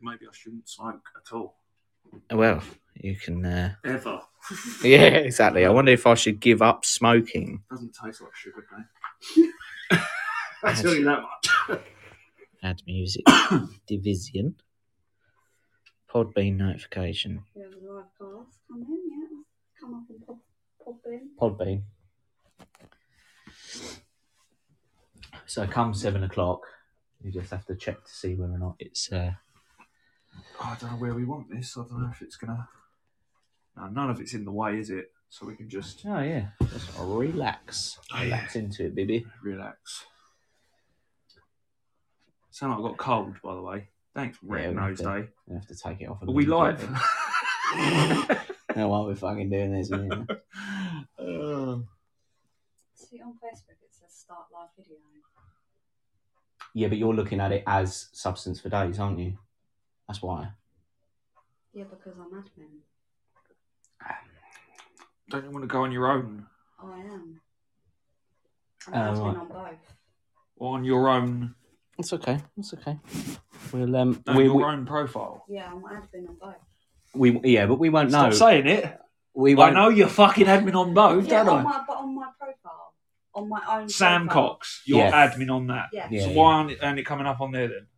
Maybe I shouldn't smoke at all. Well, you can. Uh... Ever. Yeah, exactly. I wonder if I should give up smoking. Doesn't taste like sugar cane. I tell you that much. Add music division. Podbean notification. We have a live cast. Come in, yeah. Come up and pop, pop Podbean. in. So come seven o'clock, you just have to check to see whether or not it's. Uh, Oh, I don't know where we want this. I don't know if it's gonna. No, none of it's in the way, is it? So we can just oh yeah, just relax, Oh, yeah. relax into it, baby. relax. Sound like I got cold, by the way. Thanks, Red Yeah, we Nose did. Day. You have to take it off. and Are we then do live? it. No, why are we fucking doing this? man? Uh, See, on Facebook it says start live video. yeah, but you're looking at it as substance for days, aren't you? That's why. Yeah, because I'm admin. don't you want to go on your own I am. I'm Oh, admin right. on both. or on your own It's okay. It's okay. We'll um. no, we, your we, own profile? Yeah, I'm admin on both. we yeah, but we won't know. Stop saying it. we I won't. know you're fucking admin on both, yeah, on don't I? my, but on my profile. On my own Sam profile. Cox, you're Yes. admin on that. Yeah. Yeah. so why aren't, aren't it coming up on there then?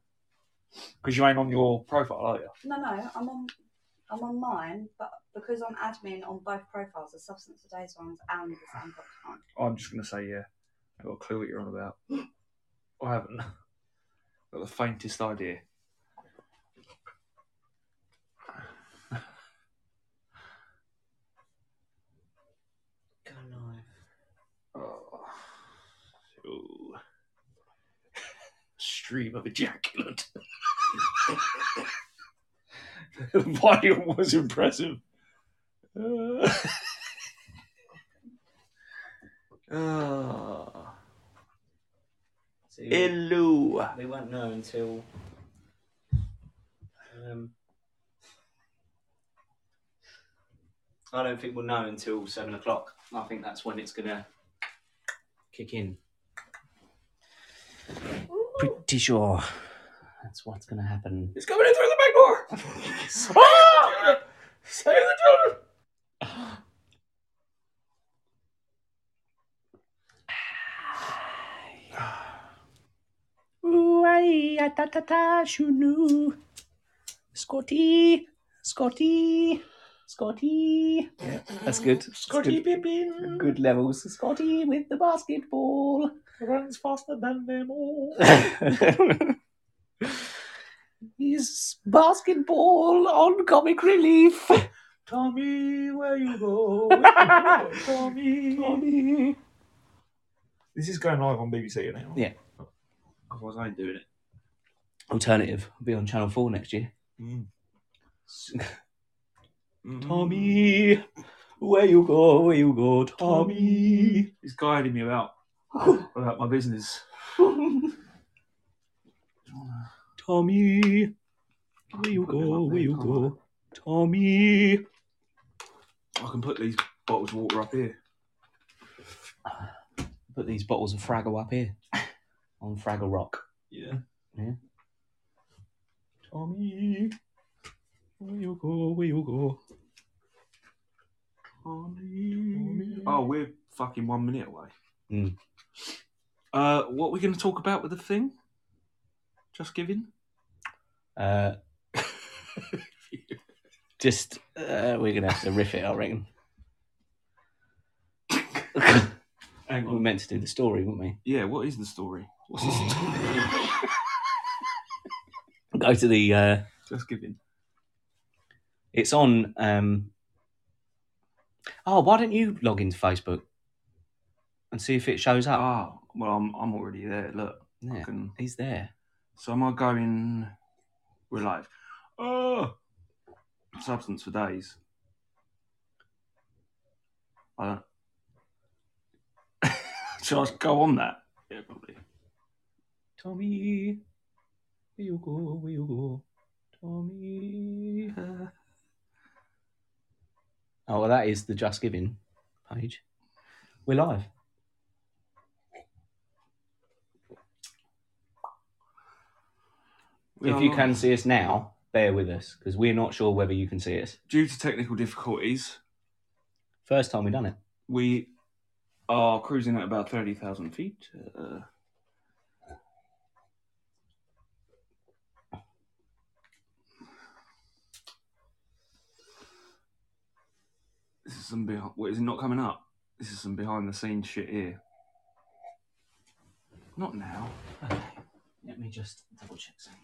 Because you ain't on your profile, are you? No, no, I'm on. I'm on mine, but because I'm admin on both profiles, the Substance of Days ones and the Sam Cox one. I'm just going to say, yeah. I've got a clue what you're on about. I haven't. Got the faintest idea. Oh. Ooh. Stream of ejaculate. Volume was impressive. Uh. Ah. So you- Hello. They won't know until. Um, I don't think we'll know until seven o'clock. I think that's when it's gonna kick in. Pretty sure that's what's gonna happen. It's coming in through the back door. ah! Save the children. Ooh, aye, ah, ta ta ta, shoo Scotty, Scotty, Scotty. Yeah, that's good. That's Scotty good. Pippin Good levels. Scotty with the basketball. runs faster than them all. His basketball on comic relief. Tommy, where you go? Tommy. Tommy. This is going live on BBC now. Yeah. Otherwise, I ain't doing it. Alternative. I'll be on Channel 4 next year. Mm. Mm. Tommy, where you go, where you go, Tommy. He's guiding me about about my business. Tommy, where you go, where you go, Tommy. I can put these bottles of water up here. Put these bottles of Fraggle up here on Fraggle Rock. Yeah. Tommy, where you go, where you go. Tommy. Oh, we're fucking one minute away. Hmm. Mm. Uh, what are we going to talk about with the thing? Just giving. Uh, just uh, we're gonna have to riff it, I reckon. Hang we were on. meant to do the story, weren't we? Um, Yeah. What is the story? What's the story? Go to the. Uh, Just giving. it's on. Um... Oh, why don't you log into Facebook and see if it shows up? Oh, Ah, well, I'm I'm already there. Look, I yeah, can. he's there. So am I going? We're live. Oh, substance for days. I don't. Should I go on that? Yeah, probably. Tommy, where you go? Where you go? Tommy. Oh, well, that is the Just Giving page. We're live. We if are you live. can see us now, bear with us because we're not sure whether you can see us. Due to technical difficulties, First time we've done it. we are cruising at about 30,000 feet. Uh, this is some behind. What, is it not coming up? This is some behind the scenes shit here. Not now. Okay. Let me just double check something.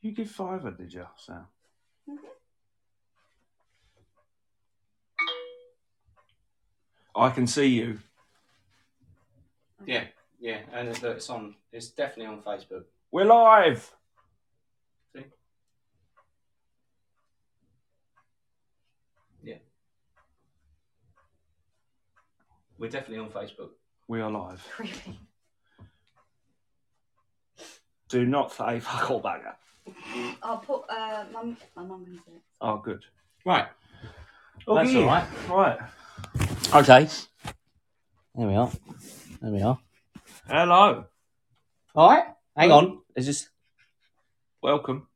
You give fiver, did you, Sam? Mm-hmm. Mhm. I can see you. Yeah, yeah, and it's, it's on. It's definitely on Facebook. We're live. We're definitely on Facebook. We are live. Creepy. Do not say fuck all bagger. I'll put uh, mum. My mum can see it. Oh, good. Oh, Right. That's all right. Right. Okay. There we are. There we are. Hello. All right. Hang on. It's just Welcome.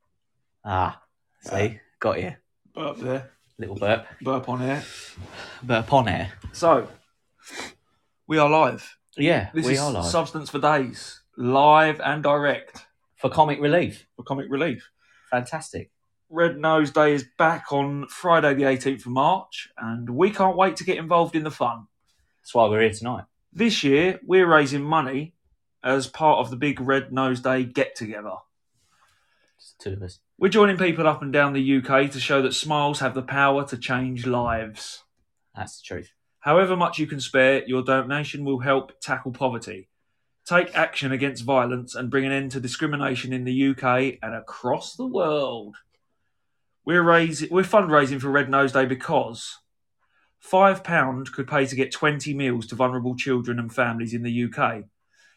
ah. See, got you. Burp there. Little burp. Burp on air. Burp on air. So, we are live. Yeah, This we is are live Substance for Days, live and direct for comic relief. for Comic Relief. Fantastic. Red Nose Day is back on Friday, the 18th of March, and we can't wait to get involved in the fun. That's why we're here tonight. This year, we're raising money as part of the big Red Nose Day get together. Just two of us. We're joining people up and down the UK to show that smiles have the power to change lives. That's the truth. However much you can spare, your donation will help tackle poverty, take action against violence, and bring an end to discrimination in the UK and across the world. We're raising, we're fundraising for Red Nose Day because five pound could pay to get twenty meals to vulnerable children and families in the UK.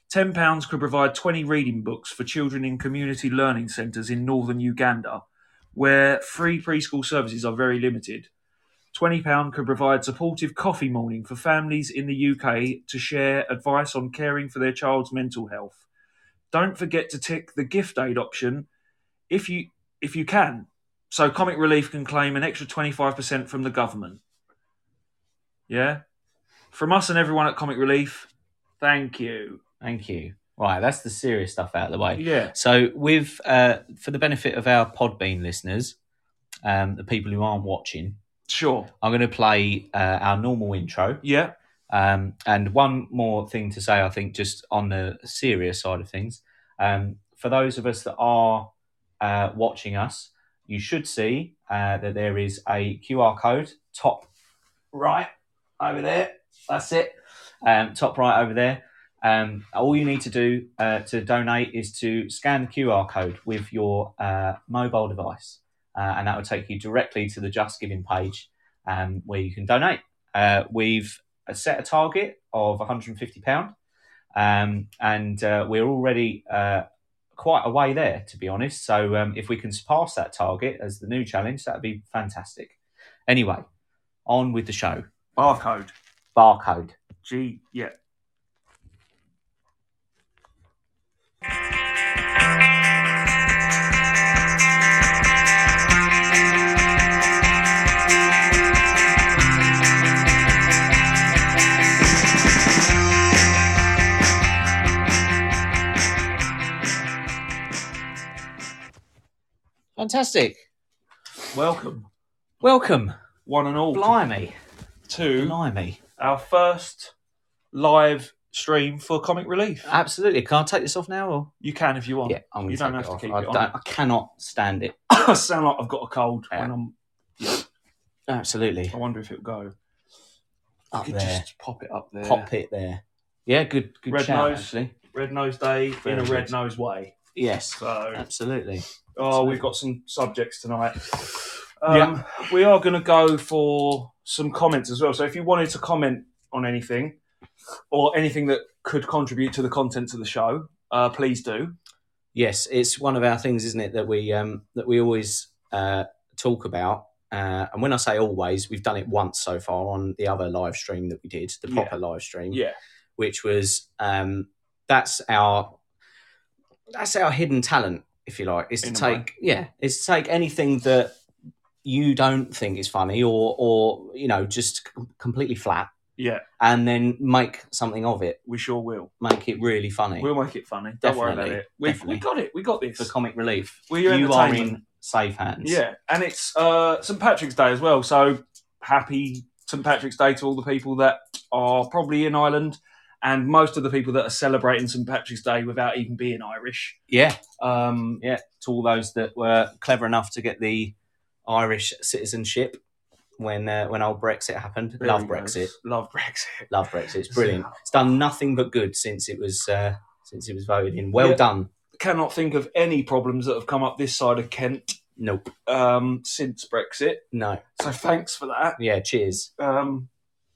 Ten pounds could provide twenty reading books for children in community learning centres in northern Uganda, where free preschool services are very limited. £20 could provide supportive coffee morning for families in the UK to share advice on caring for their child's mental health. Don't forget to tick the gift aid option if you if you can. So Comic Relief can claim an extra 25% from the government. Yeah? From us and everyone at Comic Relief, thank you. Thank you. Right, that's the serious stuff out of the way. Yeah. So, with uh, for the benefit of our Podbean listeners, um, the people who aren't watching, Sure. I'm going to play uh, our normal intro. Yeah. Um, and one more thing to say, I think, just on the serious side of things, um, for those of us that are uh, watching us, you should see uh, that there is a QR code top right over there. That's it. Um, top right over there. Um, all you need to do uh, to donate is to scan the QR code with your uh, mobile device, uh, and that will take you directly to the Just Giving page um, where you can donate. Uh, we've a set a target of 150 pound, um, and uh, we're already uh, quite a way there, to be honest. So um, if we can surpass that target as the new challenge, that'd be fantastic. Anyway, on with the show. Barcode. Barcode. Gee, yeah. Fantastic. Welcome, Welcome. one and all, Blimey. to Blimey. our first live stream for Comic Relief. Absolutely. Can I take this off now? Or? You can if you want. Yeah, I'm gonna Oh, You don't take have to off. keep I, it on. don't- I cannot stand it. I sound like I've got a cold, Yeah. and I'm, Absolutely. I wonder if it'll go. I Up could there. just pop Oh, it up there. Pop it there. Yeah, good good Red shout, nose. actually. Red Nose Day in Very a nice. red nose way. Yes. So, Absolutely. oh, we've got some subjects tonight. Um, We are going to go for some comments as well. So, if you wanted to comment on anything or anything that could contribute to the contents of the show, uh, please do. Yes, it's one of our things, isn't it, that we um that we always uh talk about. Uh, and when I say always, we've done it once so far on the other live stream that we did, the Yeah. proper live stream. Yeah. which was um, that's our that's our hidden talent, if you like, is In a to take yeah, is to take anything that you don't think is funny or or you know just com- completely flat, Yeah. and then make something of it, We sure will. make it really funny We'll make it funny. Don't worry about Definitely, it. We've, definitely. we got it. We got this. for comic relief. We're your you are entertainment. in safe hands. Yeah, and it's uh, St Patrick's Day as well. So happy St Patrick's Day to all the people that are probably in Ireland, and most of the people that are celebrating St Patrick's Day without even being Irish. yeah, Um, yeah. To all those that were clever enough to get the Irish citizenship when uh, when old Brexit happened. there Love we go. Brexit. Love Brexit. Love Brexit. It's brilliant. It's done nothing but good since it was uh, since it was voted in. Well Yeah. done. Cannot think of any problems that have come up this side of Kent Nope. um, since Brexit. No. So thanks for that Yeah. Cheers. um,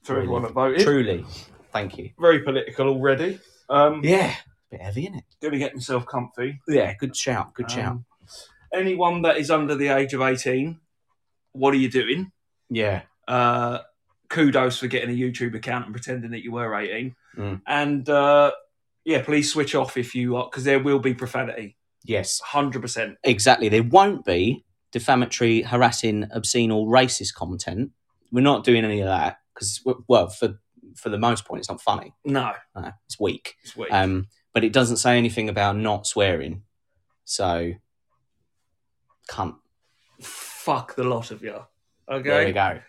for Really. everyone that voted. Truly. Thank you. Very political already. Um, Yeah. Bit heavy, isn't it? Going to get myself comfy. Yeah. Good shout. Good shout. Um, anyone that is under the age of 18, what are you doing? Yeah. Uh, kudos for getting a YouTube account and pretending that you were 18. Mm. And uh, yeah, please switch off if you are, because there will be profanity. Yes. 100%. Exactly. There won't be defamatory, harassing, obscene, or racist content. We're not doing any of that because, well, for for the most part, it's not funny. No, No, it's weak. it's weak. Um, but it doesn't say anything about not swearing. So, cunt. Fuck the lot of you. There we Okay. go.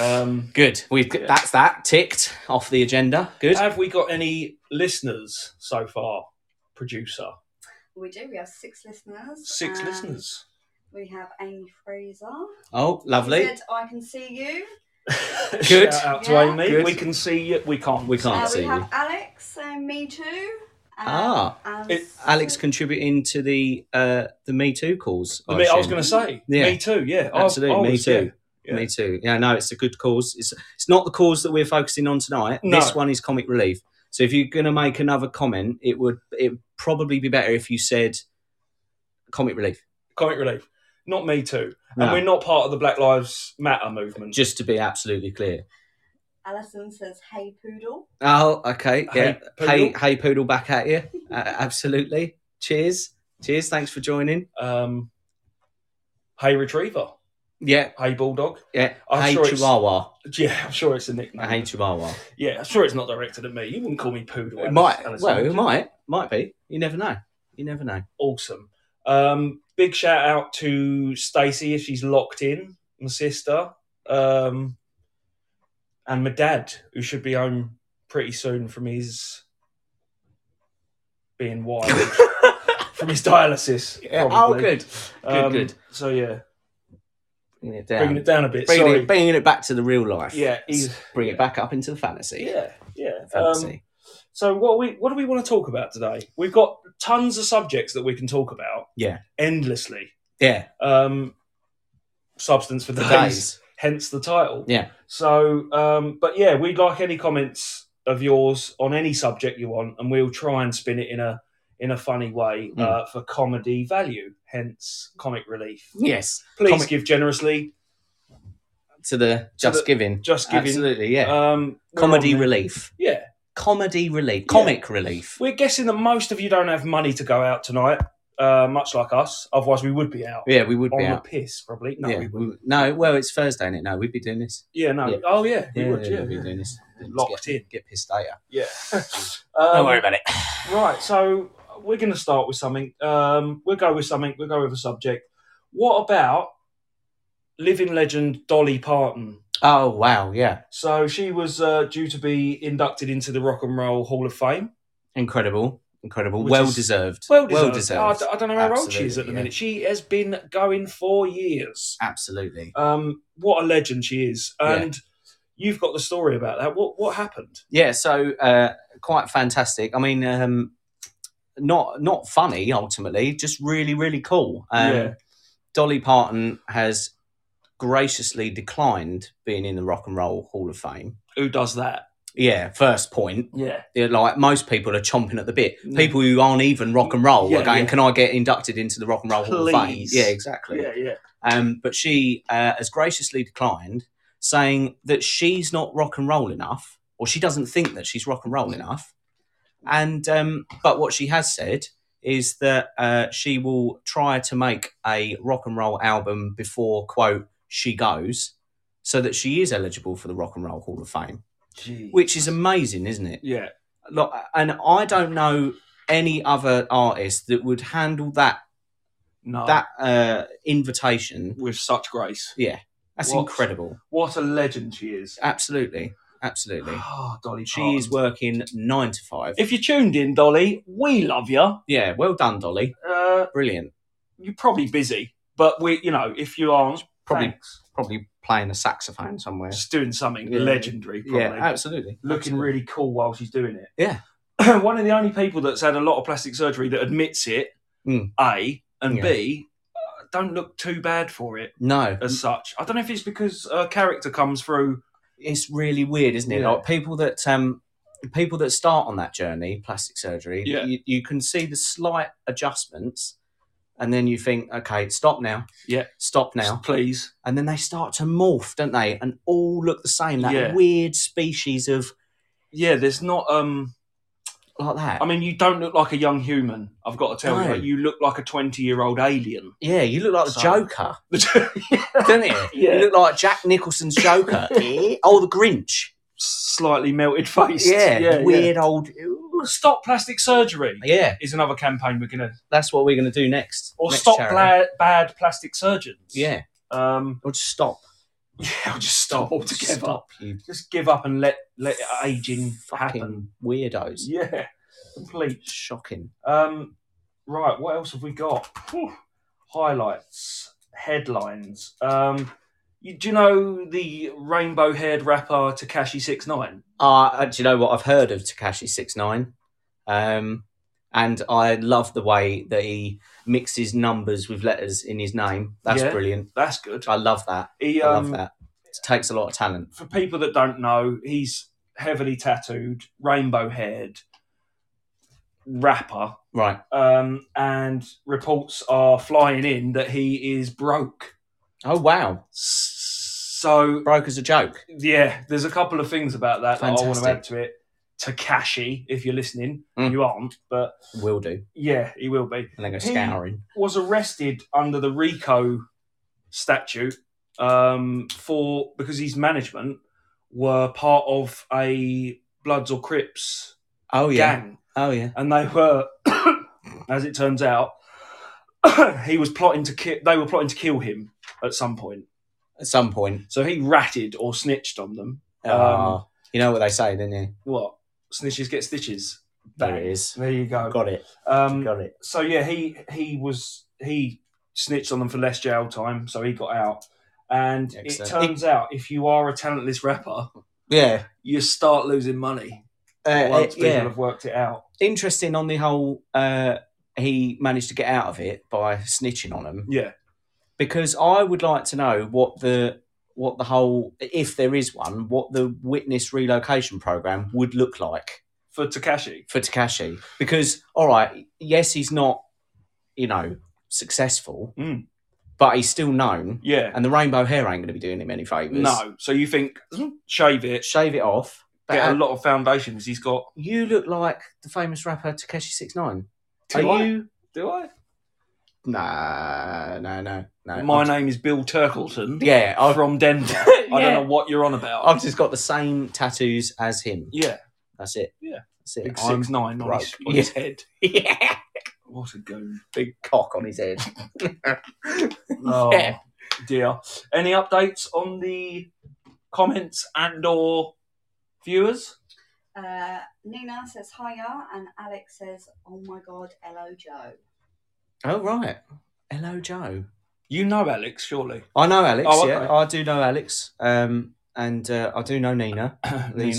Um, Good. We've Yeah. Uh, that's that ticked off the agenda. Good. have we got any listeners so far, producer? We do. We have six listeners. Six and listeners. We have Amy Fraser. Oh, She lovely. said, I can see you. Shout out to Yeah. Amy. Good. We can see you. We can't. We can't Uh, see we you. have Alex and me too. Um, Ah. and It- Alex contributing to the uh the Me Too calls. I, mean, I was assume. going to say, Yeah. me too. Yeah, I- Absolutely, I me was, too. yeah. Me too. Yeah, no, it's a good cause. It's it's not the cause that we're focusing on tonight. No. This one is comic relief. So if you're going to make another comment, it would it would probably be better if you said comic relief, Comic relief, not me too. And No. we're not part of the Black Lives Matter movement. just to be absolutely clear. Alison says, Hey Poodle. Oh, okay. Yeah. Hey, Hey, hey, Poodle. poodle, back at you. Uh, absolutely. Cheers. Cheers. Thanks for joining. um, hey retriever, Yeah, hey bulldog. yeah. I'm hey, sure it's- Chihuahua. Yeah, I'm sure it's a nickname. Hey, Chihuahua. yeah, I'm sure it's not directed at me. You wouldn't call me poodle. It Alice- might. Alison, well, would it you? might. Might be. You never know. You never know. Awesome. Um, big shout out to Stacey if she's locked in, my sister, um, and my dad who should be home pretty soon from his being wild. from his dialysis. Yeah, Oh, probably. good. Good, Um, good. So yeah, Bringing it bringing down. it down a bit. Bringing sorry. it, bringing it back to the real life. Yeah, he's- Bring yeah. it back up into the fantasy. Yeah, yeah. Um, Fantasy. so what we what do we want to talk about today? We've got tons of subjects that we can talk about. Yeah. endlessly. yeah. Um, substance for The days, days. hence the title. Yeah. So, um, but yeah, we'd like any comments of yours on any subject you want, and we'll try and spin it in a in a funny way Hmm. uh, for comedy value, hence comic relief. Yes. Please Comic- give generously. To the just the- giving. Just giving. Absolutely. Yeah. Um, we're Comedy on there. relief. Yeah. Comedy relief. Comic relief. We're guessing that most of you don't have money to go out tonight, uh, much like us. Otherwise, we would be out Yeah, we would on be the out. piss, probably. No, yeah, we we wouldn't. would- no, well, it's Thursday, is it? No, we'd be doing this. Yeah, no. Yeah. Oh, yeah, we would. Yeah, we'd be yeah. doing this. Just Locked get, in. Get pissed later. yeah. Don't Um, worry about it. Right, so we're going to start with something. Um, we'll go with something. We'll go with a subject. What about living legend Dolly Parton? Oh wow, yeah, So she was uh, due to be inducted into the Rock and Roll Hall of Fame. incredible, incredible, Which well is- deserved, Well deserved. I d- I, don't know how old she Absolutely, is at the yeah. minute. She has been going for years. Absolutely. Um, what a legend she is. Yeah. And you've got the story about that. What what happened? Yeah, so uh, quite fantastic. I mean, um, not not funny ultimately, just really really cool. Um, Yeah. Dolly Parton has graciously declined being in the Rock and Roll Hall of Fame. Who does that? Yeah, first point. Yeah. Yeah, Like most people are chomping at the bit. Mm. People who aren't even rock and roll Yeah, are going, yeah. "Can I get inducted into the Rock and Roll Hall of Fame?" Please. Yeah, exactly. Yeah, yeah. Um, but she uh, has graciously declined, saying that she's not rock and roll enough, or she doesn't think that she's rock and roll enough. And um, but what she has said is that uh, she will try to make a rock and roll album before quote she goes, so that she is eligible for the Rock and Roll Hall of Fame, which is amazing, isn't it? yeah. Look, and I don't know any other artist that would handle that No. that uh, invitation. with such grace. That's What? incredible. What a legend she is. Absolutely, absolutely. Oh, Dolly She is Parton. working nine to five. If you tuned in, Dolly, we love you. yeah, well done, Dolly. Uh, Brilliant. you're probably busy, but we, you know, if you aren't, Probably- thanks. Probably playing a saxophone somewhere. just doing something Yeah. legendary, probably. Yeah, absolutely. looking Absolutely. really cool while she's doing it. Yeah. One of the only people that's had a lot of plastic surgery that admits it, Mm. A, and Yeah. B, uh, don't look too bad for it No, as such. I don't know if it's because her character comes through. it's really weird, isn't it? Yeah. Like people that um, people that start on that journey, plastic surgery. Yeah. You, you can see the slight adjustments, and then you think, okay, stop now. Yeah. Stop now. Please. and then they start to morph, don't they? And all look the same. That Yeah. weird species of Yeah, there's not. um like that. I mean, you don't look like a young human. I've got to tell No. you, you look like a twenty-year-old alien. yeah, you look like the So- Joker, don't you? Yeah. You look like Jack Nicholson's Joker. Eh? oh, the Grinch. Slightly melted face. Yeah, the weird old. Stop plastic surgery Yeah, is another campaign we're gonna, that's what we're going to do next. or next stop charity. bla- bad plastic surgeons. Yeah, Um, or just stop. Yeah, I'll just stop altogether. Stop, you Just give up and let let aging fucking happen. weirdos. Yeah, complete. Shocking. Um, right, what else have we got? Whew. Highlights, headlines. Um, you, do you know the rainbow-haired rapper Takashi Six Nine? Uh, uh, do you know what? I've heard of Takashi Six Nine, um, and I love the way that he mixes numbers with letters in his name. That's Yeah. brilliant. That's good. I love that. He, I love um, that. It takes a lot of talent. for people that don't know, he's heavily tattooed, rainbow-haired rapper, Right. um, and reports are flying in that he is broke. Oh wow. So Broke as a joke. yeah, there's a couple of things about that that I want to Fantastic. add to it. Takashi, if you're listening, Mm. you aren't, but Will do. yeah, he will be. And then go He- scouring. Was arrested under the RICO statute um, for because his management were part of a Bloods or Crips Oh yeah. gang, Oh yeah. and they were, as it turns out, he was plotting to kill. They were plotting to kill him at some point. At some point. So he ratted or snitched on them. Um, Ah, you know what they say, don't you? what snitches get stitches. There it is. There you go. Got it. Um, Got it. so yeah, he he was he snitched on them for less jail time, so he got out. And Excellent. it turns out if you are a talentless rapper, Yeah. you start losing money Uh, uh, once people yeah. have worked it out. Interesting on the whole. Uh, he managed to get out of it by snitching on them. Yeah, because I would like to know what the what the whole if there is one what the witness relocation program would look like for Takashi. for Takashi because all right yes he's not you know successful Mm. but he's still known Yeah, and the rainbow hair ain't going to be doing him any favors no. So you think "Mm, shave it, shave it off but get a uh, lot of foundations. He's got. you look like the famous rapper Takeshi 69 Do are I? you Do I? no no no no My I've- name is Bill Turkleton. Uh, yeah I've, from Denver. I Yeah. don't know what you're on about. I've just got the same tattoos as him yeah, that's it Yeah. that's it big I'm- six nine on, his, broke. on his head. yeah What a goon. Big cock on his head. Oh Yeah. dear. Any updates on the comments and or viewers? Uh, Nina says hiya, and Alex says, "Oh my god, hello Joe." oh right. Hello, Joe. You know Alex, surely. I know Alex. Oh, okay. Yeah, I do know Alex. Um, and uh, I do know Nina. These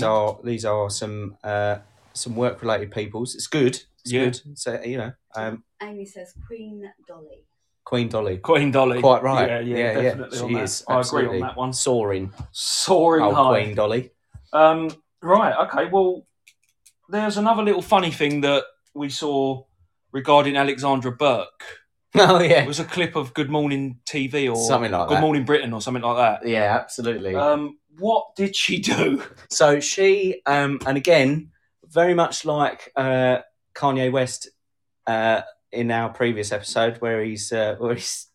Nina. are these are some uh, some work related peoples. It's good. It's Yeah. good. So you know, um, Amy says Queen Dolly. Queen Dolly. Queen Dolly. Quite right. Yeah, yeah, definitely on She that. is. I agree on absolutely. that one. Soaring. Soaring Oh, high. Queen Dolly. Um, right, okay. Well, there's another little funny thing that we saw regarding Alexandra Burke. Oh It yeah. was a clip of Good Morning TV or Something like Good that. Morning Britain or something like Yeah, absolutely. that. Um, what did she do? So she, um, and again, very much like uh, Kanye West uh, in our previous episode, where he's uh, where he's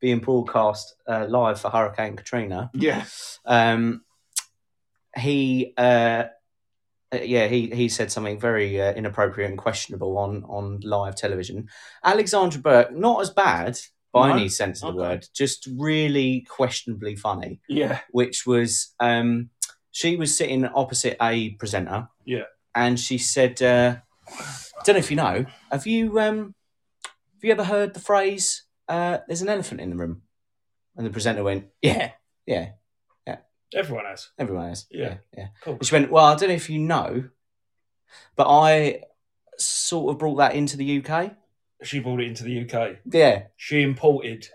being broadcast uh, live for Hurricane Katrina. Yeah. Um, he, uh, uh, yeah, he he said something very uh, inappropriate and questionable on on live television. Alexandra Burke, not as bad by No? any sense of the Okay. word, just really questionably funny Yeah. which was um, she was sitting opposite a presenter. Yeah. And she said, uh, I don't know if you know, have you um, have you ever heard the phrase, uh, there's an elephant in the room? And the presenter went, Yeah, yeah, Everyone has. everyone has. Yeah. Yeah. Cool. And she went, Well, I don't know if you know, but I sort of brought that into the UK. She brought it into the UK. Yeah. She imported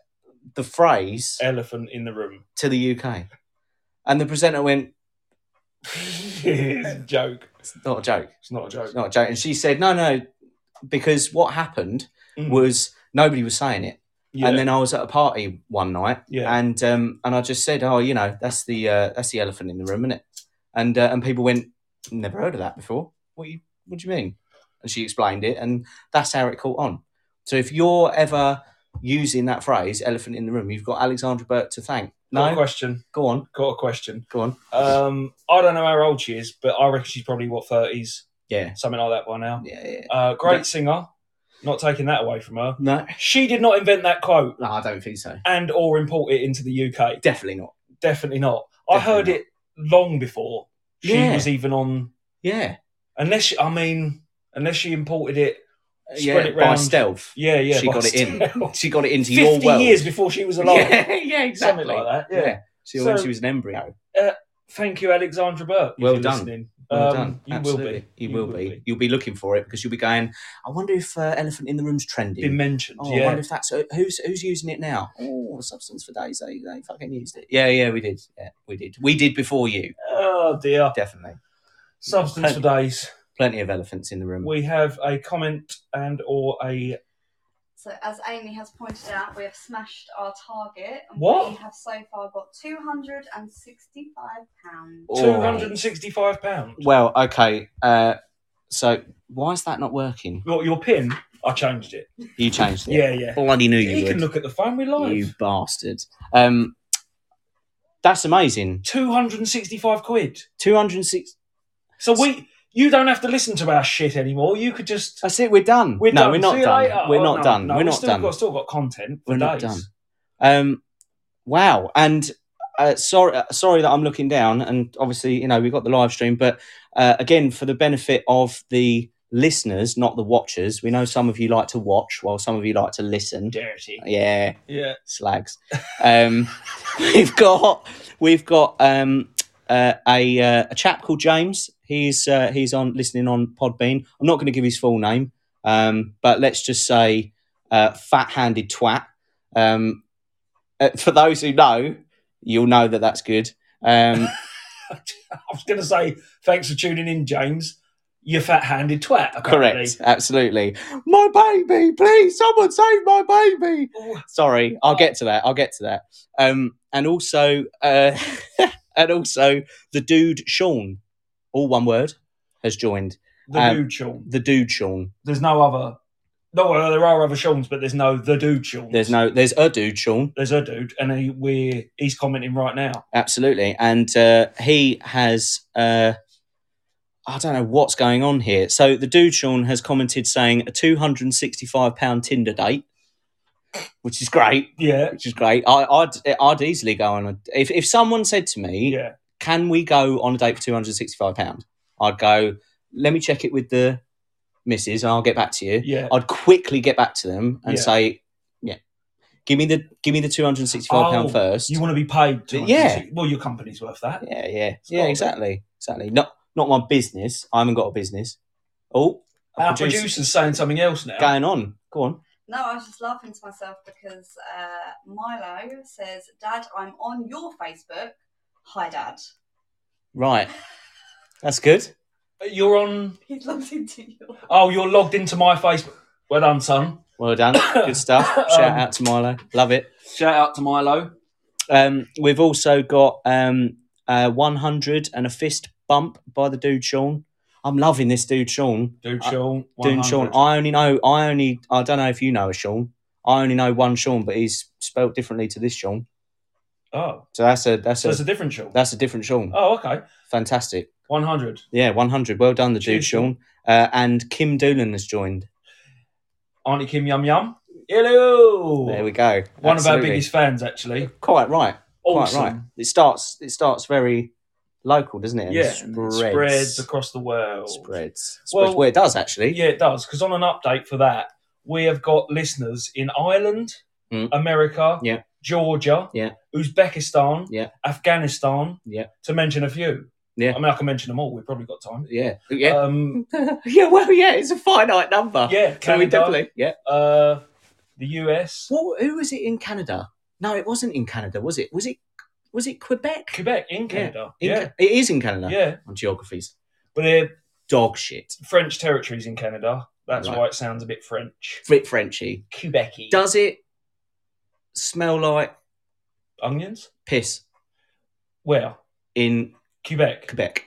The phrase elephant in the room. to the UK. And the presenter went, it's a joke. It's not a joke. It's not a joke. not a joke. And she said, no, no, because what happened Mm. was nobody was saying it. Yeah. And then I was at a party one night, Yeah. and um, and I just said, oh, you know, that's the uh, that's the elephant in the room, is it? And uh, and people went, never heard of that before. What you what do you mean? And she explained it, and that's how it caught on. So if you're ever using that phrase, elephant in the room, you've got Alexandra Burke to thank. Got a No, question. go on, Got a question. go on. Um, I don't know how old she is, but I reckon she's probably what thirties, Yeah, something like that by now. yeah, yeah. Uh, great Yeah. singer. Not taking that away from her. No, She did not invent that quote no, I don't think so. and or import it into the UK. Definitely not. Definitely not. I Definitely heard not. it long before she Yeah. was even on. Yeah, Unless she, I mean, unless she imported it. Spread yeah, it by round. stealth. Yeah, yeah. She by got it in. stealth. She got it into your Fifty world. years before she was alive. yeah, yeah, exactly. Something like that. Yeah. Yeah. So, when So- she was an embryo. Thank you, Alexandra Burke. if Well you're done. listening. Well Um, done. You Absolutely. will be. You, will, be. You'll be looking for it because you'll be going. I wonder if uh, elephant in the room's trending. Been mentioned. oh, I yeah. wonder if that's who's who's using it now. Oh, substance for days. They, they fucking used it. Yeah, yeah, we did. Yeah, we did. We did before you. Oh dear. Definitely. Substance for days. Plenty of elephants in the room. We have a comment and or a So, as Amy has pointed out, we have smashed our target, and What? we have so far got two hundred and sixty-five pounds. Oh. two hundred and sixty-five pound. well, okay. Uh, so why is that not working? Your, your pin. I changed it. You changed it. Yeah, yeah. Bloody knew you You would. can look at the phone. We live. You bastard. Um, that's amazing. Two hundred and sixty-five quid. 206. So we. You don't have to listen to our shit anymore. You could just. That's it. We're done. We're Uh, no, done. we're not See you done. later. We're Oh, not no, done. no, we're we've not still done. Got, still got content. For We're not days. done. Um, wow. And uh, sorry, uh, sorry that I'm looking down. And obviously, you know, we've got the live stream. But uh, again, for the benefit of the listeners, not the watchers, we know some of you like to watch while some of you like to listen. Dirty. Yeah. Yeah. slags. Um, we've got we've got um, uh, a uh, a chap called James. He's uh, he's on listening on Podbean. I'm not going to give his full name, um, but let's just say uh, fat-handed twat. Um, uh, for those who know, you'll know that that's good. Um, I was going to say, thanks for tuning in, James. You fat-handed twat. Apparently. correct, absolutely. My baby, please, someone save my baby. Oh, Sorry, I'll get to that. I'll get to that. Um, and also, uh, and also, the dude Sean, all one word, has joined. the Um, dude Sean. The dude Sean. There's no other. No, well, there are other Sean's, but there's no the dude Sean. There's no, there's a dude Sean, There's a dude, and he, we he's commenting right now. absolutely, and uh, he has. Uh, I don't know what's going on here. So the dude Sean has commented saying a two hundred and sixty-five pound Tinder date, which is great, Yeah. which is great. I, I'd I'd easily go on a if if someone said to me, Yeah. "Can we go on a date for two hundred and sixty-five pound?" I'd go, "Let me check it with the missus, and I'll get back to you." Yeah. I'd quickly get back to them and Yeah. say, "Yeah, give me the give me the two hundred and sixty-five pound Oh, first. You want to be paid? To Yeah. Well, your company's worth that. Yeah, yeah, It's yeah, gotta be. exactly, exactly. Not not my business. I haven't got a business. Oh, a Our producer- producer's saying something else now. going on. Go on. No, I was just laughing to myself because uh, Milo says, Dad, I'm on your Facebook. Hi, Dad. Right, that's good. You're on. He logged into your. Oh, you're logged into my Facebook. Well done, son. Well done. good stuff. Shout Um, out to Milo. Love it. Shout out to Milo. Um, we've also got um, uh, one hundred and a fist bump by the dude Sean. I'm loving this dude Sean. Dude, Uh, Sean. Dude 100. Sean. I only know. I only. I don't know if you know a Sean. I only know one Sean, but he's spelt differently to this Sean. Oh, So that's a that's so it's a a different Sean. that's a different Sean. Oh, okay. Fantastic. 100. Yeah, 100. Well done, the dude, Cheers. Sean. Uh, and Kim Doolan has joined. Auntie Kim Yum Yum. Hello. There we go. One of our Absolutely. biggest fans, actually. Quite right. Awesome. Quite right. It starts. It starts very local, doesn't it? And Yeah. Spreads. Spreads across the world. Spreads. Spreads. Well- well, it does actually. Yeah, it does. Because on an update for that, we have got listeners in Ireland, Mm. America, Yeah. Georgia, Yeah. Uzbekistan, Yeah. Afghanistan, Yeah. to mention a few. Yeah. I mean, I can mention them all. We've probably got time. Yeah. Yeah. Um, yeah. Well, yeah. It's a finite number. yeah, Oh, So we Canada, definitely. Yeah. uh, the US, What, who was it in Canada? No, it wasn't in Canada, was it? Was it? Was it Quebec? Quebec, in Canada. In Yeah, Ca- it is in Canada. yeah. On geographies, But they're dog shit. French territories in Canada. That's Right. why it sounds a bit French. Frit Frenchy. Quebecy. Does it smell like Onions? piss Where? in Quebec. Quebec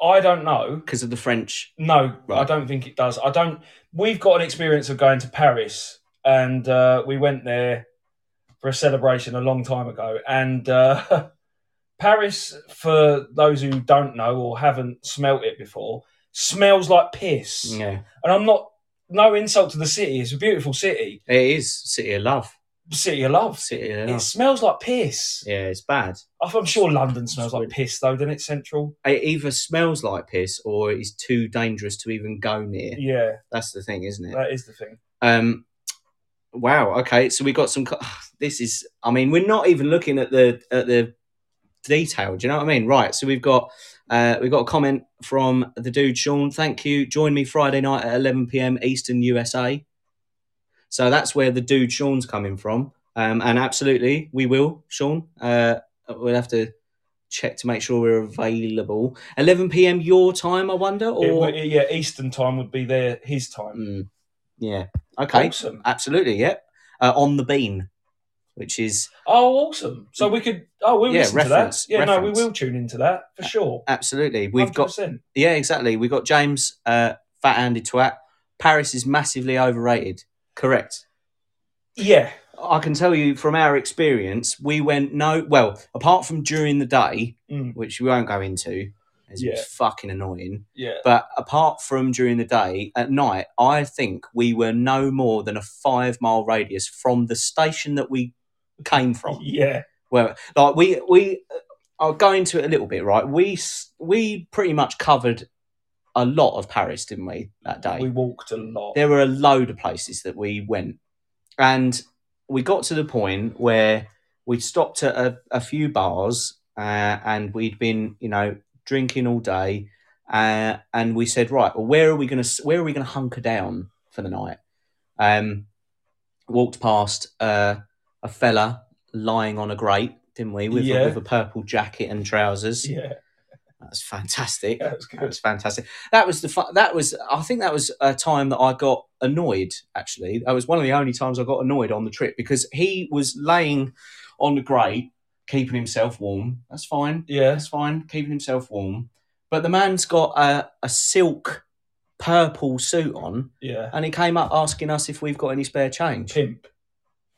I don't know. because of the French. No, I Right. don't think it does. I don't. We've got an experience of going to Paris, and uh, we went there for a celebration a long time ago. And uh, Paris, for those who don't know or haven't smelt it before, smells like piss. Yeah, And I'm not. No insult to the city. It's a beautiful city, it is city of love. city of love. City of It love. smells like piss. Yeah, it's bad. I'm sure London smells like piss, though, doesn't it? Central. It either smells like piss or it is too dangerous to even go near. Yeah, That's the thing, isn't it? that is the thing. Um, wow. Okay, so we got some. co- This is. I mean, we're not even looking at the at the detail. Do you know what I mean? Right. So we've got uh, we've got a comment from the dude Sean. Thank you. Join me Friday night at 11 p.m. Eastern USA. So that's where the dude Sean's coming from. Um, and absolutely, we will, Sean. Uh, we'll have to check to make sure we're available. 11 p.m. your time, I wonder, It or would- yeah, Eastern time would be their his time. Mm. yeah. Okay. Awesome. Absolutely, yep. Uh, on the bean, which is Oh, awesome. So we could. Oh, we'll Yeah, listen reference, to that. Yeah, no, reference. we will tune into that for sure. absolutely we've got 100%. yeah exactly we've got James uh, fat handed twat. Paris is massively overrated. Correct. Yeah, I can tell you from our experience, we went no well apart from during the day, Mm. which we won't go into. As it Yeah. was fucking annoying. yeah. But apart from during the day, at night, I think we were no more than a five mile radius from the station that we came from. Yeah. Well, like we we uh, I'll go into it a little bit, right? We s- we pretty much covered a lot of Paris, didn't we? That day, We walked a lot. there were a load of places that we went, and we got to the point where we stopped at a, a few bars, uh, and we'd been, you know, drinking all day, uh, and we said, right, well, where are we going to where are we going to hunker down for the night? Um, walked past uh, a fella lying on a grate, didn't we, with, Yeah. a, with a purple jacket and trousers. yeah, That's fantastic. that was good. That was fantastic. That was the fu- that was I think that was a time that I got annoyed. Actually, that was one of the only times I got annoyed on the trip because he was laying on the grate, keeping himself warm. That's fine. yeah, That's fine. Keeping himself warm. But the man's got a, a silk purple suit on, yeah. and he came up asking us if we've got any spare change. Pimp.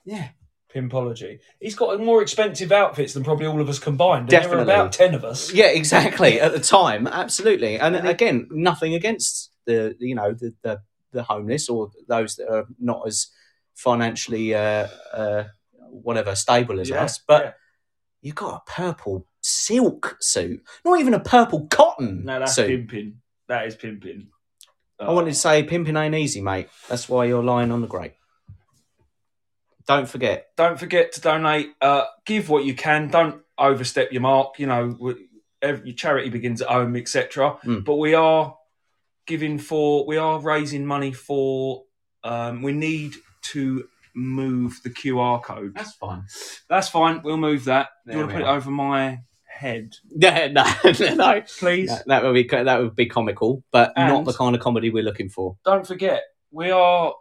Yeah, Pimpology. He's got more expensive outfits than probably all of us combined. And There Definitely. were about ten of us. Yeah, exactly. At the time, absolutely. And again, nothing against the you know the the, the homeless or those that are not as financially uh, uh, whatever stable as Yeah, us. But yeah. you got a purple silk suit, not even a purple cotton No, that's suit. pimping. That is pimping. Uh, I wanted to say pimping ain't easy, mate. That's why you're lying on the grape. Don't forget. don't forget to donate. Uh, give what you can. Don't overstep your mark. You know, w- ev- your charity begins at home, etc. Mm. But we are giving for, we are raising money for. Um, we need to move the QR code. That's fine. That's fine. We'll move that. Do you There want to we put are. it over my head, Yeah, no, no, no. please? That, that would be that would be comical, but not And- the kind of comedy we're looking for. Don't forget, we are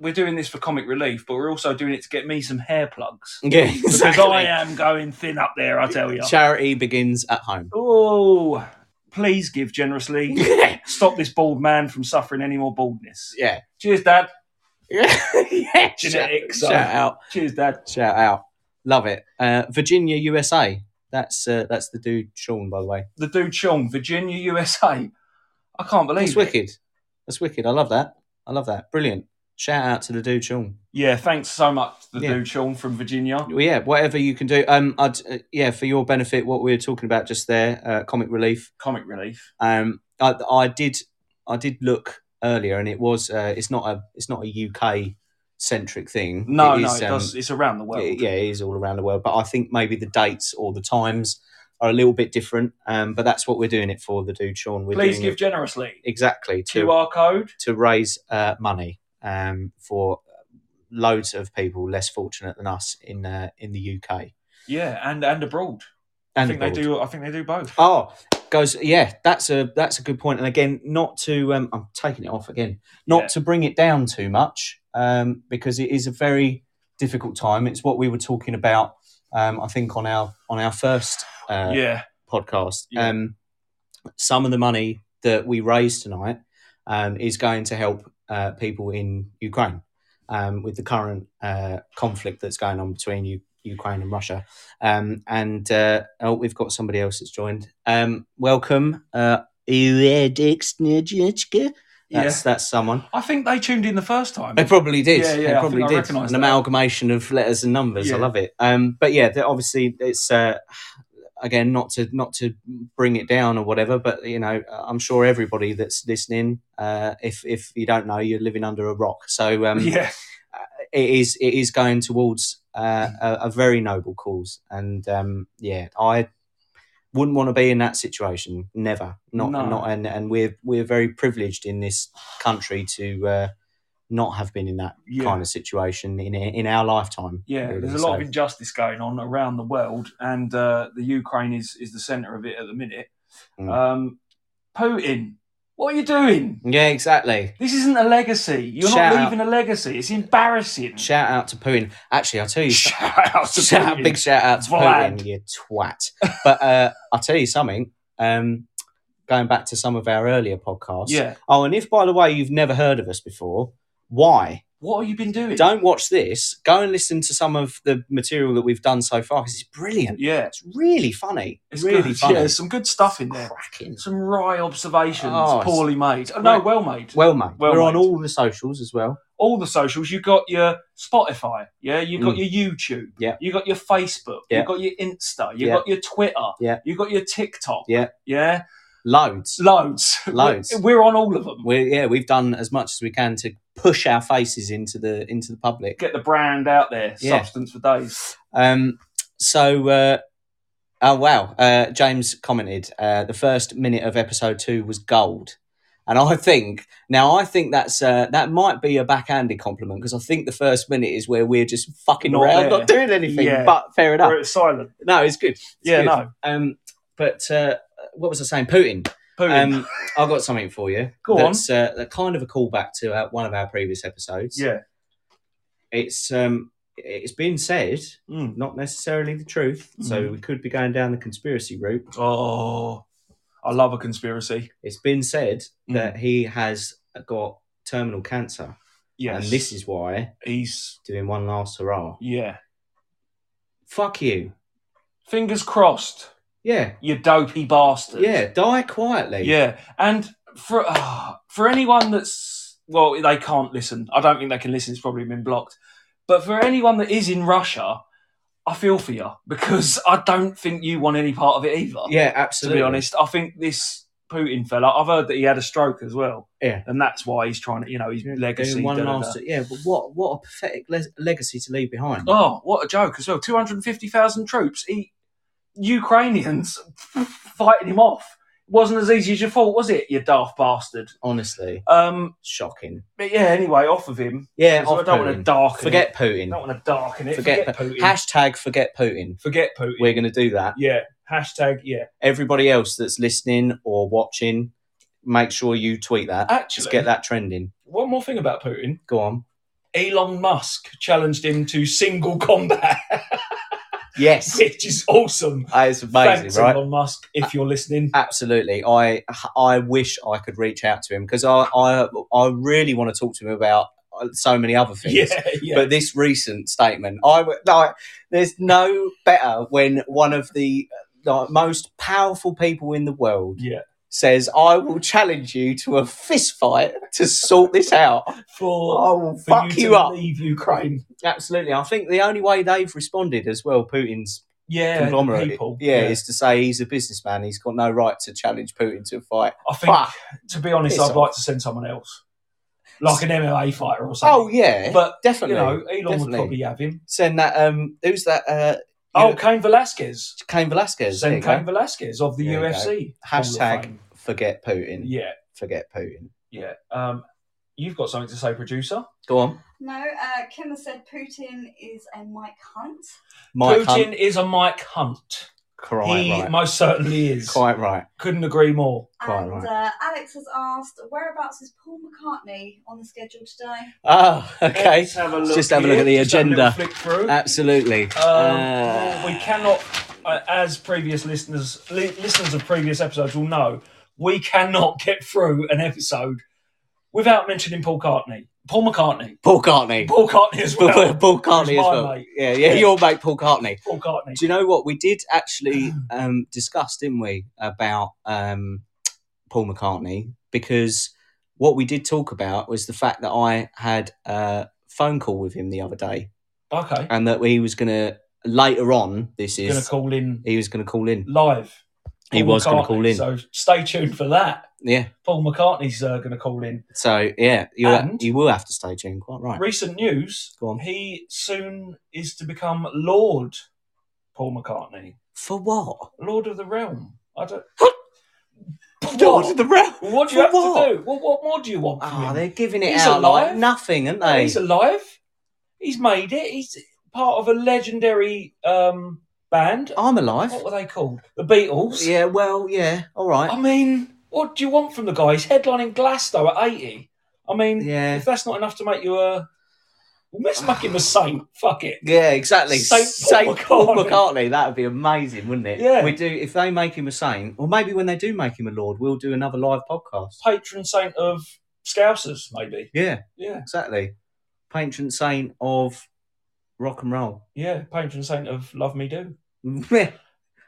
we're doing this for comic relief, but we're also doing it to get me some hair plugs Yeah, because exactly. I am going thin up there. I tell you. Charity begins at home. Oh, please give generously. yeah. Stop this bald man from suffering any more baldness. Yeah. Cheers, Dad. yeah. Genetics. um, Shout, shout out. Cheers, Dad. Shout out. Love it. Uh, Virginia, USA. That's uh, that's the dude Sean, by the way. The dude Sean, Virginia, USA. I can't believe it. That's wicked. That's wicked. I love that. I love that. Brilliant. Shout out to the dude Sean. Yeah, thanks so much, to the Yeah. dude Sean from Virginia. Well, yeah, whatever you can do. Um, I'd uh, yeah, for your benefit, what we were talking about just there, uh, comic relief. Comic relief. Um, I, I did, I did look earlier, and it was, uh, it's not a, it's not a UK centric thing. No, It no, is, it um, does. It's around the world. it- yeah, it is all around the world. But I think maybe the dates or the times are a little bit different. Um, but that's what we're doing it for, the dude Sean. We're Please doing give it generously. exactly to QR code. to raise uh, money um, for loads of people less fortunate than us in uh, in the UK. Yeah, and and abroad. I And think abroad. they do. I think they do both. Oh, goes yeah. That's a that's a good point. And again, not to um, I'm taking it off again. Not Yeah. to bring it down too much um, because it is a very difficult time. It's what we were talking about. Um, I think on our on our first uh, yeah, podcast. Yeah. Um, some of the money that we raise tonight um, is going to help uh, people in Ukraine um, with the current uh, conflict that's going on between U- Ukraine and Russia. Um, and uh, oh, we've got somebody else that's joined. Um, welcome, uh, Eredix Nijitschka. That's yeah. that's someone. I think they tuned in the first time. They probably did. Yeah, yeah, I they think probably I did. recognise An that. amalgamation of letters and numbers. Yeah. I love it. Um, but yeah, they're- obviously it's uh, again not to not to bring it down or whatever. But you know, I'm sure everybody that's listening, uh, if if you don't know, you're living under a rock. So um, yeah, it is it is going towards uh, Mm. a, a very noble cause. And um, yeah, I wouldn't want to be in that situation. Never. Not No. not. And and we're we're very privileged in this country to. Uh, not have been in that yeah. kind of situation in in our lifetime. Yeah, really. there's a So, lot of injustice going on around the world, and uh, the Ukraine is is the centre of it at the minute. Mm. Um, Putin, what are you doing? yeah, exactly. This isn't a legacy. You're Shout out. not leaving a legacy. It's embarrassing. Shout out to Putin. Actually, I'll tell you. Shout out to shout- Putin. big shout out to Vlad. Putin, you twat. But uh, I'll tell you something. Um, going back to some of our earlier podcasts. Yeah. Oh, and if by the way you've never heard of us before, why? What have you been doing? Don't watch this. Go and listen to some of the material that we've done so far 'cause it's brilliant. Yeah, It's really funny. it's really good. funny. Yeah, there's some good stuff in there. Cracking. Some wry observations, Oh, it's poorly made. Oh, no, great. well made. Well, mate, Well we're on made. all the socials as well. all the socials. You got your Spotify, yeah. You got Mm. your YouTube, Yeah. You got your Facebook, Yeah. you got your Insta, you Yeah. got your Twitter, Yeah. You got your TikTok, Yeah. yeah. Loads. Loads, Loads. We're on all of them. We're, yeah, we've done as much as we can to push our faces into the into the public. Get the brand out there. Yeah. Substance for days. Um, so, uh, oh wow, uh, James commented uh, the first minute of episode two was gold, and I think now I think that's uh, that might be a backhanded compliment because I think the first minute is where we're just fucking Not around, there. not doing anything. Yeah. But fair enough. We're silent. No, it's good. It's Yeah, good. no. Um, but uh, what was I saying? Putin. Putin. Um, I've got something for you. Go on. that's, Uh, that kind of a callback to uh, one of our previous episodes. yeah. It's um, it's been said, Mm. not necessarily the truth. So Mhm. we could be going down the conspiracy route. Oh, I love a conspiracy. It's been said Mm. that he has got terminal cancer, Yes. and this is why he's doing one last hurrah. yeah. Fuck you. Fingers crossed, Yeah. you dopey bastard. Yeah. Die quietly. Yeah, and for ah, for anyone that's well, they can't listen. I don't think they can listen. It's probably been blocked. But for anyone that is in Russia, I feel for you because I don't think you want any part of it either. Yeah. to Absolutely. be honest, I think this Putin fella. I've heard that he had a stroke as well. Yeah. and that's why he's trying to, you know, his Yeah, legacy. doing one da, da, da. last. Yeah. But what? What a pathetic le- legacy to leave behind. Oh, what a joke as well! Two hundred and fifty thousand troops, he, Ukrainians fighting him off. Wasn't as easy as you thought, was it? You daft bastard. Honestly, Um, shocking. But yeah, anyway, off of him. Yeah. So I off don't Putin. want to darken. Forget It. Putin. I don't want to darken it. Forget Forget, Putin. Hashtag forget Putin. Forget Putin. We're going to do that. yeah. Hashtag yeah. Everybody else that's listening or watching, make sure you tweet that. Actually, Just get that trending. one more thing about Putin. Go on. Elon Musk challenged him to single combat, Yes. which is awesome. That is amazing, Thanks, right? Elon Musk, if you're listening. Absolutely. I I wish I could reach out to him because I, I I really want to talk to him about uh, so many other things. Yeah, yeah. But this recent statement, I w- like. There's no better when one of the like, most powerful people in the world yeah. says, "I will challenge you to a fist fight to sort this out. For, I will for fuck Oh, you, you, to up." leave Ukraine. Absolutely. I think the only way they've responded as well, Putin's Yeah, conglomerate, the people. yeah, is to say he's a businessman. He's got no right to challenge Putin to a fight. I think, Fuck. to be honest, Piss I'd off. like to send someone else, like an MMA fighter or something. Oh yeah, But you definitely. know, Elon would Definitely. probably have him. Send that. Um, who's that? Uh, Oh, Yeah. Cain Velasquez. Cain Velasquez. There you Send go. Cain Velasquez of the There you go. UFC. Hall of Hashtag Fame. forget Putin. Yeah, Forget Putin. yeah. Um, you've got something to say, producer? Go on, No, uh, Kim has said Putin is a Mike Hunt. Mike. Putin Hunt. is a Mike Hunt. Quite he right. most certainly is. Quite right. Couldn't agree more. Quite and right. uh, Alex has asked, whereabouts is Paul McCartney on the schedule today? Oh, okay. Let's have a look Just have a look here. at the Just have a agenda. little flick through. Uh, Absolutely. Um, Uh, we cannot, uh, as previous listeners, li- listeners of previous episodes will know, we cannot get through an episode without mentioning Paul McCartney. Paul McCartney. Paul Cartney. Paul McCartney as well. Paul Cartney Who's my as well. mate. Yeah, yeah, Yeah. your mate Paul Cartney. Paul McCartney. Do you know what we did actually um, discuss, didn't we, about um, Paul McCartney? Because what we did talk about was the fact that I had a phone call with him the other day, Okay. and that he was going to later on. This Going to is call in he was going to call in. live. He Paul was going McCartney, to call in. So stay tuned for that. yeah. Paul McCartney's uh, going to call in. So yeah, you And- you will have to stay tuned. Quite right. Recent news: Go on. he soon is to become Lord Paul McCartney, For what? Lord of the Realm. I don't. Lord of the Realm. What do you For have what? to do? What, what more do you want from Oh, him? they're giving it He's out alive. like nothing, aren't Oh, they? He's alive. He's made it. He's part of a legendary um, band. I'm alive. What were they called? The Beatles. Oh, Yeah, well, yeah, all right. I mean, what do you want from the guy? He's headlining Glasgow at 80. I mean, Yeah. if that's not enough to make you a. Well, let's make him a saint. Fuck it. yeah, exactly. Saint Paul Saint Paul McCartney. McCartney. That would be amazing, wouldn't it? Yeah. We do if they make him a saint, or maybe when they do make him a lord, we'll do another live podcast. Patron saint of Scousers, maybe. Yeah, Yeah, exactly. Patron saint of rock and roll. yeah. Patron saint of Love Me Do. Meh.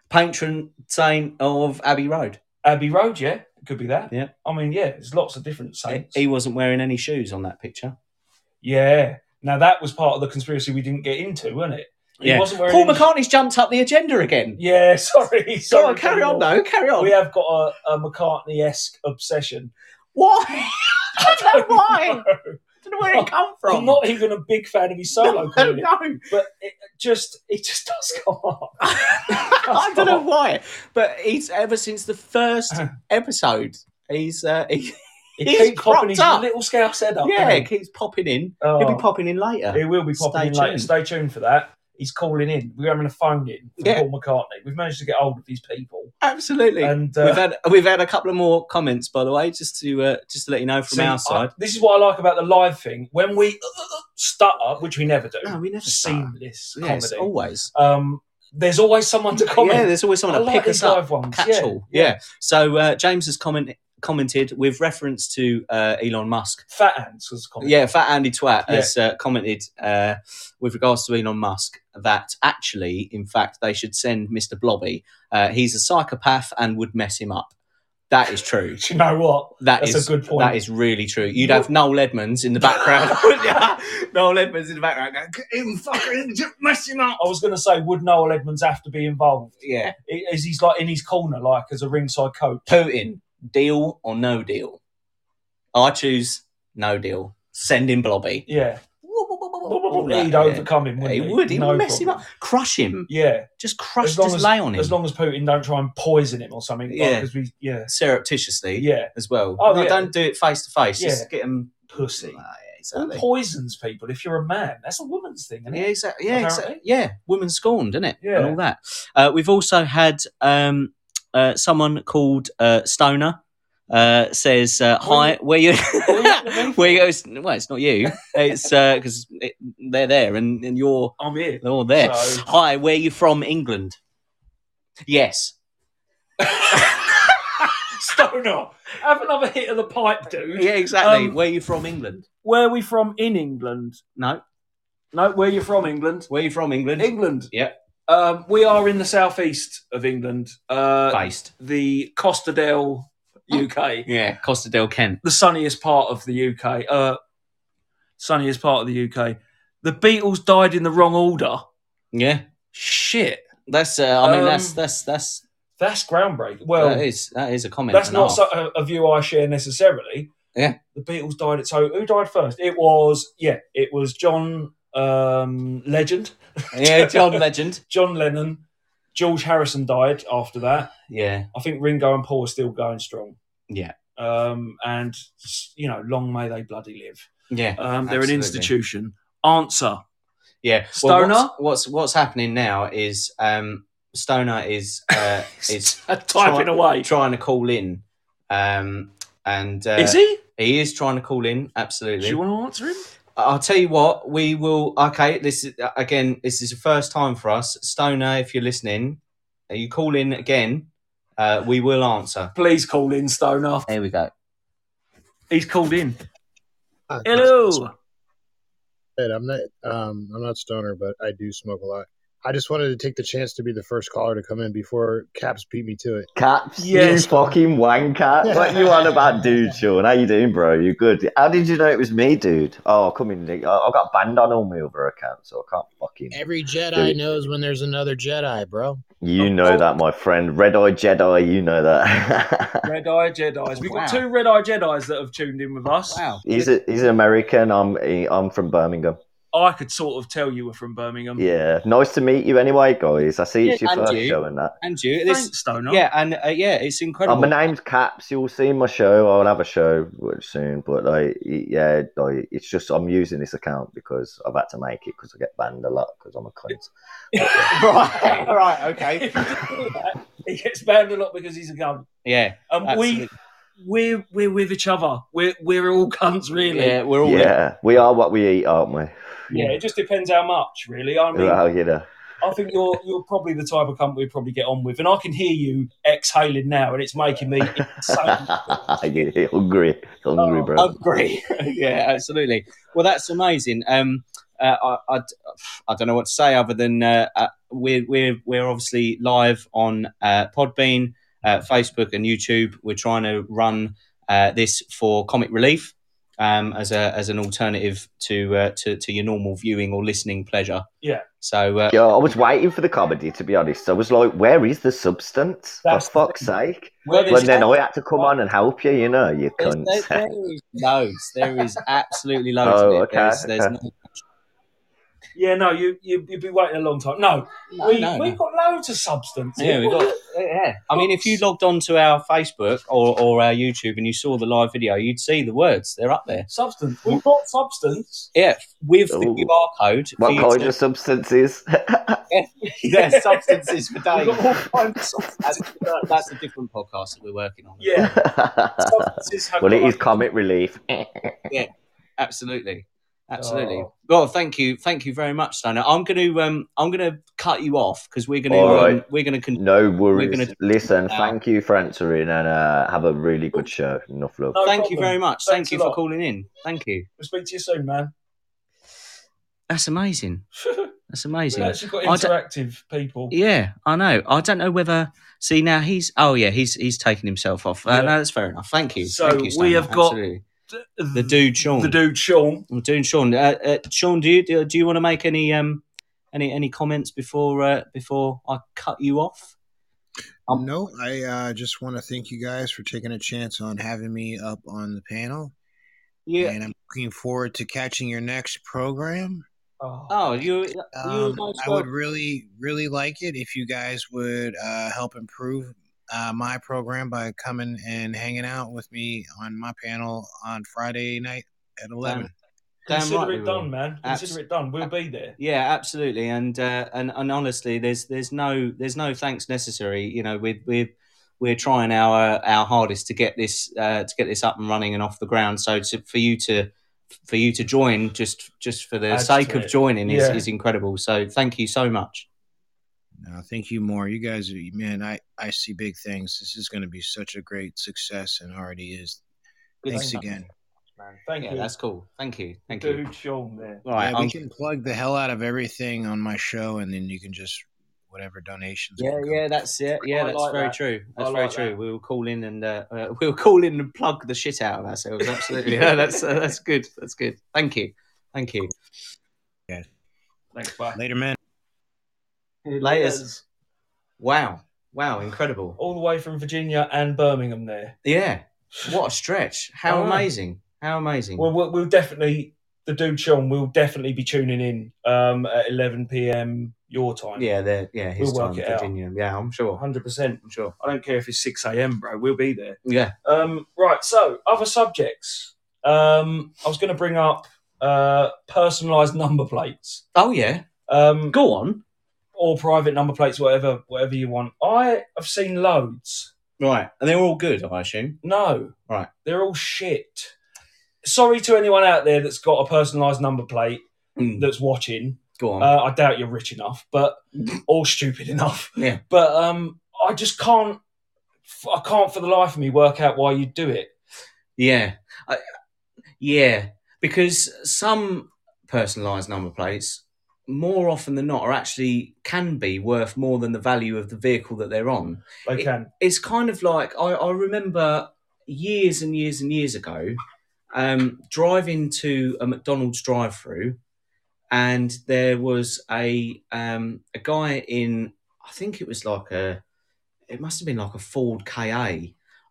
Patron saint of Abbey Road. Abbey Road, yeah. It could be that. Yeah. I mean, yeah, there's lots of different saints. He wasn't wearing any shoes on that picture. Yeah. Now that was part of the conspiracy we didn't get into, wasn't it? He Yeah. wasn't wearing Paul any- McCartney's jumped up the agenda again. Yeah, sorry. Go sorry on, carry on Paul. though. Carry on. We have got a, a McCartney-esque obsession. Why? I don't know why. I don't know where it come from. I'm not even a big fan of his solo I don't career, know. but it just it just does come up. I don't know why, but he's ever since the first Uh-huh. episode, he's uh, he, He He's keeps popping his cropped up. little scouse head up. yeah, doesn't it keeps popping in. he? Oh, He'll be popping in later. he will be popping Stay in later. tuned. Stay tuned for that. He's calling in. We're having a phone in from Yeah. Paul McCartney. We've managed to get hold of these people, Absolutely. and uh, we've had we've had a couple of more comments, by the way, just to uh, just to let you know from See, I- our side. this is what I like about the live thing. When we uh, stutter, which we never do, no, we never seen. seamless Yes, comedy. always. Um, there's always someone to comment. Yeah, there's I always someone to like pick these us up. live ones. Catch yeah. all. Yeah. So uh, James has commented commented with reference to uh, Elon Musk. Fat ants was common. Yeah, Fat Andy Twat Yeah. has uh, commented uh, with regards to Elon Musk that actually, in fact, they should send Mr. Blobby. Uh, he's a psychopath and would mess him up. That is true. Do you know what? That That's is- a good point. that is really true. You'd have Noel Edmonds in the background. wouldn't you? Noel Edmonds in the background going, "Get him, fucking, just mess him up. I was going to say, would Noel Edmonds have to be involved? Yeah. I- Is he's like in his corner, like as a ringside coach? Putin, deal or no deal? I choose no deal. Send in Blobby. Yeah, he'd Yeah. overcome him. Wouldn't He he, would. He No would mess him problem. up. Crush him. Yeah, Just crush, As long just as- lay on him. as long as Putin don't try and poison him or something. like, Yeah. 'cause we, yeah, Surreptitiously yeah. as well. Oh, no, yeah. Don't do it face to face. Yeah. Just get him. Pussy. Ah, yeah, Who exactly. poisons people? If you're a man, that's a woman's thing, isn't Yeah, it? exactly. Yeah, Apparently. exactly. Yeah, women scorned, isn't it? Yeah. And all that. Uh, we've also had um, uh, someone called uh, Stoner uh, says, uh, "Hi, where you?" where you goes? Well, it's not you. It's because it they're there and, and you're I'm here. they're all there. So- Hi, where you from? England. Yes. Stoner, have another hit of the pipe, dude. Yeah, exactly. Um, where you from? England. Where we from in England? No. No, where you from, England? Where you from? England. England. Yeah. Um, we are in the southeast of England, uh, Based. the Costa del UK, Yeah, Costa del Kent. the sunniest part of the UK. Uh, sunniest part of the UK. The Beatles died in the wrong order. Yeah. Shit, That's. Uh, I mean, that's Um, that's that's that's groundbreaking. Well, that is that is a comment. that's and not half. so, a, a view I share necessarily. Yeah. The Beatles died. At, so who died first? It was yeah, it was John um, Legend, yeah, John Legend. John Lennon. George Harrison died after that. Yeah. I think Ringo and Paul are still going strong. Yeah. Um, and you know, long may they bloody live. Yeah. Um, they're Absolutely. an institution. Answer. Yeah. Stoner? what's, what's what's happening now is um Stoner is uh is Uh, typing try- away. trying to call in. Um and uh, is he? he is trying to call in, Do absolutely. you want to answer him? I'll tell you what, we will okay, this is uh, again, this is the first time for us. Stoner, if you're listening, you call in again, uh, we will answer. Please call in Stoner. There we go. He's called in. Hi, this is Hello. Ed. I'm not um I'm not stoner, but I do smoke a lot. I just wanted to take the chance to be the first caller to come in before Caps beat me to it. Caps, Yes. you fucking wanker. What you on about, dude, Sean? How you doing, bro? You good? How did you know it was me, dude? Oh, come in. Nick. I I got banned on all my other accounts, so I can't fucking... Every Dude. Jedi knows when there's another Jedi, bro. You know that, my friend. Red Eye Jedi, you know that. Red Eye Jedi's. We've got Wow. two Red Eye Jedi's that have tuned in with us. Wow. he's, a, he's an American. I'm, I'm from Birmingham. I could sort of tell you were from Birmingham. Yeah. Nice to meet you anyway, guys. I see it's Yeah, your and first you. show and that. And you Thanks, this Stoner. yeah, and uh, yeah, it's Oh, incredible. my name's Caps. You'll see my show. I'll have a show soon, but like, yeah, like, it's just I'm using this account because I've had to make it because I get banned a lot because I'm a cunt. right, right, okay. If you do that, he gets banned a lot because he's a gun. Yeah. Um, we absolutely. we're we're with each other. We're we're all cunts, really. Yeah, we're all yeah, we are what we eat, aren't we? Yeah, it just depends how much, really. I mean, Well, you know, I think you're you're probably the type of company we probably get on with, and I can hear you exhaling now, and it's making me insane. You're hungry, hungry, Oh, bro. hungry. yeah, absolutely. Well, that's amazing. Um, uh, I, I, I don't know what to say other than uh, uh, we're we're we're obviously live on uh, Podbean, uh, Facebook, and YouTube. We're trying to run uh, this for comic relief um, as a as an alternative to uh, to to your normal viewing or listening pleasure. Yeah. So uh, Yeah, I was waiting for the comedy to be honest. I was like, "Where is the substance?" That's the for fuck's sake! Well, But then I had to come on and help you. You know, you There's- cunt. there- there is loads. There is absolutely loads. Oh, of it. okay, There's, there's okay. no, yeah, no, you, you you've been waiting a long time. No, no, we no, we've no. got loads of substance. Yeah, we got. Yeah, I mean, if you logged on to our Facebook or, or our YouTube and you saw the live video, you'd see the words. They're up there substance. We've got substance. Yeah, with the Ooh. QR code. for what you kind to- of substances? Yeah, substances for We've got all days. kinds of substance. That's, that's a different podcast that we're working on. Yeah, substances have well, it got is comic relief. absolutely. Absolutely. Oh. Well, thank you, thank you very much, Stoner. I'm going to um, I'm going to cut you off because we're going to All um, right. we're going to con- No We're worries. gonna- Listen, Uh, thank you for answering and uh, have a really good show. Enough love. thank you problem. very much. Thanks thank a you for lot. calling in. Thank you. We'll speak to you soon, man. That's amazing. That's We've amazing. actually got I don't- interactive people. Yeah, I know. I don't know whether. See now he's. Oh yeah, he's he's taking himself off. Uh, Yeah. No, that's fair enough. Thank you. So Thank you, we Stoner. have got- Absolutely. the dude Sean. The dude Sean. I'm doing Sean. Uh, uh, Sean, do you do, do you want to make any um any any comments before uh, before I cut you off? Um, no, I uh, just want to thank you guys for taking a chance on having me up on the panel. And I'm looking forward to catching your next program. Oh. Oh, you. you Um, might as I well- would really, really like it if you guys would uh, help improve uh, my program by coming and hanging out with me on my panel on Friday night at 11. Damn Consider right we it will. done, man. Consider Abs- it done. We'll be there. Yeah, absolutely, and uh, and and honestly, there's there's no there's no thanks necessary. You know, we're we're we're trying our our hardest to get this uh, to get this up and running and off the ground. So to, for you to for you to join just just for the Adds sake to of it. joining is, Yeah. is incredible. So thank you so much. No, thank you more. You guys, are- man, I, I see big things. This is going to be such a great success and already is. Good Thanks stuff. again. Man. Thank yeah, you. that's cool. Thank you. Thank dude you. Sean there. All right, um yeah, I'm- we can plug the hell out of everything on my show, and then you can just whatever donations. Yeah, can come. yeah, that's yeah, yeah, I that's like very that. true. That's I very like true. that. We'll call in and uh, uh, we'll call in and plug the shit out of ourselves. Absolutely, yeah, that's uh, that's good. That's good. Thank you, thank you. Thanks, bye. Later, man. Laters. Wow, wow, incredible. All the way from Virginia and Birmingham there. Yeah, what a stretch. I How know. amazing. How amazing. Well, we'll, we'll definitely, the dude Sean will definitely be tuning in um, at 11 p.m. your time. yeah, the, yeah, his We'll work time, it out. Virginia. Yeah, I'm sure. 100%. I'm sure. I don't care if it's 6 a.m., bro. We'll be there. Yeah. Um, right. So, other subjects. Um, I was going to bring up uh, personalized number plates Oh yeah. um, Go on. or private number plates, whatever, whatever you want. I have seen loads. Right, and they're all good, I assume. No. Right. They're all shit. Sorry to anyone out there that's got a personalized number plate Mm, that's watching. Go on. Uh, I doubt you're rich enough, but or stupid enough. Yeah. But um, I just can't. I can't for the life of me work out why you do it. Yeah, I, yeah, because some personalised number plates, more often than not, are actually can be worth more than the value of the vehicle that they're on. They can. It's kind of like I, I remember years and years and years ago, um, driving to a McDonald's drive-through, and there was a um, a guy in I think it was like a it must have been like a Ford KA.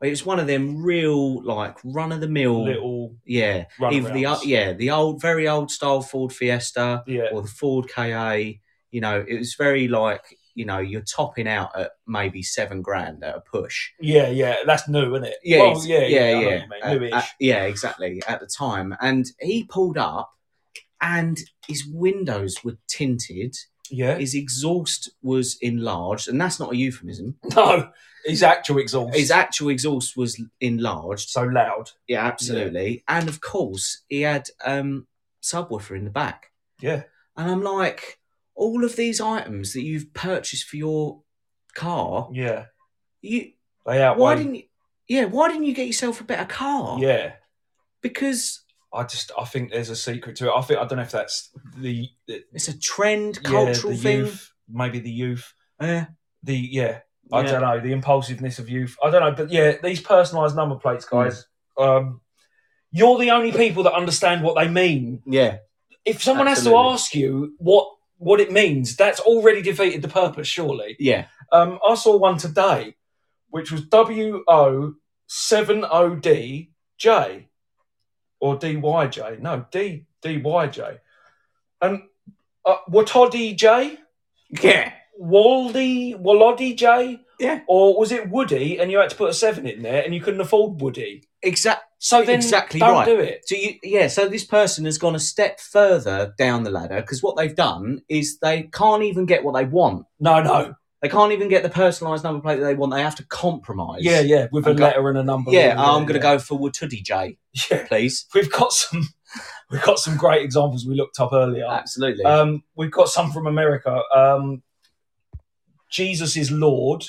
It was one of them real like run of the mill Little yeah, either the runarounds. o- yeah the old very old style Ford Fiesta Yeah. or the Ford Ka. You know, it was very like you know you're topping out at maybe seven grand at a push. Yeah, yeah, that's new, isn't it? Yeah, well, ex- yeah, yeah, I know yeah, what you yeah. mean, Uh, Newish. uh, yeah, exactly. At the time, and he pulled up, and his windows were tinted. yeah. His exhaust was enlarged, and that's not a euphemism. No, his actual exhaust His actual exhaust was enlarged. so loud. Yeah, absolutely. And of course, he had um subwoofer in the back. Yeah, And I'm like, all of these items that you've purchased for your car, yeah. you They outweigh. why didn't you, yeah, why didn't you get yourself a better car? Yeah, Because I just I think there's a secret to it. I think I don't know if that's the, the it's a trend, yeah, cultural the thing. youth, maybe the youth, Eh, Yeah. the yeah. I Yeah. don't know the impulsiveness of youth. I don't know, but yeah, these personalised number plates, guys. Um, you're the only people that understand what they mean. Yeah. If someone has Absolutely. to ask you what what it means, that's already defeated the purpose, surely. Yeah. Um, I saw one today, which was W O seven O D J or D Y J. No, D D Y J. And uh, Watoddy J, Yeah. Waldy Waloddy J. Yeah. Or was it Woody? And you had to put a seven in there, and you couldn't afford Woody. Exactly. So then, Exactly don't right. do it. So you, yeah, so this person has gone a step further down the ladder because what they've done is they can't even get what they want. No, no. They can't even get the personalised number plate that they want. They have to compromise. Yeah, yeah. With I'm a go- letter and a number. Yeah, I'm going to go for Watudi J, Yeah. please. We've got some We've got some great examples we looked up earlier. Absolutely. Um, we've got some from America. Um, Jesus is Lord,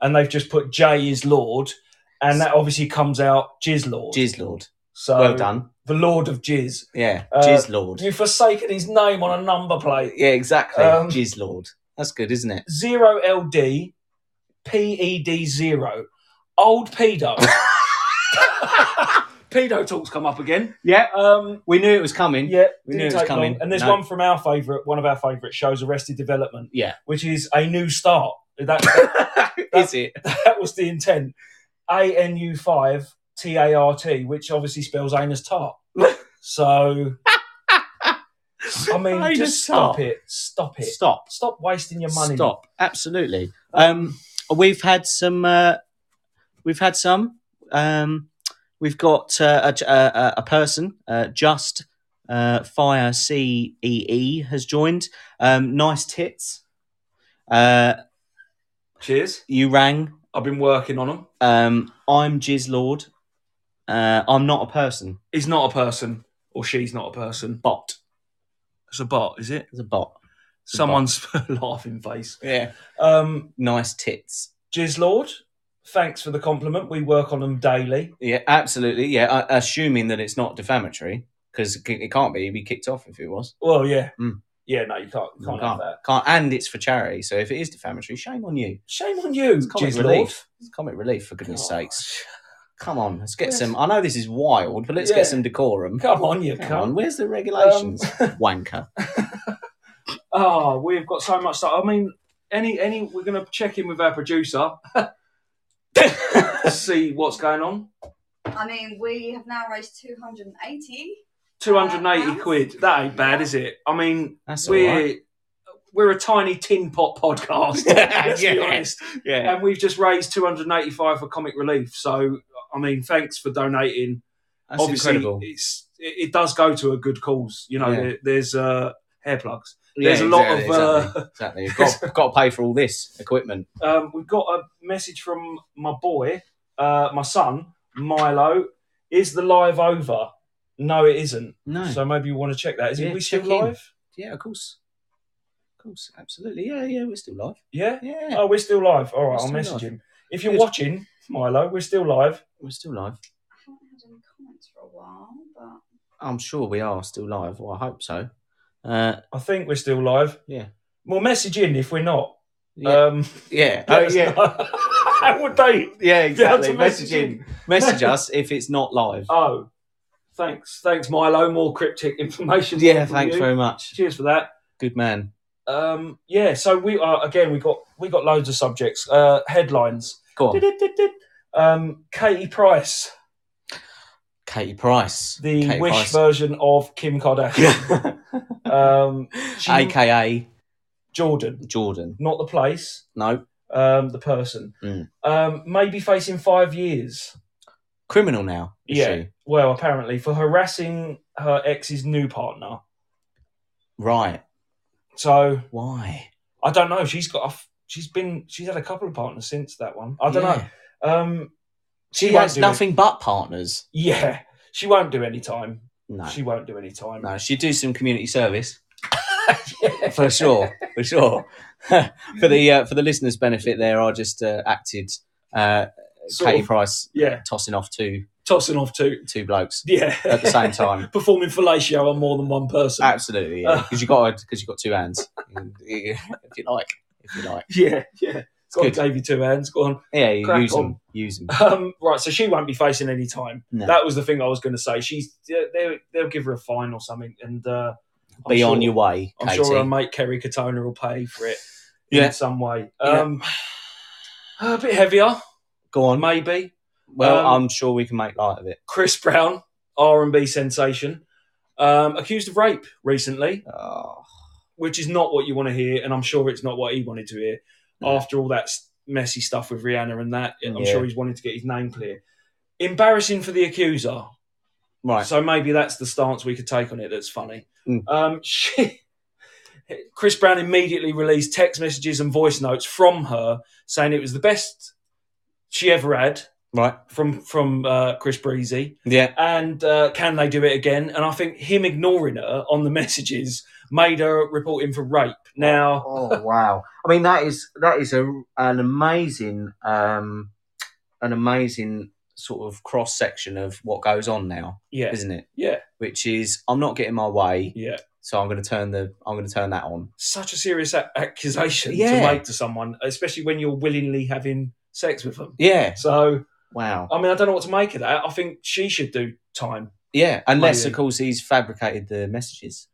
and they've just put J is Lord, and that obviously comes out Jizz Lord. Jizz Lord. So well done. the Lord of Jizz. Yeah. um, uh, Jizz Lord. You've forsaken his name on a number plate. Yeah, exactly. Um, Jizz Lord. That's good, isn't it? Zero LD, PED E zero, old pedo. Pedo talks come up again. Yeah. um, We knew it was coming. Yeah, We didn't knew it was take long. coming. And there's No. one from our favourite, one of our favourite shows, Arrested Development. Yeah. which is a new start. That Is it? that was the intent. A N U five T A R T, which obviously spells anus tart. So, I mean, Anus just stop tart. it, stop it, stop, Stop. wasting your money. Stop. Absolutely. Um, we've had some. Uh, we've had some. Um, we've got uh, a, a, a person, uh, just uh, fire C E E has joined. Um, nice tits. Uh, Cheers. you rang. I've been working on him. Um, I'm Jizz Lord. Uh, I'm not a person. He's not a person, or she's not a person. Bot. It's a bot, is it? It's a bot. It's a Someone's laughing face. Yeah. Um, Nice tits. Jizz Lord, thanks for the compliment. We work on them daily. Yeah, absolutely. Yeah, uh, assuming that it's not defamatory because it can't be. You'd be kicked off if it was. Well, yeah, Mm. yeah. No, you can't, you can't have that. Can't, and it's for charity. So if it is defamatory, shame on you. Shame on you, It's comic Jizz relief. Lord. It's comic relief, for goodness Gosh. sakes. Come on, let's get Yes. some. I know this is wild, but let's Yeah. get some decorum. Come on, Um, you Come cunt. on, where's the regulations? Wanker. Oh, we've got so much stuff. I mean, any any we're gonna check in with our producer, see what's going on. I mean, we have now raised 280. Two hundred and eighty Pounds? quid. That ain't bad, is it? I mean, That's all we're right. we're a tiny tin pot podcast. let's be Yeah. honest. Yeah. And we've just raised two hundred and eighty five for comic relief. So I mean, thanks for donating. That's Obviously, incredible. it's it, it does go to a good cause. You know, Yeah. there, there's uh, hair plugs. There's a lot exactly, of. Uh, Exactly. exactly. You've got, got to pay for all this equipment. um, we've got a message from my boy, uh, my son, Milo. Is the live over? No, it isn't. No. So maybe you want to check that. Is Yeah, it we still check in. live? yeah, of course. Of course. Absolutely. Yeah, yeah, we're still live. Yeah. Yeah. Oh, we're still live. All We're right, I'll still message live. him. If you're Good. watching, Milo, we're still live. We're still live. I haven't had any comments for a while, but I'm sure we are still live. Well, I hope so. Uh, I think we're still live. Yeah. Well, message in if we're not. yeah. Um, yeah. let Oh, us yeah. know. How would they? Yeah, exactly. to Message message in. Message us if it's not live. Oh, thanks, thanks, Milo. More cryptic information. Yeah, from thanks you. very much. Cheers for that. Good man. Um, yeah. So we are again. We got we got loads of subjects. Uh, headlines. Go on. Um, Katie Price, Katie Price. the Katie Wish Price. version of Kim Kardashian. um, she- AKA Jordan, Jordan. not the place. No. um, the person. Mm. Um, maybe facing five years. Criminal now. Is Yeah. She? Well, apparently for harassing her ex's new partner. Right. So Why? I don't know. She's got. A f- she's been. She's had a couple of partners since that one. I don't Yeah. know. Um, She, won't has do nothing but partners. It. Yeah, she won't do any time. No. She won't do any time. no, she do some community service Yeah. for sure, for sure. for the uh, for the listeners' benefit, there I just uh, acted uh, Sort Katie of, Price yeah, tossing off two tossing off two. two blokes Yeah, at the same time. performing fellatio on more than one person. Absolutely, yeah. Uh. Because you got because you got two hands, if you like, if you like. yeah, yeah. Go on, good. Davey, two hands. Go on. Yeah, you Crack use on. them, use them. Um, right, so she won't be facing any time. No. That was the thing I was going to say. She's they'll, they'll give her a fine or something, and uh, I'm Be on sure- your way, I'm Katie. sure her mate Kerry Katona will pay for it Yeah. in some way. Um, A bit heavier, Go on. maybe. Well, Um, I'm sure we can make light of it. Chris Brown, R and B sensation, um, accused of rape recently, Oh, which is not what you want to hear, and I'm sure it's not what he wanted to hear. No. After all that s- messy stuff with Rihanna and that, I'm Yeah. sure he's wanted to get his name clear. Embarrassing for the accuser. right. So maybe that's the stance we could take on it. That's funny. Mm. Um, she, Chris Brown immediately released text messages and voice notes from her saying it was the best she ever had, Right. from from uh, Chris Breezy. Yeah. and uh, can they do it again? And I think him ignoring her on the messages made her report him for rape. Now, Oh wow! I mean, that is that is a an amazing um, an amazing sort of cross section of what goes on now, yeah, isn't it? yeah, Which is, I'm not getting my way, yeah, so I'm going to turn the I'm going to turn that on. such a serious a- accusation Yeah. to make to someone, especially when you're willingly having sex with them. Yeah. So, Wow. I mean, I don't know what to make of that. I think she should do time. Yeah. Unless, Maybe. of course, he's fabricated the messages.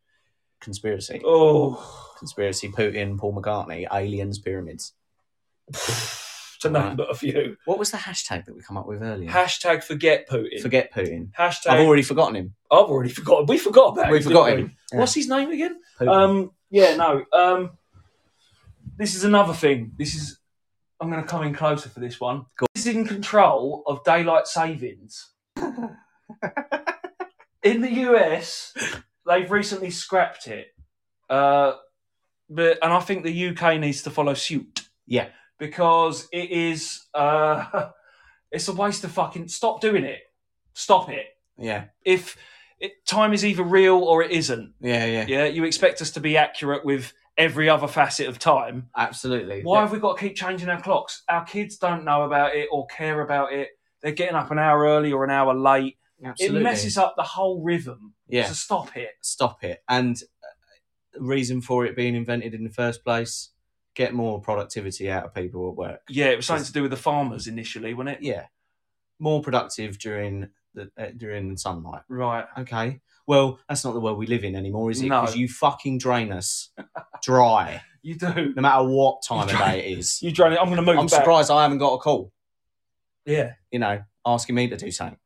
Conspiracy. Oh, Conspiracy. Putin. Paul McCartney. Aliens. Pyramids. to name but a few. What was the hashtag that we come up with earlier? Hashtag forget Putin. Forget Putin. Hashtag. I've already forgotten him. I've already forgotten. We forgot about. We him, forgot didn't him. we? Yeah. What's his name again? Putin. Um, yeah, no. Um, this is another thing. This is. I'm going to come in closer for this one. Is in control of daylight savings. in the US, they've recently scrapped it, uh, but and I think the UK needs to follow suit. Yeah. because it is. Uh, it's a waste of fucking. Stop doing it. Stop it. yeah. If it, time is either real or it isn't. Yeah. Yeah. Yeah, you expect us to be accurate with every other facet of time. Absolutely. Why have we got to keep changing our clocks? Our kids don't know about it or care about it. They're getting up an hour early or an hour late. Absolutely. It messes up the whole rhythm. Yeah. So stop it. stop it. And uh, reason for it being invented in the first place: get more productivity out of people at work. Yeah, it was something to do with the farmers initially, wasn't it? Yeah, more productive during the uh, during the sunlight. Right. Okay. Well, that's not the world we live in anymore, is it? No. Because you fucking drain us dry, You do. no matter what time of day it is. You drain it. I'm going to move I'm back. surprised I haven't got a call. Yeah. You know, asking me to do something.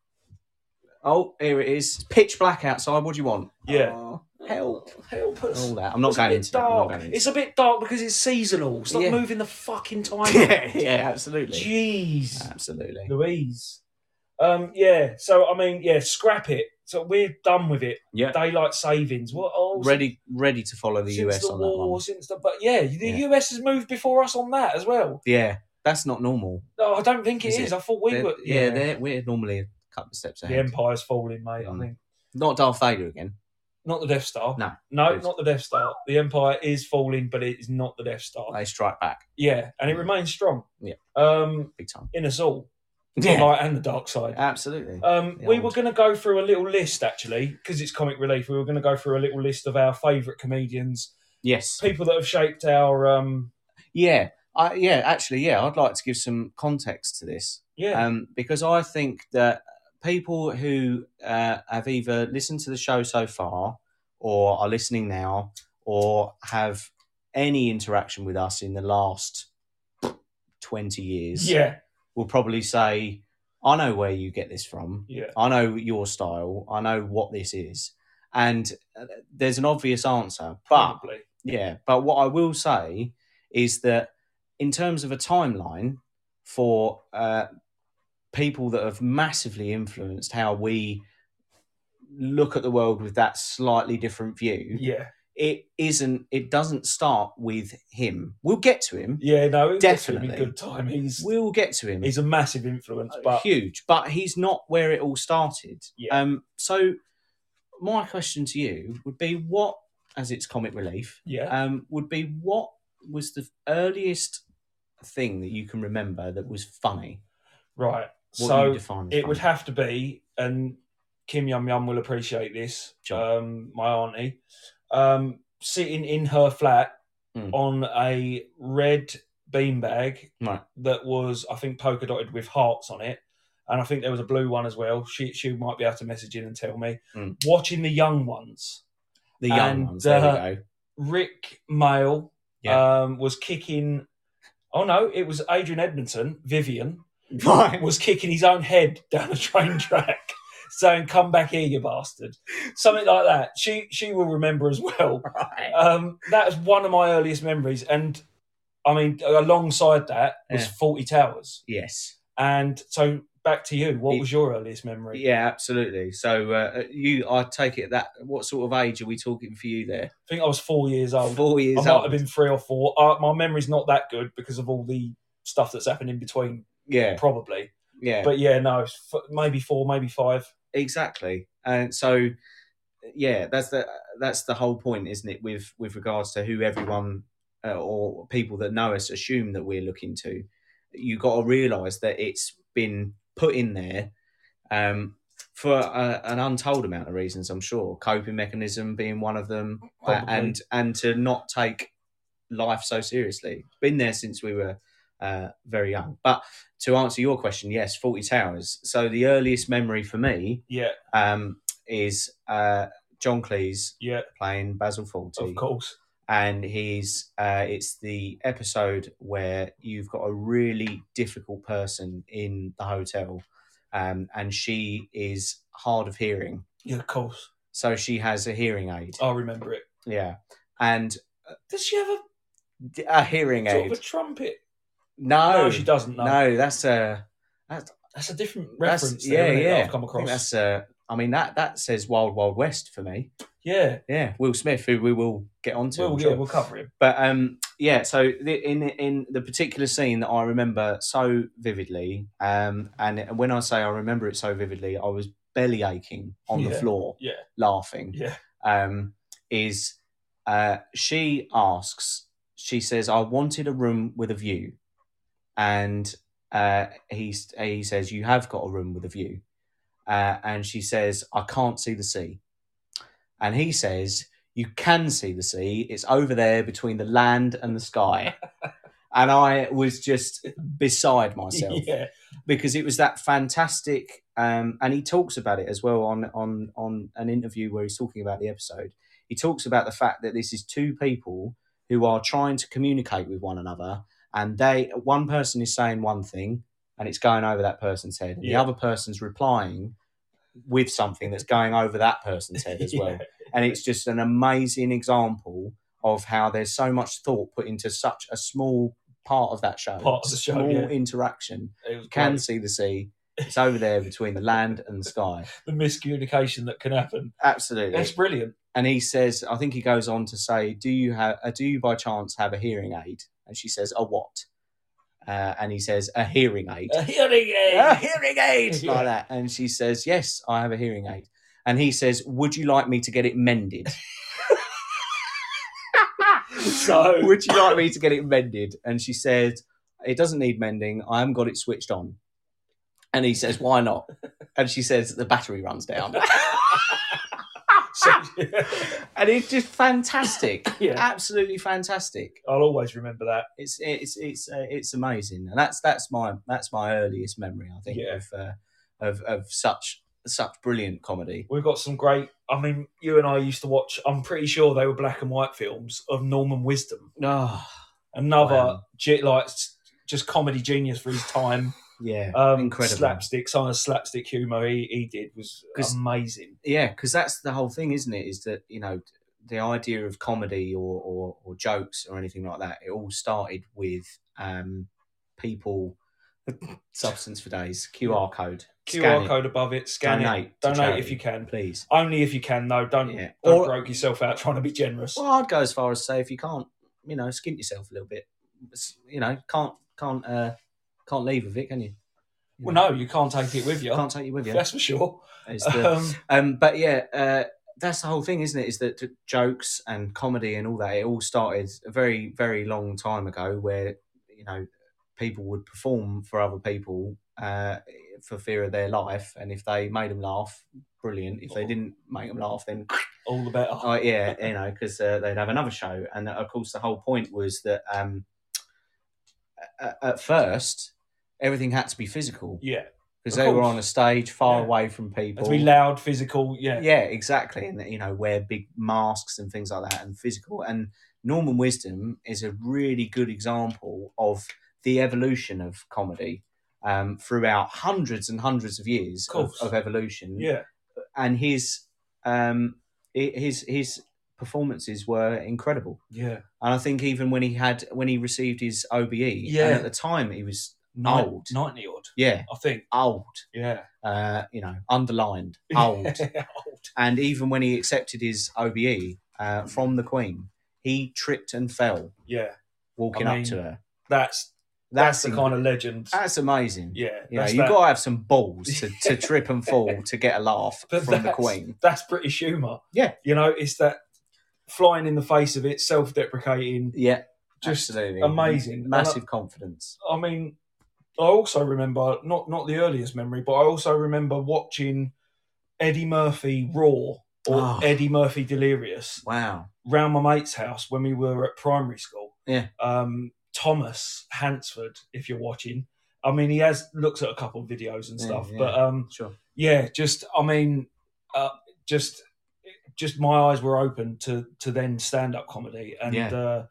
Oh, here it is. It's pitch black outside. What do you want? Yeah. Oh, help! Help us. All that. I'm Oh, not it's going a bit into that. I'm not dark. going into It's a bit dark because it's seasonal. Stop Yeah. moving the fucking time. yeah, yeah, absolutely. Jeez. Absolutely. Louise. Um, yeah. So I mean, yeah, scrap it. So we're done with it. Yeah. Daylight savings. What? Oh, Ready ready to follow the since US the on that war, one. since the but yeah, the Yeah. US has moved before us on that as well. Yeah. That's not normal. No, I don't think it Is is. it? I thought we They're- were. yeah, they're, we're normally a couple of steps the ahead. empire's falling, mate. Mm. I think Not Darth Vader again. not the Death Star. No. No, Please. not the Death Star. The Empire is falling, but it is not the Death Star. They strike back yeah, and it remains strong. Mm. Yeah. Um, big time. in us all, the Yeah. light and the dark side. Absolutely. Um, The we old- were going to go through a little list actually, because it's comic relief. We were going to go through a little list of our favourite comedians, Yes. people that have shaped our um, Yeah. I, yeah, actually, yeah, I'd like to give some context to this. yeah, um, because I think that people who uh, have either listened to the show so far, or are listening now, or have any interaction with us in the last twenty years, yeah, will probably say, "I know where you get this from. yeah, I know your style. I know what this is." And uh, there's an obvious answer, but probably. yeah, but what I will say is that in terms of a timeline for uh, people that have massively influenced how we look at the world with that slightly different view, yeah, it isn't. It doesn't start with him. We'll get to him. yeah. No, it's Definitely. gonna be good time. He's We'll get to him. he's a massive influence, Uh, but huge, but he's not where it all started. Yeah. Um. So, my question to you would be: What, as it's comic relief, yeah, um, would be what was the earliest thing that you can remember that was funny? right. What you so define as it would funny? have to be, and Kim Yum Yum will appreciate this. Sure. Um, my auntie, um, sitting in her flat Hmm. on a red beanbag Right. that was, I think, polka dotted with hearts on it, and I think there was a blue one as well. She she might be able to message in and tell me. Hmm. Watching the young ones, the young and, ones. There uh, we go. Rick Mail um, was kicking. Oh no, it was Adrian Edmondson, Vivian, Right. was kicking his own head down a train track, saying, "Come back here, you bastard!" Something like that. She she will remember as well. Right. Um, that was one of my earliest memories, and I mean, alongside that was Yeah. Forty Towers. yes. And so, back to you. What It- was your earliest memory? Yeah, absolutely. So uh, you, I take it that what sort of age are we talking for you there? I think I was four years old. Four years I might old. have been three or four. Uh, my memory's not that good because of all the stuff that's happened in between, yeah, probably. yeah, But yeah, no, it's f- maybe four, maybe five. exactly. And so, yeah, that's the that's the whole point, isn't it? With with regards to who everyone uh, or people that know us assume that we're looking to, you got to realise that it's been put in there um, for a, an untold amount of reasons. I'm sure coping mechanism being one of them, uh, Probably. and and to not take life so seriously. Been there since we were uh, very young. But to answer your question, yes, Forty Towers. So the earliest memory for me Yeah, um, is uh, John Cleese yeah, playing Basil Fawlty, of course. and he's uh, it's the episode where you've got a really difficult person in the hotel, um, and she is hard of hearing, Yeah, of course. so she has a hearing aid. I remember it. Yeah, and Does she have a d- a hearing sort of aid. a trumpet? No, no, she doesn't. No, no, that's uh, a that's a different that's- reference. yeah, there, isn't it, that yeah. I've come I think across. that's a. I mean that that says Wild Wild West for me. yeah, Yeah, Will Smith, who we will get onto. I'm we'll, sure. yeah, we'll cover it. But um, yeah, so the, in in the particular scene that I remember so vividly, um, and when I say I remember it so vividly, I was belly aching on the Yeah, floor, yeah. laughing. Yeah. Um, is uh, she asks? She says, "I wanted a room with a view," and uh, he he says, "You have got a room with a view," uh, and she says, "I can't see the sea," and he says, you can see the sea. It's over there between the land and the sky. and I was just beside myself Yeah, because it was that fantastic. Um, and he talks about it as well on, on, on an interview where he's talking about the episode. He talks about the fact that this is two people who are trying to communicate with one another, and they one person is saying one thing, and it's going over that person's head, and Yeah. the other person's replying with something that's going over that person's head as well Yeah. and it's just an amazing example of how there's so much thought put into such a small part of that show. Part of the show, small yeah. interaction. It was You can great. see the sea. It's over there between the land and the sky. the miscommunication that can happen. Absolutely. That's brilliant. And he says, I think he goes on to say, "Do you have? Uh, do you by chance have a hearing aid?" And she says, "A what?" Uh, and he says, "A hearing aid." A hearing aid. a hearing aid Yeah. like that and she says yes i have a hearing aid and he says would you like me to get it mended So- would you like me to get it mended and she said it doesn't need mending i haven't got it switched on and he says why not and she says the battery runs down So- and it's just fantastic Yeah. absolutely fantastic I'll always remember that. it's it's it's uh, it's amazing, and that's that's my that's my earliest memory. I think Yeah. of, uh, of of such such brilliant comedy. We've got some great. I mean, you and I used to watch. I'm pretty sure they were black and white films of Norman Wisdom, Oh, Ah. another Wow. ge- like s- just comedy genius for his time. yeah, Um, incredible. Slapstick, some of the slapstick humor he, he did was 'Cause- amazing. Yeah, because that's the whole thing, isn't it? Is that you know the idea of comedy or or, or jokes or anything like that. It all started with um, people. Substance for days. QR code. Scan QR it. code above it. Scan Donate. it. to Donate charity, if you can. please. Only if you can, though. Don't Yeah. don't Or- broke yourself out trying to be generous. Well, I'd go as far as to say if you can't, you know, skint yourself a little bit, It's- you know, can't can't uh, can't leave with it, can you? You Well, know, no, you can't take it with you. can't take you with you. That's for sure. It's the- Um, um, but yeah, uh, that's the whole thing, isn't it? Is that t- jokes and comedy and all that it all started a very very long time ago, where you know people would perform for other people uh, for fear of their life, and if they made them laugh, brilliant. If Oh. they didn't make them laugh, then all the better. Oh yeah, you know, because uh, they'd have another show, and uh, of course the whole point was that um, at, at first everything had to be physical yeah. because of they were course. on a stage far Yeah. away from people. To be loud, physical. Yeah. yeah, exactly, and you know, wear big masks and things like that, and physical. And Norman Wisdom is a really good example of the evolution of comedy. Um, throughout hundreds and hundreds of years Of of, course. of evolution, Yeah. and his um i- his his performances were incredible. Yeah. And I think even when he had when he received his OBE, Yeah. and at the time he was Nine- Old. 90 odd, yeah I think. old, Yeah. uh, you know, underlined old. and even when he accepted his OBE uh, from the Queen, he tripped and fell yeah. walking I up mean, to her. That's That's, That's the kind of legend. That's amazing. yeah, You know, that's you've that. got to have some balls to, to trip and fall to get a laugh But from the that's- Queen. That's British humour. Yeah. you know, it's that flying in the face of it, self-deprecating. Yeah, Just absolutely amazing. massive confidence. I mean, I also remember not not the earliest memory, but I also remember watching Eddie Murphy Raw or Oh. Eddie Murphy Delirious Wow. round my mate's house when we were at primary school. Yeah. Um, Thomas Hansford, if you're watching. I mean, he has looks at a couple of videos and Yeah, stuff, yeah. but um, Sure. yeah, just I mean, uh, just just my eyes were open to to then stand up comedy, and Yeah. uh,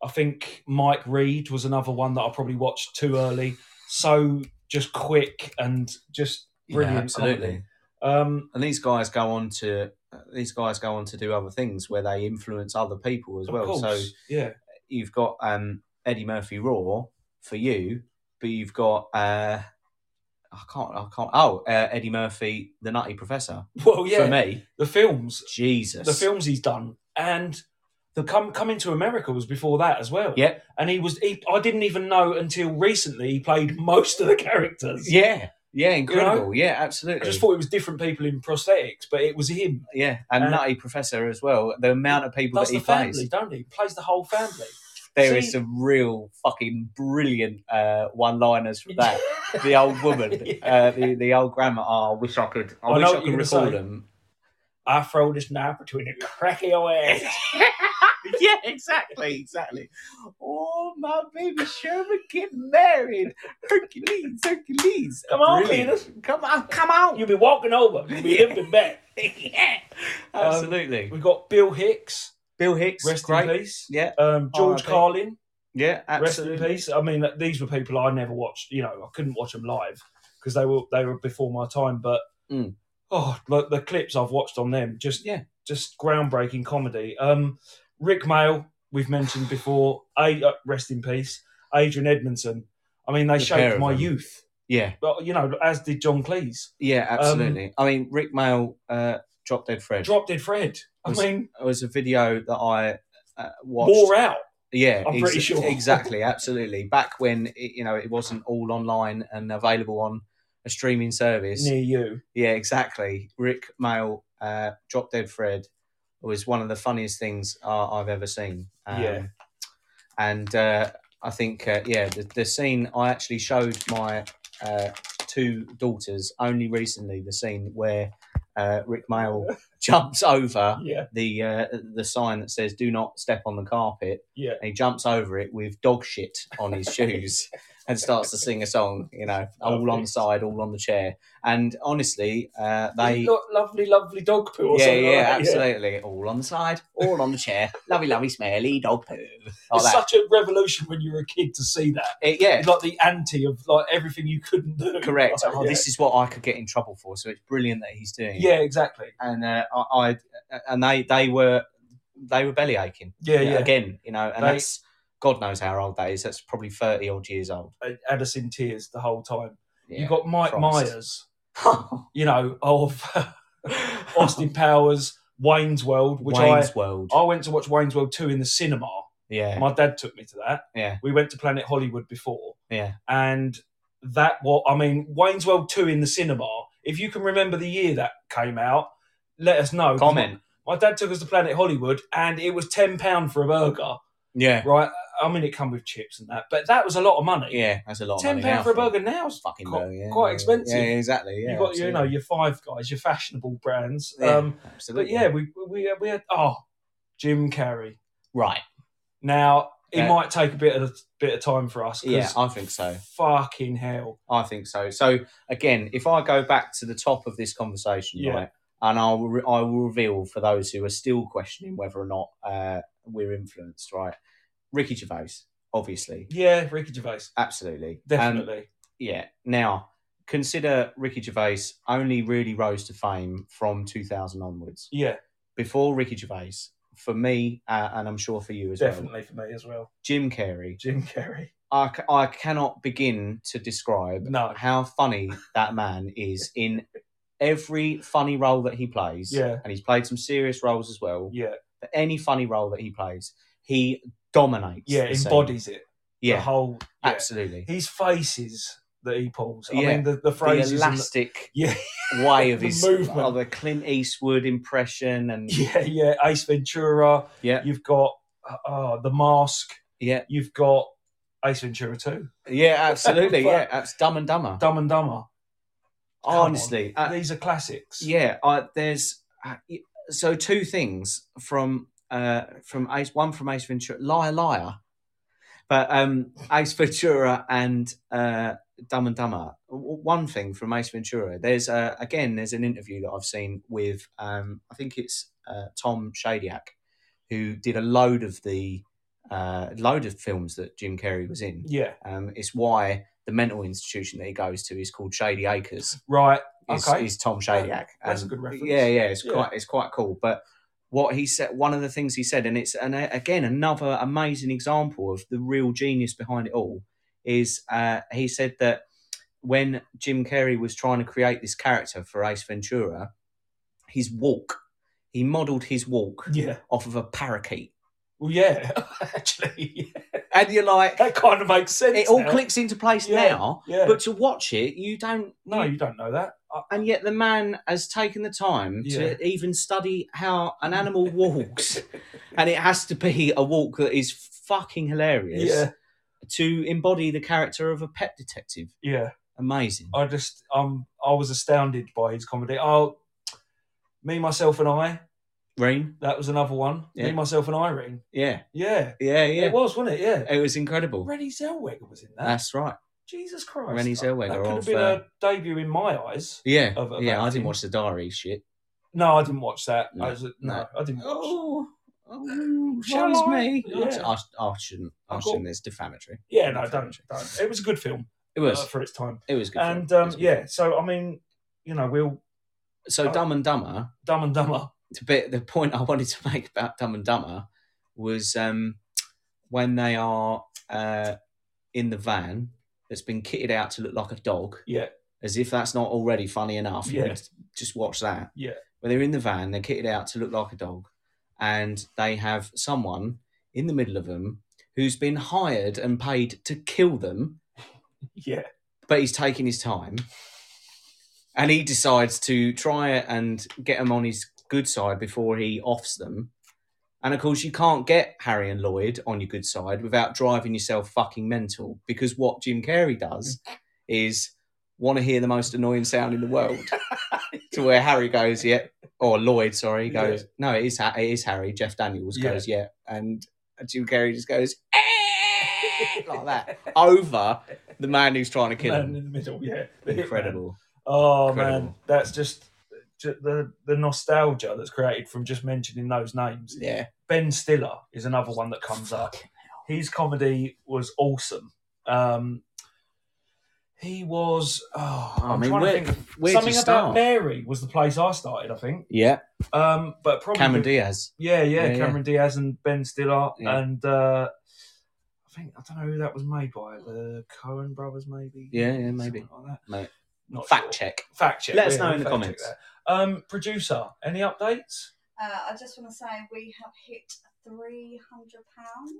I think Mike Reed was another one that I probably watched too early. So just quick and just brilliant, yeah, absolutely. comedy. Um, And these guys go on to these guys go on to do other things where they influence other people as of well. course, So yeah, you've got um, Eddie Murphy Raw for you, but you've got uh, I can't I can't oh uh, Eddie Murphy the Nutty Professor well, for yeah, me the films, Jesus the films he's done, and the come coming to America was before that as well. yeah and he was he, I didn't even know until recently he played most of the characters. yeah yeah incredible yeah absolutely I just thought it was different people in prosthetics, but it was him. yeah and and- Nutty Professor as well the amount of people Does that uh, the he family, plays don't he? Plays the whole family. There is See- some real fucking brilliant uh, one-liners from that. the old woman, uh, the the old grandma. Oh, I wish I could. I, I know wish what I you're could gonna recall say. them. I throw this knife between the crack of your ass. yeah, exactly, exactly. Oh, my baby Sherman getting married. Hercules, Hercules. Come on, Brilliant. Venus. Come on, come on. You'll be walking over. You'll be limping back. yeah, Um, absolutely. We've got Bill Hicks, Bill Hicks, rest great. in peace. Yeah, Um, George R.I.P. Carlin, yeah, absolutely. rest in peace. I mean, these were people I never watched. You know, I couldn't watch them live because they were they were before my time. But Mm. oh, look, the clips I've watched on them, just Yeah. just groundbreaking comedy. Um, Rick Mail, we've mentioned before. A uh, rest in peace. Adrian Edmondson. I mean, they The pair shaped of my them. youth. Yeah, But you know, as did John Cleese. yeah, absolutely. I mean, Rick Mail, uh, Drop Dead Fred. Um, Drop Dead Fred. I Was- mean, it was a video that I uh, watched. wore out. Yeah, I'm pretty sure. Exactly, absolutely. Back when it, you know it wasn't all online and available on a streaming service. Near you, Yeah, exactly. Rick Mail, uh, Drop Dead Fred was one of the funniest things uh, I've ever seen. Um, Yeah. and uh, I think uh, yeah, the, the scene I actually showed my uh, two daughters only recently. The scene where uh, Rick Mail jumps over yeah, the uh, the sign that says "Do not step on the carpet." Yeah. and he jumps over it with dog shit on his shoes and starts to sing a song. You know, all on the Lovely. side, all on the chair. And honestly, uh, they. You've got lovely, lovely dog poo. Or yeah, something yeah, like that, absolutely. All on the side, all on the chair. lovey, lovey, smelly dog poo. Like it's that. such a revolution when you're a kid to see that. It- yeah, It's like the anti of like everything you couldn't do. correct. Like, Oh, yeah. this is what I could get in trouble for. So it's brilliant that he's doing. it. yeah, exactly. and uh, I, I and they they were they were belly aching. Yeah, yeah. Again, you know, and They- that's God knows how old that is. That's probably thirty odd years old. It Had us in tears the whole time. Yeah. You got Mike Christ. Myers, you know, of Austin Powers, Wayne's World, which Wayne's World. I I went to watch Wayne's World two in the cinema. yeah, My dad took me to that. Yeah. we went to Planet Hollywood before. yeah, and that what I mean, Wayne's World two in the cinema. If you can remember the year that came out, let us know. Comment. My, my dad took us to Planet Hollywood, and it was ten pound for a burger. yeah, Right, I mean it come with chips and that, but that was a lot of money. yeah. That's a lot. of ten money now pound for a burger now is Fucking quite, burger, yeah. quite expensive. Yeah, exactly. Yeah, you got you know absolutely. your Five Guys, your fashionable brands. Yeah, Um, but absolutely. yeah, we we we had oh Jim Carrey. right. Now it Yeah. might take a bit of bit of time for us. 'cause Yeah, I think so. Fucking hell. I think so. So again, if I go back to the top of this conversation, Yeah. right, and I'll re- I will reveal for those who are still questioning whether or not uh, we're influenced, right? Ricky Gervais, obviously, Yeah, Ricky Gervais. absolutely, Um, Definitely. yeah. Now consider Ricky Gervais only really rose to fame from 2000 onwards. yeah, Before Ricky Gervais, for me, uh, and I'm sure for you as well, definitely for me as well. Jim Carrey, Jim Carrey. I, c- I cannot begin to describe No. how funny that man is in every funny role that he plays. Yeah. And he's played some serious roles as well. Yeah. But any funny role that he plays, he dominates. Yeah, the scene. embodies it. the yeah, whole yeah. absolutely. his faces that he pulls. I Yeah. mean the the The phrases. and the- elastic yeah, way of The his movement. of the Clint Eastwood impression, and yeah, yeah. Ace Ventura. yeah, You've got uh, uh, the Mask. yeah, You've got Ace Ventura too. yeah, absolutely, But- yeah, that's Dumb and Dumber. Dumb and Dumber. Come on. Honestly, uh, these are classics. Yeah, I, there's uh, y- so two things from uh, from Ace, one from Ace Ventura, Liar Liar, but um, Ace Ventura and uh, Dumb and Dumber. W- One thing from Ace Ventura. There's uh, again, there's an interview that I've seen with um, I think it's uh, Tom Shadyac, who did a load of the uh, load of films that Jim Carrey was in. Yeah. Um, it's why the mental institution that he goes to is called Shady Acres Right. is, Okay. is Tom Shadyac. That's a Um, good reference. Yeah, yeah, it's Yeah. quite it's quite cool. But what he said, one of the things he said, and it's and uh, again another amazing example of the real genius behind it all is uh, he said that when Jim Carrey was trying to create this character for Ace Ventura, his walk, he modelled his walk Yeah. off of a parakeet, Well, yeah. Actually, yeah. and you're like, that kind of makes sense. it all now. clicks into place Yeah, now. Yeah. But to watch it, you don't. no, you don't know that. Uh, I, and yet the man has taken the time Yeah. to even study how an animal walks and it has to be a walk that is fucking hilarious yeah. to embody the character of a pet detective Yeah. amazing I just um I was astounded by his comedy. Oh, me, myself, and I. rain That was another one. Yeah. Me, myself, and Irene. yeah Yeah, yeah yeah it was, wasn't it? Yeah. it was incredible Rennie Zellweger was in that. that's right Jesus Christ. Renée Zellweger That could of, have been uh, a debut in my eyes. yeah Of- of yeah i acting. didn't watch the diary shit No, I didn't watch that. No, I was, no, no. I didn't watch. oh oh, Shall why's I? me Yeah. I, I shouldn't i I've shouldn't got- it's defamatory Yeah, no, don't, don't. It was a good film it uh, was for its time. it was good film. and It um, was good yeah, film. so I mean, you know, we'll so dumb and dumber Dumb and Dumber. the bit the point I wanted to make about Dumb and Dumber was um, when they are uh, in the van that's been kitted out to look like a dog. Yeah. As if that's not already funny enough. You Yeah. would Just watch that. Yeah. When they're in the van, they're kitted out to look like a dog, and they have someone in the middle of them who's been hired and paid to kill them, Yeah, but he's taking his time. And he decides to try and get them on his good side before he offs them. And of course, you can't get Harry and Lloyd on your good side without driving yourself fucking mental because what Jim Carrey does is want to hear the most annoying sound in the world. to where Harry goes, yeah, or Lloyd, sorry, Yeah. goes, no, it is, Ha- it is Harry. Jeff Daniels goes, yeah. And Jim Carrey just goes, "Eh," like that, over the man who's trying to kill man him. in the middle. Yeah, The hitman. Incredible. Oh man, Incredible. that's just, ju- the the nostalgia that's created from just mentioning those names. Yeah. Ben Stiller is another one that comes up. His comedy was awesome. Um, he was. Oh, I I'm mean, trying where- to think. where to Something about start? Mary was the place I started, I think. Yeah. Um, but probably Cameron Diaz. Yeah, yeah, Yeah, yeah. Cameron Diaz and Ben Stiller Yeah. and. Uh, I think I don't know who that was made by the Cohen brothers, maybe. Yeah, yeah, maybe. Something like that. Mate. Not Fact sure check. fact check. Let us yeah, know in the fact check comments. that. Um, producer, any updates? Uh, I just want to say we have hit three hundred pounds.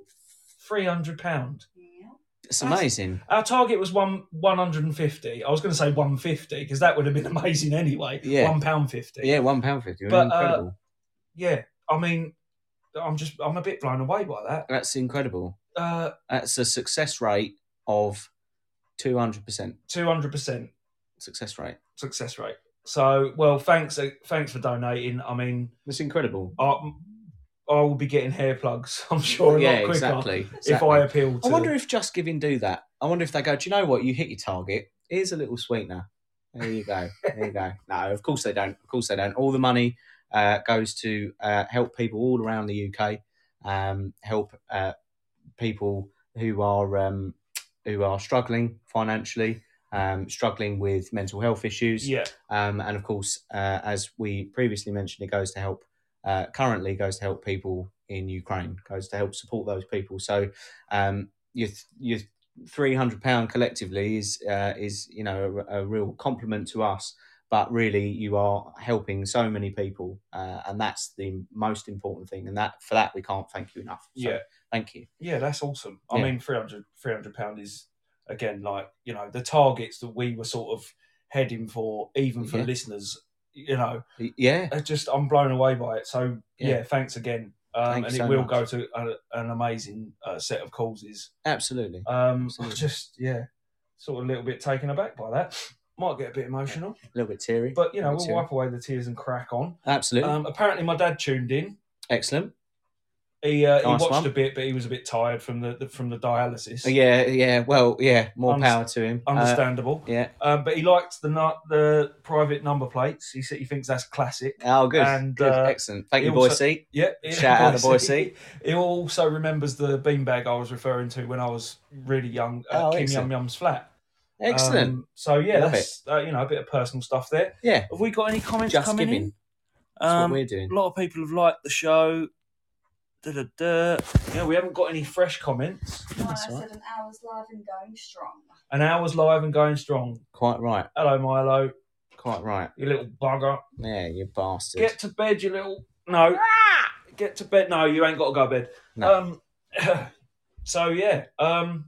Three hundred pound. Yeah. It's That's- amazing. Our target was one one hundred and fifty. I was going to say one fifty because that would have been amazing anyway. Yeah. one pound fifty. Yeah, one pound fifty. But, uh, incredible. yeah. I mean, I'm just I'm a bit blown away by that. That's incredible. Uh, That's a success rate of two hundred percent two hundred percent success rate. success rate. So, well, thanks uh, thanks for donating. I mean, That's incredible. I, I will be getting hair plugs. I'm sure Oh, a lot yeah, quicker exactly. if exactly. I appeal. To, I wonder if Just Giving do that. I wonder if they go, do you know what? You hit your target. Here's a little sweetener. There you go. There you go. No, of course they don't. Of course they don't. All the money uh, goes to uh, help people all around the UK, um, help uh, people who are um, who are struggling financially, um, struggling with mental health issues. yeah, Um, and of course, uh, as we previously mentioned, it goes to help, uh, currently goes to help people in Ukraine, goes to help support those people. So um, your, your £300 collectively is, uh, is you know, a, a real compliment to us, but really you are helping so many people, uh, and that's the most important thing. And that for that we can't thank you enough. So, Yeah. thank you. Yeah, that's awesome. I Yeah. mean, 300 300 pound is again like you know the targets that we were sort of heading for, even for Yeah. listeners. You know, Y- Yeah, I just I'm blown away by it. So yeah, Yeah. thanks again, um, Thank and you it so will much. go to a, an amazing uh, set of causes. absolutely. Um, I Absolutely. just yeah, sort of a little bit taken aback by that. Might get a bit emotional, A little bit teary, Uh, but you know Me we'll too. wipe away the tears and crack on. absolutely Um, apparently, my dad tuned in. excellent. He, uh, he Nice watched one. a bit, but he was a bit tired from the, the from the dialysis. Oh, Yeah, yeah. Well, yeah. More Unders- power to him. Uh, understandable. yeah. Um, but he liked the nu- the private number plates. He said he thinks that's classic. Oh, good. And, good. uh, Excellent. Thank he you, boy. also- C. Yep. he- Shout out to Boise. He also remembers the beanbag I was referring to when I was really young at Oh, Kim excellent. Yum Yum's flat. Excellent. Um, so yeah, Love that's uh, you know a bit of personal stuff there. Yeah. Have we got any comments Just coming giving. in? That's Um, what we're doing. a lot of people have liked the show. Da, da, da. Yeah, we haven't got any fresh comments. Milo That's all right. said an hour's live and going strong. An hour's live and going strong. Quite right. Hello, Milo. Quite right. You little bugger. Yeah, you bastard. Get to bed, you little no. Get to bed. No, you ain't got to go to bed. No. Um, so yeah. Um,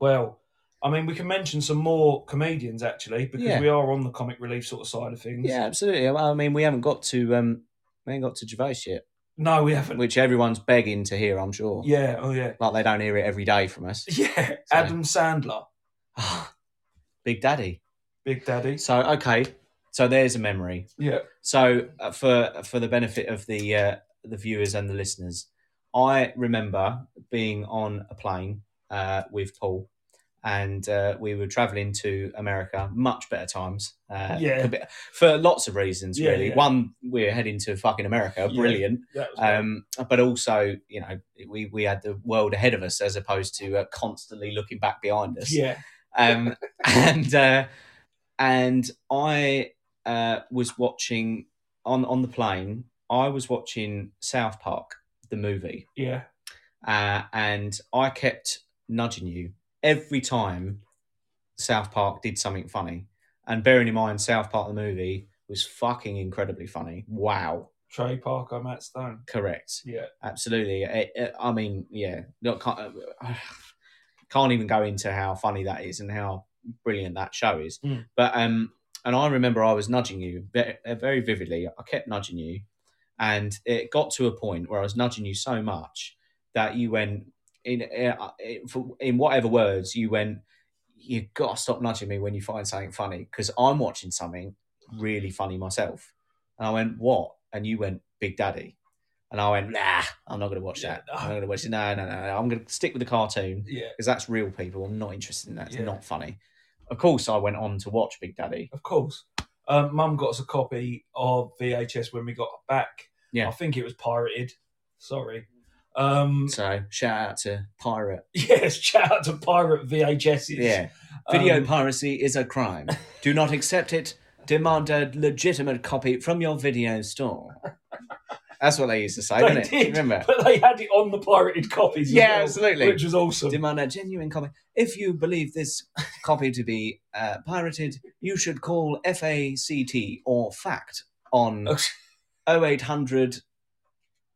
well, I mean, we can mention some more comedians actually because Yeah. we are on the comic relief sort of side of things. yeah, absolutely. Well, I mean, we haven't got to um, we haven't got to Gervais yet, No, we haven't. Uh, which everyone's begging to hear. I'm sure. yeah. Oh yeah. Like they don't hear it every day from us. Yeah. Adam Sandler, Big Daddy. Big Daddy. So okay, so there's a memory. Yeah. So uh, for for the benefit of the uh, the viewers and the listeners, I remember being on a plane uh, with Paul, and uh, we were traveling to America. Much better times, uh, Yeah. a bit- for lots of reasons. Yeah, really, yeah. one we're heading to fucking America, Yeah. brilliant. That was Um, but also, you know, we we had the world ahead of us as opposed to uh, constantly looking back behind us yeah. um, and uh, and I uh, was watching on on the plane. I was watching South Park the movie, Yeah. uh, and I kept nudging you every time South Park did something funny. And bearing in mind, South Park the movie was fucking incredibly funny. Wow, Trey Parker, Matt Stone. correct, Yeah. absolutely. It, it- I mean, yeah, not, uh, can't, can't even go into how funny that is and how brilliant that show is. Mm. But um, and I remember I was nudging you ve- uh, very vividly. I kept nudging you, and it got to a point where I was nudging you so much that you went in uh, in- for- in whatever words you went. You gotta stop nudging me when you find something funny because I'm watching something really funny myself. And I went, "What?" And you went, "Big Daddy." And I went, "Nah, I'm not gonna watch Yeah, that. Uh, no. I'm not gonna watch it. No, no, no. no. I'm gonna stick with the cartoon." Yeah. because that's real people. I'm not interested in that. It's Yeah. not funny. Of course, I went on to watch Big Daddy. Of course. Um, Mum got us a copy of VHS when we got back. Yeah. I think it was pirated. Sorry. Um, So shout out to pirate. yes, shout out to pirate VHSs. Yeah, video Um, piracy is a crime. Do not accept it. Demand a legitimate copy from your video store. That's what they used to say, They didn't it? did, Remember? but they had it on the pirated copies. as Yeah, well, absolutely. Which was awesome. Demand a genuine copy. If you believe this copy to be uh, pirated, you should call FACT or FACT on 0800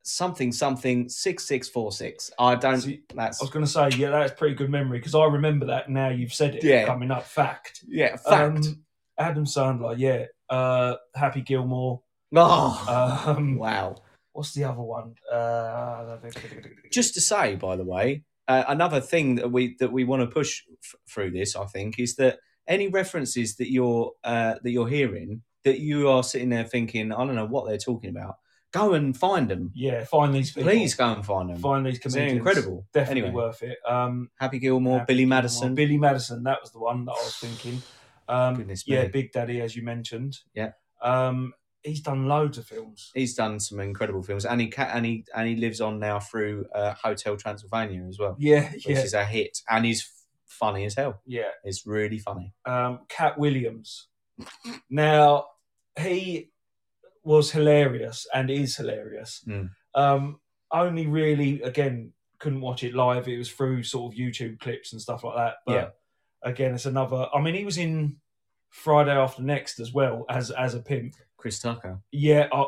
something something 6646. I don't. See, that's. I was going to say, yeah, that's pretty good memory because I remember that. Now you've said it. Yeah. Coming up, fact. Yeah, fact. Um, Adam Sandler, yeah. Uh, Happy Gilmore. oh, Um, wow. What's the other one? Uh, Just to say, by the way, uh, another thing that we that we want to push f- through this, I think, is that any references that you're uh, that you're hearing that you are sitting there thinking, I don't know what they're talking about. Go and find them. yeah, find these people. Please go and find them. find these They're comedians. incredible. Definitely anyway, worth it. Um, Happy Gilmore, Happy Billy Gilmore. Madison. Billy Madison. That was the one that I was thinking. Um, Goodness yeah, me. Big Daddy, as you mentioned. Yeah. Um, he's done loads of films. He's done some incredible films, and he ca- and he and he lives on now through uh, Hotel Transylvania as well, Yeah, which yeah, is a hit, and he's f- funny as hell. yeah. It's really funny. Um, Cat Williams. now, he was hilarious and is hilarious. Mm. Um, only really, again, couldn't watch it live. It was through sort of YouTube clips and stuff like that. But again, it's another. I mean, he was in Friday after next as well as as a pimp. Chris Tucker. Yeah, uh,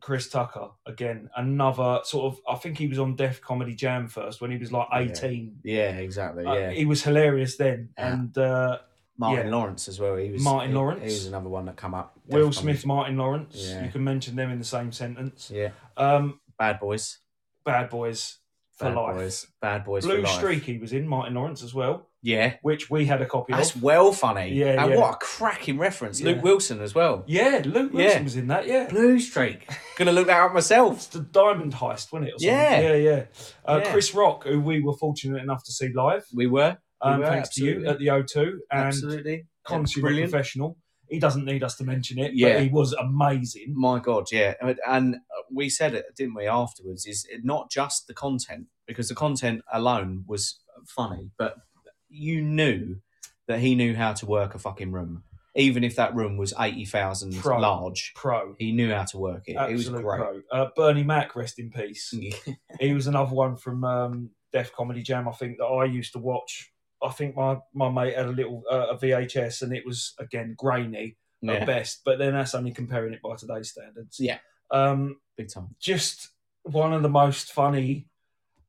Chris Tucker again, another sort of. I think he was on Def Comedy Jam first when he was like Yeah. eighteen. Yeah, exactly. Uh, he was hilarious then, Yeah. and uh, Martin yeah. Lawrence as well. He was Martin he- Lawrence. He was another one that come up. Will Def Comedy. Smith, Martin Lawrence. Yeah. You can mention them in the same sentence. Yeah, Um, Bad Boys. Bad Boys for Bad life. Boys. Bad Boys. for Blue life. Streak he was in Martin Lawrence as well, Yeah, which we had a copy that's of. well funny. Yeah, and yeah. what a cracking reference. Yeah. Luke Wilson as well. Yeah, Luke Wilson Yeah. was in that. Yeah, Blue Streak. Gonna look that up myself. it's the Diamond Heist, wasn't it? or something? Yeah. yeah, yeah. Uh, Yeah. Chris Rock, who we were fortunate enough to see live, We were um, were, thanks to you at absolutely. the O2 and absolutely consummate brilliant. professional. He doesn't need us to mention it, Yeah. but he was amazing. My God, yeah, and, and we said it, didn't we? Afterwards, is it not just the content because the content alone was funny, but you knew that he knew how to work a fucking room, even if that room was eighty thousand Pro. large. Pro, He knew how to work it. absolute it was great. pro. Uh, Bernie Mac, rest in peace. he was another one from um, Def Comedy Jam, I think, that I used to watch. I think my, my mate had a little uh, a VHS, and it was again grainy Yeah, at best. But then that's only comparing it by today's standards. Yeah. Um, big time. just one of the most funny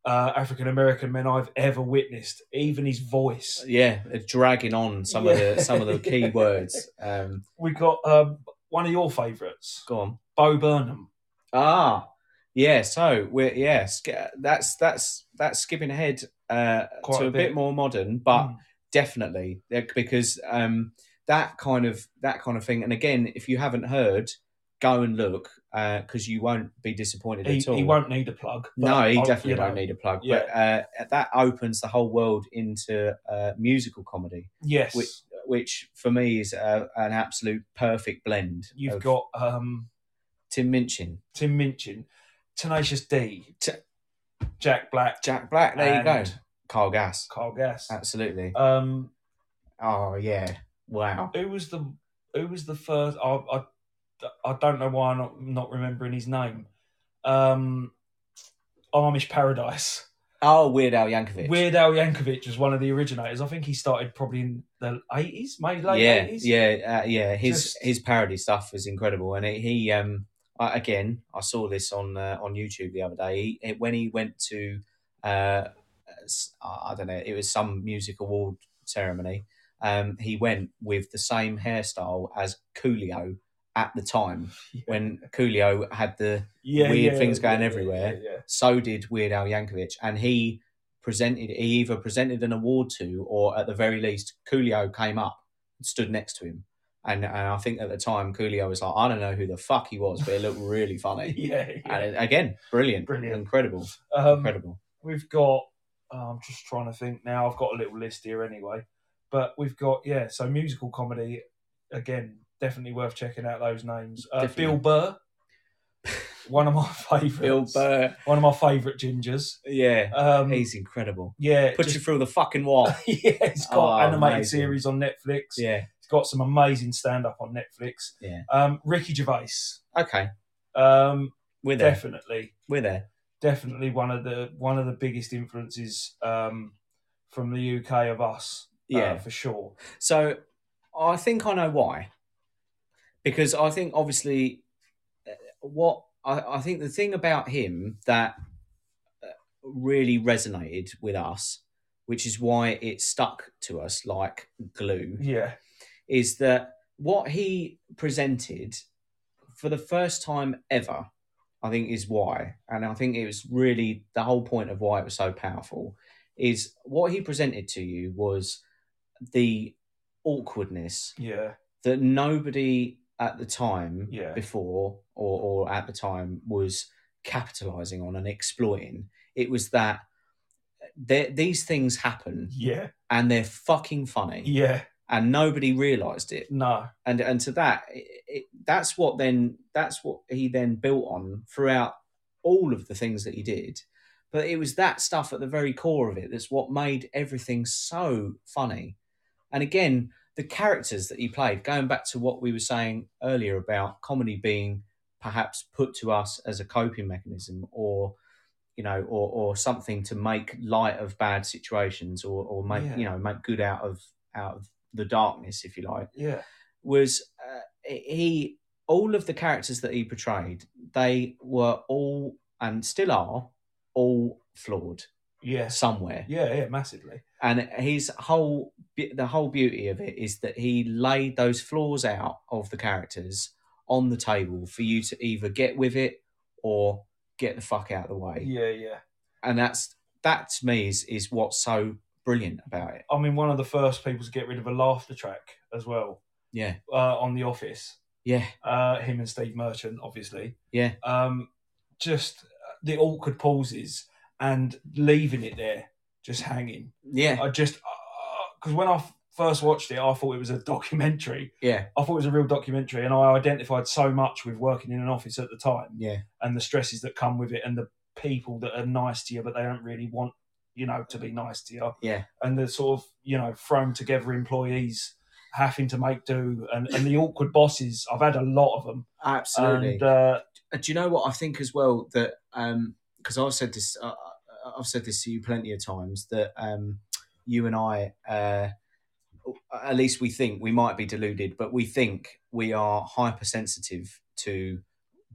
uh, African American men I've ever witnessed. Even his voice. Yeah, dragging on some of Yeah. the some of the key Yeah. words. Um, We got um, one of your favourites, go on. Bo Burnham. Ah, yeah. So we're yeah. sk- That's that's that's skipping ahead uh, Quite to a a bit. bit. more modern, but Mm. definitely yeah, because um, that kind of that kind of thing. And again, if you haven't heard, go and look because you won't be disappointed he, at all. he won't need a plug. but No, he I- definitely you know, won't need a plug. But uh, that opens the whole world into uh, musical comedy, Yes, which which for me is uh, an absolute perfect blend. you've of got um, Tim Minchin, Tim Minchin, Tenacious D, T- Jack Black, Jack Black. There you go. And- Carl Gass. Carl Gass. Absolutely. Um, Oh yeah! Wow. who was the who was the first? I I, I don't know why I'm not, not remembering his name. Um, Amish Paradise. Oh, Weird Al Yankovic. Weird Al Yankovic was one of the originators. I think he started probably in the eighties, maybe late yeah, eighties. yeah, uh, yeah. His Just- his parody stuff is incredible, and it, he um I, again I saw this on uh, on YouTube the other day. He, it, when he went to uh s- I I don't know, it was some music award ceremony. Um, he went with the same hairstyle as Coolio at the time when Coolio had the yeah, Weird yeah, things going yeah, everywhere. Yeah, yeah. so did Weird Al Yankovic, and he presented. He either presented an award to, or at the very least, Coolio came up, and stood next to him, and, and I think at the time Coolio was like, I don't know who the fuck he was, but it looked really funny. yeah, yeah. yeah. And again, brilliant, Brilliant. incredible, Um, incredible. we've got. oh, I'm just trying to think now. I've got a little list here anyway, but we've got yeah. So musical comedy, again, definitely worth checking out those names. Uh, Definitely. Bill Burr, one of my favourites. Bill Burr, one of my favourite gingers. uh, yeah, Um, he's incredible. yeah, Put just- you through the fucking wall. yeah. He's got Oh, animated amazing. series on Netflix. yeah. He's got some amazing stand up on Netflix. Yeah. Um, Ricky Gervais, Okay, um, we're there. definitely. We're there. definitely one of the one of the biggest influences um, from the UK of us. uh, Yeah. for sure. So I think I know why. Because I think obviously uh, what I, I think the thing about him that uh, really resonated with us, which is why it stuck to us like glue, Yeah, is that what he presented for the first time ever, I think is why, and I think it was really the whole point of why it was so powerful, is what he presented to you was the awkwardness yeah, that nobody at the time Yeah. before or, or at the time was capitalizing on and exploiting. It was that uh, there- these things happen yeah, and they're fucking funny yeah. and nobody realized it No, and and to that it, it, that's what then that's what he then built on throughout all of the things that he did but it was that stuff at the very core of it that's what made everything so funny and again the characters that he played going back to what we were saying earlier about comedy being perhaps put to us as a coping mechanism or you know or or something to make light of bad situations or or make Yeah. you know make good out of out of the darkness, if you like, Yeah. was uh, he all of the characters that he portrayed, they were all and still are all flawed Yes. somewhere. Yeah, yeah, massively. and his whole be- the whole beauty of it is that he laid those flaws out of the characters on the table for you to either get with it or get the fuck out of the way Yeah, yeah. and that's that to me is is what's so brilliant about it I mean, one of the first people to get rid of a laughter track as well yeah uh, on The Office. yeah Uh, him and Steve Merchant, obviously. Yeah. Um, just the awkward pauses and leaving it there, just hanging. yeah I just because when I f- first watched it, I thought it was a documentary. yeah I thought it was a real documentary, and I identified so much with working in an office at the time yeah and the stresses that come with it, and the people that are nice to you but they don't really want you know to be nice to you, yeah and the sort of you know thrown together employees having to make do, and, and the awkward bosses. I've had a lot of them, absolutely Um, and uh, Uh, do you know what I think as well that um because I've said this uh, I've said this to you plenty of times that um you and I uh at least we think we might be deluded but we think we are hypersensitive to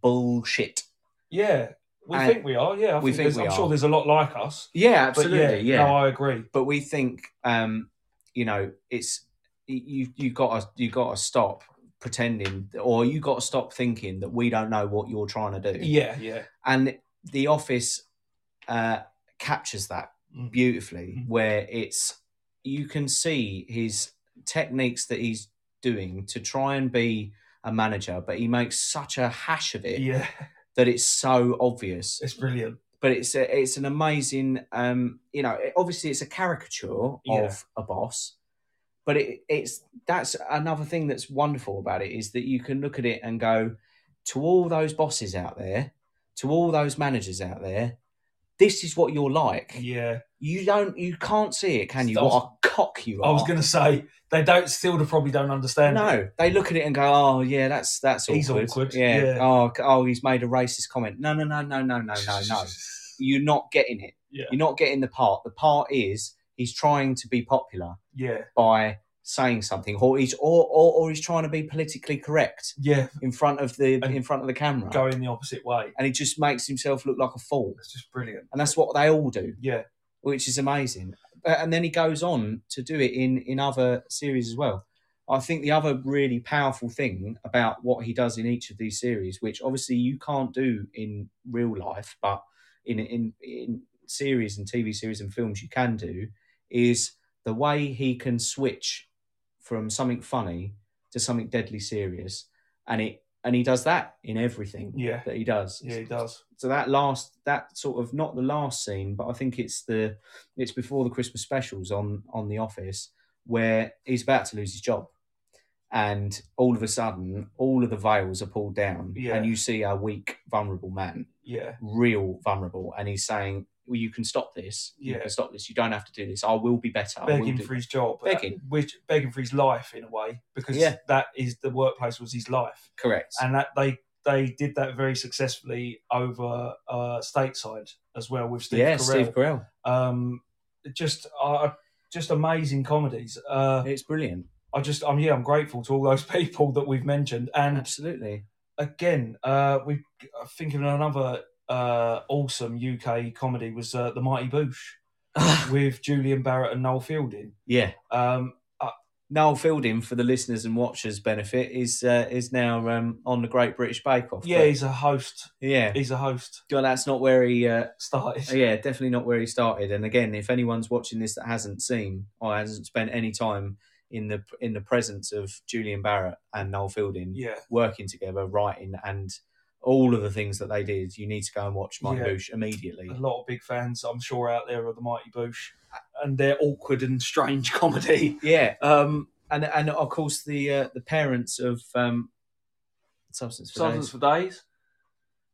bullshit yeah, we And think we are. Yeah, I we think think there's- we I'm are. sure there's a lot like us. yeah But yeah, no, I agree. but we think um you know it's you you got to you got to stop pretending or you got to stop thinking that we don't know what you're trying to do Yeah, yeah, and the office uh, captures that Mm. beautifully Mm. where it's you can see his techniques that he's doing to try and be a manager but he makes such a hash of it yeah. that it's so obvious It's brilliant. but it's a, it's an amazing um you know it- obviously it's a caricature Yeah. of a boss but it, it's that's another thing that's wonderful about it is that you can look at it and go to all those bosses out there to all those managers out there this is what you're like Yeah. you don't you can't see it can you I was- what a cock you are I was going to say they don't still probably don't understand. it. no, they look at it and go, "Oh, yeah, that's that's He's awkward. awkward, Yeah. yeah. Oh, c- oh, he's made a racist comment. No, no, no, no, no, no, no, no. You're not getting it. Yeah. You're not getting the part. The part is he's trying to be popular Yeah, by saying something, or he's or or, or he's trying to be politically correct yeah, in front of the And in front of the camera, going the opposite way. and he just makes himself look like a fool. That's just brilliant. And that's what they all do, Yeah, which is amazing. Uh, And then he goes on to do it in in other series as well. I think the other really powerful thing about what he does in each of these series, which obviously you can't do in real life, but in in in series and TV series and films you can do, is the way he can switch from something funny to something deadly serious, and it and he does that in everything yeah, that he does yeah. He does. so that last that sort of not the last scene but i think it's the it's before the christmas specials on on the office where he's about to lose his job and all of a sudden all of the veils are pulled down Yeah. and you see a weak vulnerable man Yeah, real vulnerable and he's saying well you can stop this you Yeah. can stop this you don't have to do this i will be better I will begging do-" for his job, Uh, Begging. which begging for his life in a way because Yeah. that is the workplace was his life, correct and that they they did that very successfully over uh, stateside as well with Steve yeah Carell. steve carell Um, just uh, just amazing comedies. Uh, it's brilliant I just I'm yeah I'm grateful to all those people that we've mentioned and absolutely again, uh, we I think of another uh, awesome UK comedy was uh, The Mighty Boosh with Julian Barrett and Noel Fielding. yeah Um, Noel Fielding, for the listeners and watchers' benefit, is uh, is now um, on the Great British Bake Off. yeah, But- he's a host. yeah. He's a host. God, that's not where he. Uh, Started. yeah, definitely not where he started. And again, if anyone's watching this that hasn't seen or hasn't spent any time in the in the presence of Julian Barrett and Noel Fielding Yeah, working together, writing and all of the things that they did, you need to go and watch Mike Yeah. Uh-huh. Bush immediately. a lot of big fans I'm sure out there of The Mighty Boosh, and their awkward and strange comedy. Yeah, Um, and and of course the uh, the parents of um, Substance for Substance Days. for days.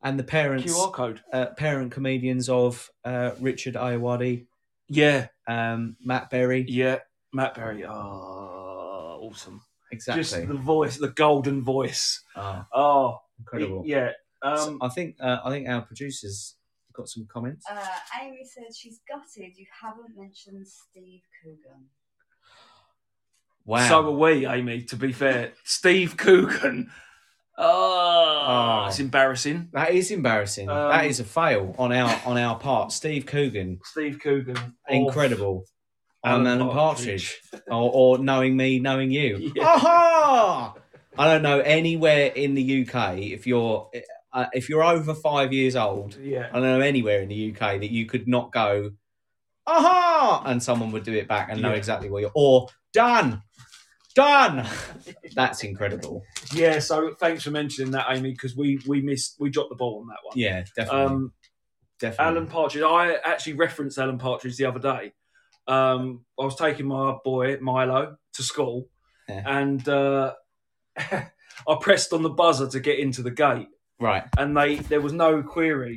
and the parents QR code. uh, parent comedians of uh, Richard Iowadi, Yeah, um, Matt Berry. yeah. Matt Berry. Oh, awesome. ah, Exactly. Just the voice, the golden voice. Ah, Oh, incredible. yeah. So Um, I think uh, I think our producers got some comments. Uh, Amy said she's gutted you haven't mentioned Steve Coogan. Wow. So are we, Amy, to be fair. Steve Coogan. Oh, Oh. it's embarrassing. that is embarrassing. Um, that is a fail on our on our part. Steve Coogan, Steve Coogan. off incredible. On Alan Partridge, or, or knowing me, knowing you. Yeah. Aha! I don't know anywhere in the UK if you're uh, if you're over five years old. Yeah. I don't know anywhere in the UK that you could not go. Aha! And someone would do it back and know Yeah. exactly what you're. Or done, done. That's incredible. Yeah, so thanks for mentioning that, Amy, because we, we missed, we dropped the ball on that one. Yeah, definitely. Um, definitely. Alan Partridge. I actually referenced Alan Partridge the other day. Um, I was taking my boy Milo to school, Yeah. and uh, I pressed on the buzzer to get into the gate, right. and they there was no query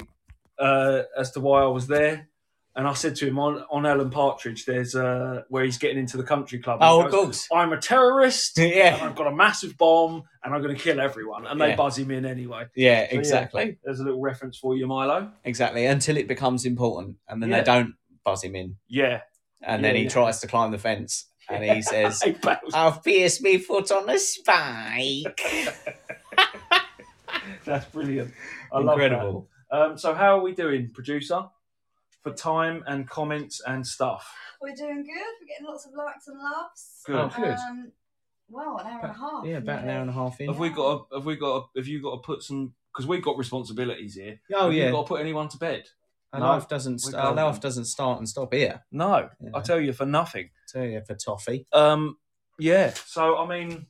uh, as to why I was there. And I said to him on, on Alan Partridge, there's uh, where he's getting into the country club. Oh, He of goes, course. I'm a terrorist. and yeah. I've got a massive bomb, and I'm going to kill everyone. And they Yeah. buzz him in anyway. Yeah. yeah. Exactly. There's a little reference for you, Milo. Exactly. Until it becomes important, and then Yeah. they don't buzz him in, Yeah, and then Yeah, he yeah. tries to climb the fence, and he says, Hey, Bales. "I've pierced me foot on a spike." That's brilliant. I love Incredible. that. Um, so, how are we doing, producer, for time and comments and stuff? We're doing good. We're getting lots of likes and loves. Good. Oh, good. Um, well, an hour and a half. Yeah, about an hour and a half in. Have we got? A, have we got? A, have you got to put some? Because we've got responsibilities here. Oh have yeah. You got to put anyone to bed? Our No, life doesn't. we're Our golden. life doesn't start and stop here. No, Yeah. I tell you for nothing. Tell you for toffee. Um, yeah. So, I mean,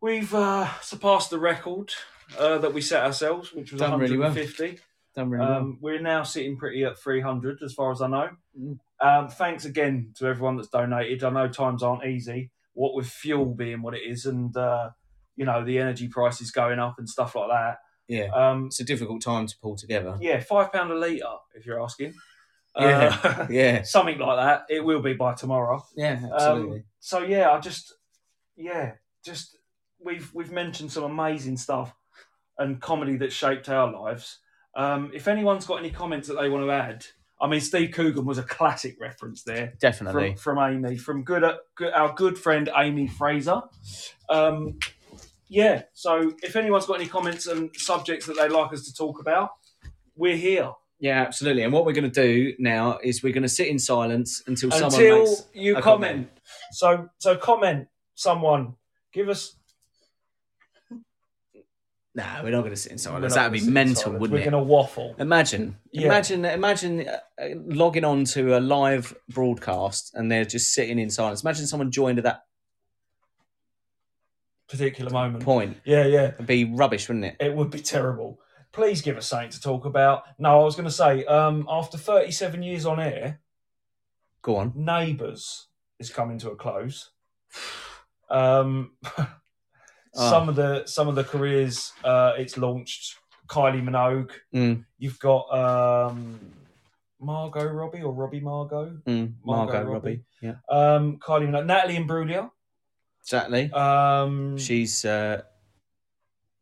we've uh, surpassed the record uh, that we set ourselves, which was Done really well. 150. Done really well. Um, we're now sitting pretty at 300, as far as I know. Mm. Um, thanks again to everyone that's donated. I know times aren't easy, what with fuel being what it is, and uh, you know the energy prices going up and stuff like that. Yeah. Um, It's a difficult time to pull together. yeah, five pound a litre, if you're asking. Yeah. Uh, Yeah. something like that. It will be by tomorrow. Yeah. Um, Absolutely. so yeah, I just yeah, just we've we've mentioned some amazing stuff and comedy that shaped our lives. Um, if anyone's got any comments that they want to add, I mean, Steve Coogan was a classic reference there Definitely. from, from Amy, from good, uh, good our good friend Amy Fraser. Um, yeah, so if anyone's got any comments and subjects that they'd like us to talk about, we're here yeah. Absolutely. And what we're going to do now is we're going to sit in silence until, someone until makes. you a comment. comment. So so comment someone. Give us No, we're not going to sit in We're silence. not That'd be gonna sit mental, silent. wouldn't We're it? going to waffle. Imagine, Yeah. imagine, imagine uh, uh, logging on to a live broadcast and they're just sitting in silence. Imagine someone joined at that Particular moment. point. Yeah, yeah. It'd be rubbish, wouldn't it? It would be terrible. Please give us something to talk about. No, I was going to say, um, after 37 years on air, Go on. Neighbours is coming to a close. Um, Ah. Oh. Some of the some of the careers uh, it's launched. Kylie Minogue. Mm. You've got um, Margot Robbie or Robbie Margot. Mm, Margot, Margot Robbie. Robbie. Yeah, Um, Kylie Minogue, Natalie Imbruglia. exactly. Um, She's uh,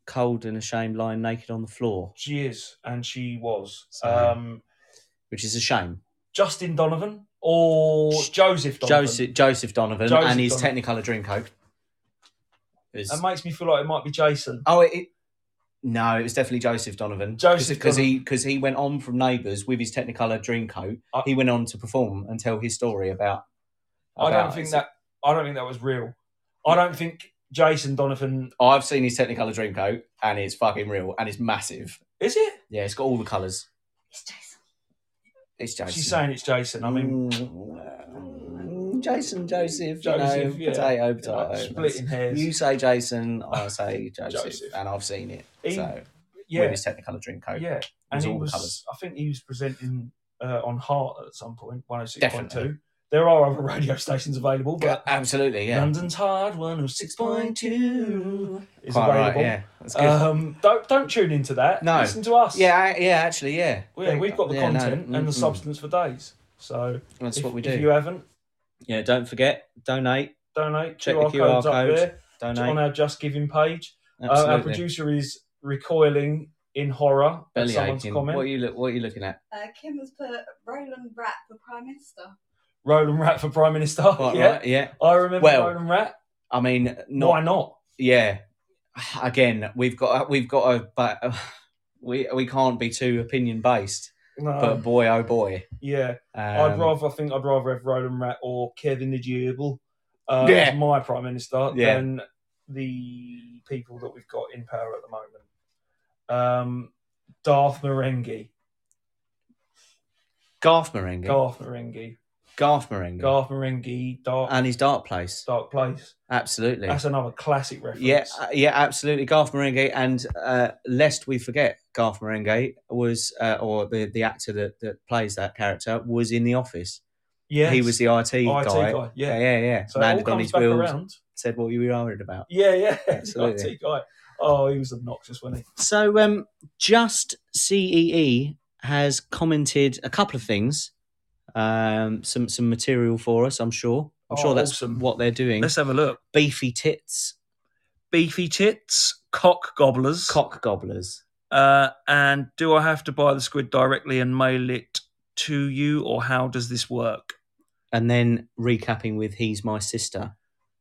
cold and ashamed, lying naked on the floor, She is, and she was. So- Um, which is a shame. Justin Donovan or Sh- Joseph Donovan. Joseph Joseph Donovan Joseph and his Donovan. Technicolor Dreamcoat. It was- That makes me feel like it might be Jason. Oh, it, it- no, it was definitely Joseph Donovan. Joseph because he because he went on from Neighbours with his Technicolor Dreamcoat. I- he went on to perform and tell his story about. I don't about- think that. I don't think that was real. I don't think Jason Donovan I've seen his Technicolor Dreamcoat and it's fucking real and it's massive. is it. Yeah, it's got all the colours. It's Jason. It's Jason. She's saying it's Jason. I mean, Mm, Jason, Joseph, Joseph, you know, yeah. potato, you know, potato. splitting hairs. You say Jason, I say Joseph, Joseph. and I've seen it. He- so with yeah, his Technicolor Dreamcoat, yeah. it And was he all the was. colours. I think he was presenting uh, on Heart at some point. One hundred six point Definitely. two. There are other radio stations available, but absolutely, yeah. London's Hard one hundred six point two is Quite right, available. yeah. That's good. Um, don't don't tune into that. No. Listen to us. Uh, Yeah, I- yeah, actually, yeah. Yeah, we've got the Yeah, no, content mm, and the mm. substance for days. So That's if, what we If do. you haven't, yeah, don't forget, donate, donate. Check the QR, QR codes code, up there on donate. our Just Giving page. Uh, our Absolutely. producer is recoiling in horror at Belly someone's aching. What comment. are you look? What are you looking at? Uh, Kim has put Roland Rapp for Prime Minister. Roland Rat for Prime Minister. Quite yeah, right. Yeah. I remember Well, Roland Rat. I mean, not Why not? yeah again we've got uh, we've got a but uh, we we can't be too opinion based No. but boy oh boy yeah, um, Um, I'd rather. I think I'd rather have Roland Rat or Kevin the Durable uh, Yeah. as my Prime Minister Yeah. than the people that we've got in power at the moment. Um, Darth Marenghi, garth merengue Garth Marenghi, garth merengue Garth Marenghi, Dark and his dark place Dark Place. absolutely That's another classic reference. yeah uh, yeah absolutely garth merengue and uh, lest we forget garth merengue was uh, or the the actor that, that plays that character was in the office Yes. he was the it, IT guy. guy, yeah. yeah yeah yeah So it all landed on comes his back wheels around. said what you were worried about Yeah, yeah, Absolutely. IT guy. Oh, he was obnoxious, wasn't he? So, um, just CEE has commented a couple of things, um, some some material for us. I'm sure. I'm Oh, sure that's awesome. what they're doing. Let's have a look. Beefy tits, Beefy tits, cock gobblers. cock gobblers. Uh, and do I have to buy the squid directly and mail it to you, or how does this work? and then recapping with "He's my sister"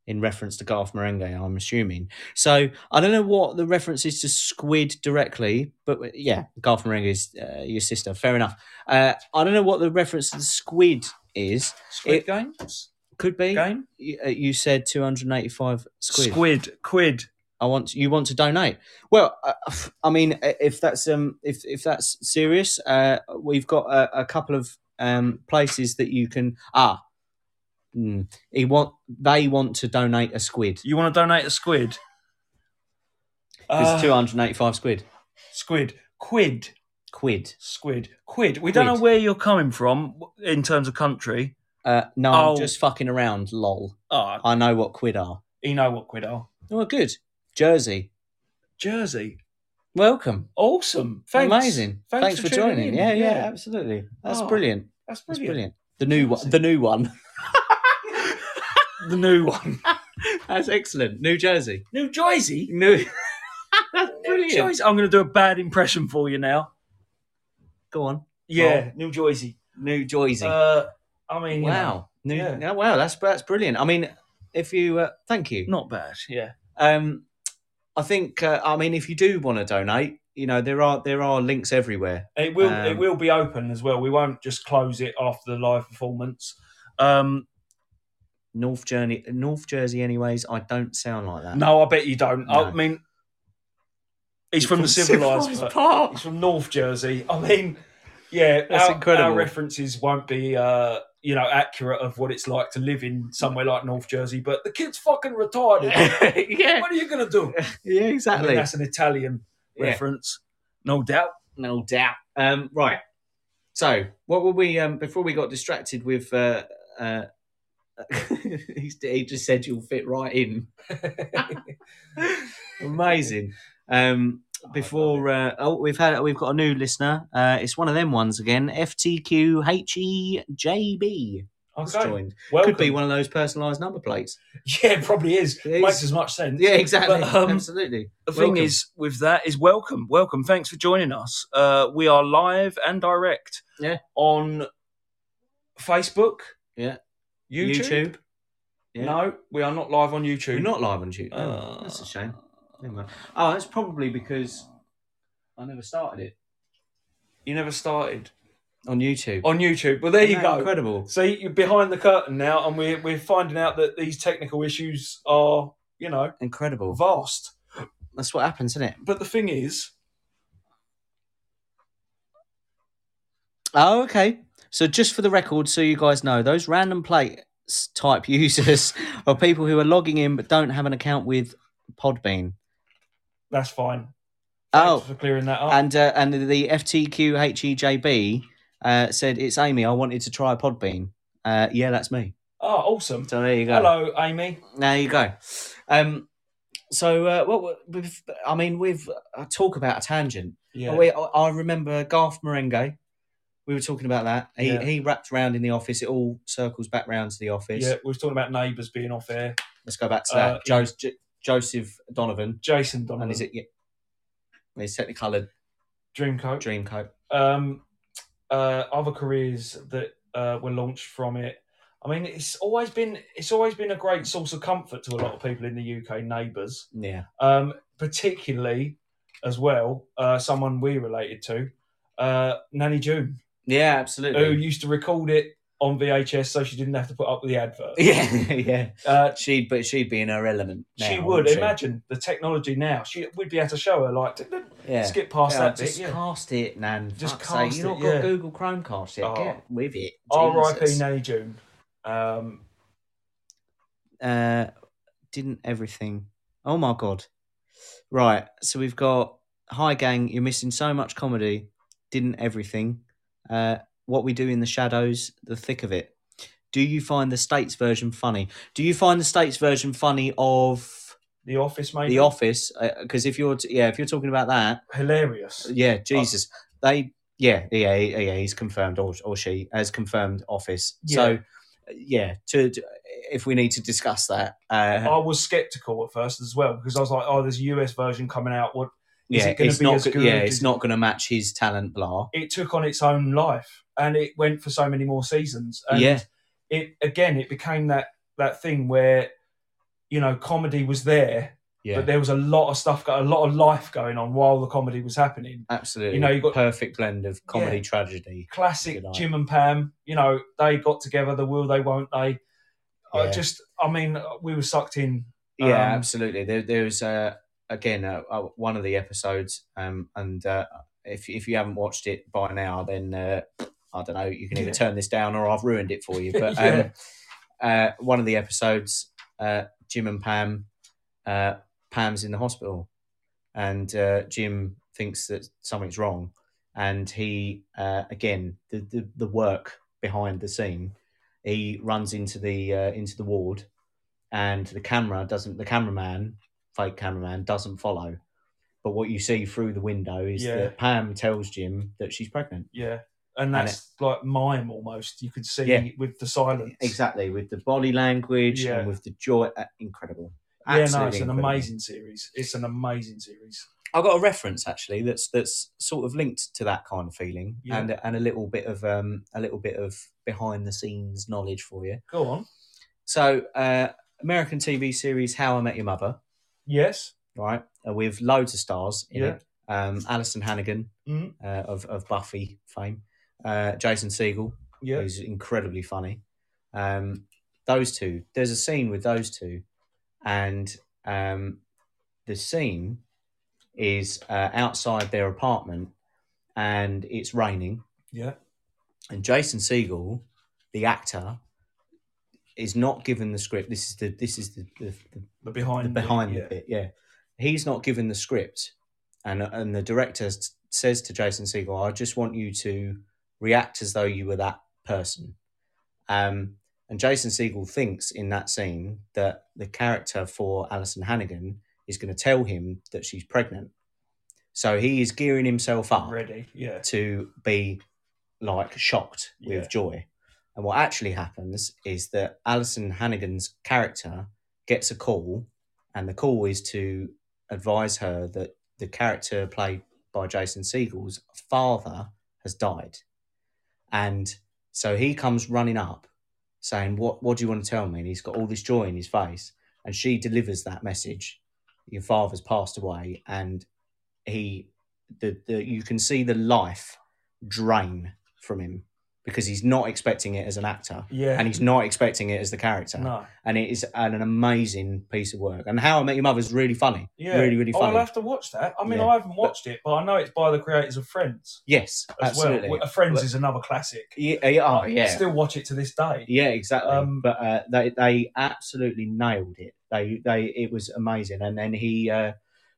in reference to Garth Marenghi. I'm assuming. So I don't know what the reference is to Squid directly, but yeah, Garth Marenghi is uh, your sister. Fair enough. Uh, I don't know what the reference to the Squid is. Squid It- games? Could be. Game? You, uh, you said 285 squid. Squid. Quid. I want you want to donate. Well, uh, I mean, if that's um, if if that's serious, uh, we've got a, a couple of um places that you can ah. Mm, he want they want to donate a squid. It's You want to donate a squid? Uh, two hundred eighty five squid Squid. Quid. quid. Squid. Quid. We don't Quid. know where you're coming from in terms of country. Uh, no, Oh. I'm just fucking around. Lol. Ah, I know what quid are. you know what quid are. Oh, good. Jersey, Jersey. welcome. Awesome. Thanks. Amazing. Thanks, for, tuning joining. in. Yeah, yeah, absolutely. That's Oh, brilliant. That's That's brilliant. brilliant. The new one. Jersey. The new one. The new one. That's excellent. New Jersey. New Jersey. New. That's New Jersey. I'm going to do a bad impression for you now. Go on. Yeah, New Jersey. New Jersey. Uh, I mean, you know, wow. New, yeah. yeah, Wow. That's that's brilliant. I mean, if you uh, thank you. not bad. Yeah. Um, I think uh, I mean if you do want to donate, you know there are there are links everywhere. It will Um, it will be open as well. We won't just close it after the live performance. Um, North Journey, North Jersey. Anyways, I don't sound like that. No, I bet you don't. Uh, No. I mean, he's from, the civilized. Civilised part. he's from North Jersey. I mean, yeah, That's our, incredible. our references won't be uh, you know accurate of what it's like to live in somewhere like North Jersey. But the kid's fucking retarded. yeah. what are you gonna do? Yeah. I mean, Exactly. that's an Italian Yeah. reference, no doubt. no doubt. Um, right. So, what were we um, before we got distracted with? Uh, uh, he's- he just said you'll fit right in. Amazing. Um, before uh, oh, we've had we've got a new listener. Uh, it's one of them ones again. FTQHEJB E has Okay, joined. welcome. Could be one of those personalised number plates. Yeah, it probably is. It is. Makes as much sense. Yeah, exactly. But, um, Absolutely. The thing Welcome. is, with that, is welcome, welcome. Thanks for joining us. Uh, we are live and direct. Yeah. On Facebook. Yeah. YouTube. Yeah. No, we are not live on YouTube. You're not live on YouTube. Oh, that's a shame. Never mind. Oh, that's probably because I never started it You never started on YouTube. on YouTube. Well, there you Isn't that go. Incredible. See, you're behind the curtain now, and we're we're finding out that these technical issues are, you know, Incredible. vast. That's what happens, isn't it? But the thing is, Oh, okay. So, just for the record, so you guys know, those random plates type users are people who are logging in but don't have an account with Podbean. that's fine. Thanks Oh, for clearing that up. and uh, and the FTQHEJB E uh, said, It's Amy. I wanted to try Podbean. Uh, yeah, that's me. oh, Ah, awesome. So, there you go. Hello, Amy. There you go. Um, so, uh, well, we've, I mean, we've uh, talk about a tangent. Yeah. We, I- I remember Garth Marenghi. We were talking about that. He Yeah. he wrapped round in the office. It all circles back round to the office. yeah, we was talking about neighbours being off air. Let's go back to Uh, that. Jos J- Joseph Donovan, Jason Donovan, and is it? Yeah, his Technicolor Dreamcoat. Dreamcoat. Um, uh, other careers that uh, were launched from it. I mean, it's always been it's always been a great source of comfort to a lot of people in the UK, neighbours, Yeah. um, particularly as well uh, someone we related to, uh, Nanny June, Yeah, who absolutely. used to record it on VHS so she didn't have to put up with the advert. yeah, yeah. Uh, She'd but she'd be in her element. now, she would wouldn't imagine the technology now. She we'd be able to show her like Yeah. skip past Yeah, that just bit. Yeah. cast it, Nan. Just Just cast cast You've not it, got yeah. Google Chromecast yet. Oh. Get with it. R.I.P. Jesus. Nanny June. Um, Uh, didn't everything. Oh my god. Right. So we've got Hi Gang. You're missing so much comedy. Didn't everything. Uh, what we do in the shadows. The thick of it. Do you find the states version funny? Do you find the states version funny of the Office, maybe. The Office? Because if you're t- yeah, if you're talking about that, hilarious. yeah, Jesus. They, yeah, yeah, yeah, yeah, he's confirmed, or, or she has confirmed office. So, yeah, to, to- if we need to discuss that, uh, I was skeptical at first as well because I was like, "Oh, there's a US version coming out." What is yeah, it gonna it's be not, as go- good yeah, as- it's not going to match his talent, blah. it took on its own life, and it went for so many more seasons. And Yeah. it again, it became that that thing where you know comedy was there, Yeah, but there was a lot of stuff, got a lot of life going on while the comedy was happening. absolutely. you know, you got- perfect blend of comedy Yeah. tragedy. classic Good night. Jim and Pam. You know, they got together. The will they, won't they? I Yeah. just, I mean, we were sucked in. Yeah, Um, absolutely. There, there was uh, again uh, uh, one of the episodes, um, and uh, if if you haven't watched it by now, then uh, I don't know. You can either Yeah. turn this down or I've ruined it for you. But Yeah. um, uh, one of the episodes, uh, Jim and Pam, uh, Pam's in the hospital, and uh, Jim thinks that something's wrong, and he uh, again the, the the work behind the scene, he runs into the uh, into the ward and the camera doesn't the cameraman fake cameraman doesn't follow but what you see through the window is Yeah. that pam tells jim that she's pregnant Yeah, and And that's like mime almost. You could see Yeah. with the silence. exactly with the body language Yeah. and with the joy uh, incredible Yeah, no, Absolutely it's an incredible. amazing series. It's an amazing series. i got a reference actually that's that's sort of linked to that kind of feeling Yeah. and and a little bit of um a little bit of behind the scenes knowledge for you Go on. so uh american tv series how i met your mother Yes. right? uh, With loads of stars in Yeah. it. Um, Alison Hannigan Mhm. uh, of, of Buffy fame, uh, Jason Siegel, Yeah. who's incredibly funny. Um, those two, there's a scene with those two, and um, the scene is uh, outside their apartment and it's raining. Yeah. And Jason Siegel, the actor, is not given the script. This is the this is the, the, the The the behind. behind yeah. the bit. Yeah, he's not given the script, and and the director s- says to Jason Segel, "I just want you to react as though you were that person." Um, and Jason Segel thinks in that scene that the character for Alison Hannigan is going to tell him that she's pregnant, so he is gearing himself up Ready. Yeah. to be like shocked Yeah. with joy. And what actually happens is that Alison Hannigan's character gets a call, and the call is to advise her that the character played by Jason Siegel's father has died. And so he comes running up saying, What what do you want to tell me? And he's got all this joy in his face. And she delivers that message. Your father's passed away, and he the, the you can see the life drain from him because he's not expecting it as an actor. Yeah. And he's not expecting it as the character. no. And it is an, an amazing piece of work. And How I Met Your Mother is really funny. Yeah. Really, really Oh, I'll funny. have to watch that. I mean, Yeah. I haven't watched it, but I know it's by the creators of Friends yes, as absolutely. well. Friends is another classic. Yeah, yeah, oh, I yeah. Still watch it to this day. Yeah, exactly. Um, but uh, they they absolutely nailed it. They they it was amazing, and then he uh,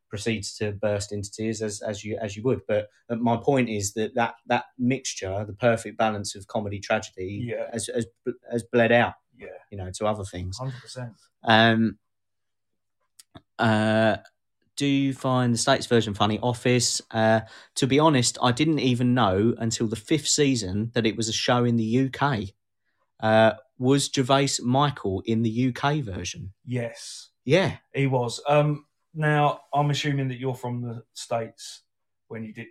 proceeds to burst into tears as as you as you would. But uh, my point is that that that mixture, the perfect balance of comedy tragedy, Yeah. has has, has bled out, Yeah. you know, to other things. Hundred percent. Um, uh, do you find the States version funny? Office. Uh, to be honest, I didn't even know until the fifth season that it was a show in the UK. Uh, was Gervais Michael in the UK version? Yes, Yeah. he was. Um, now I'm assuming that you're from the states when you did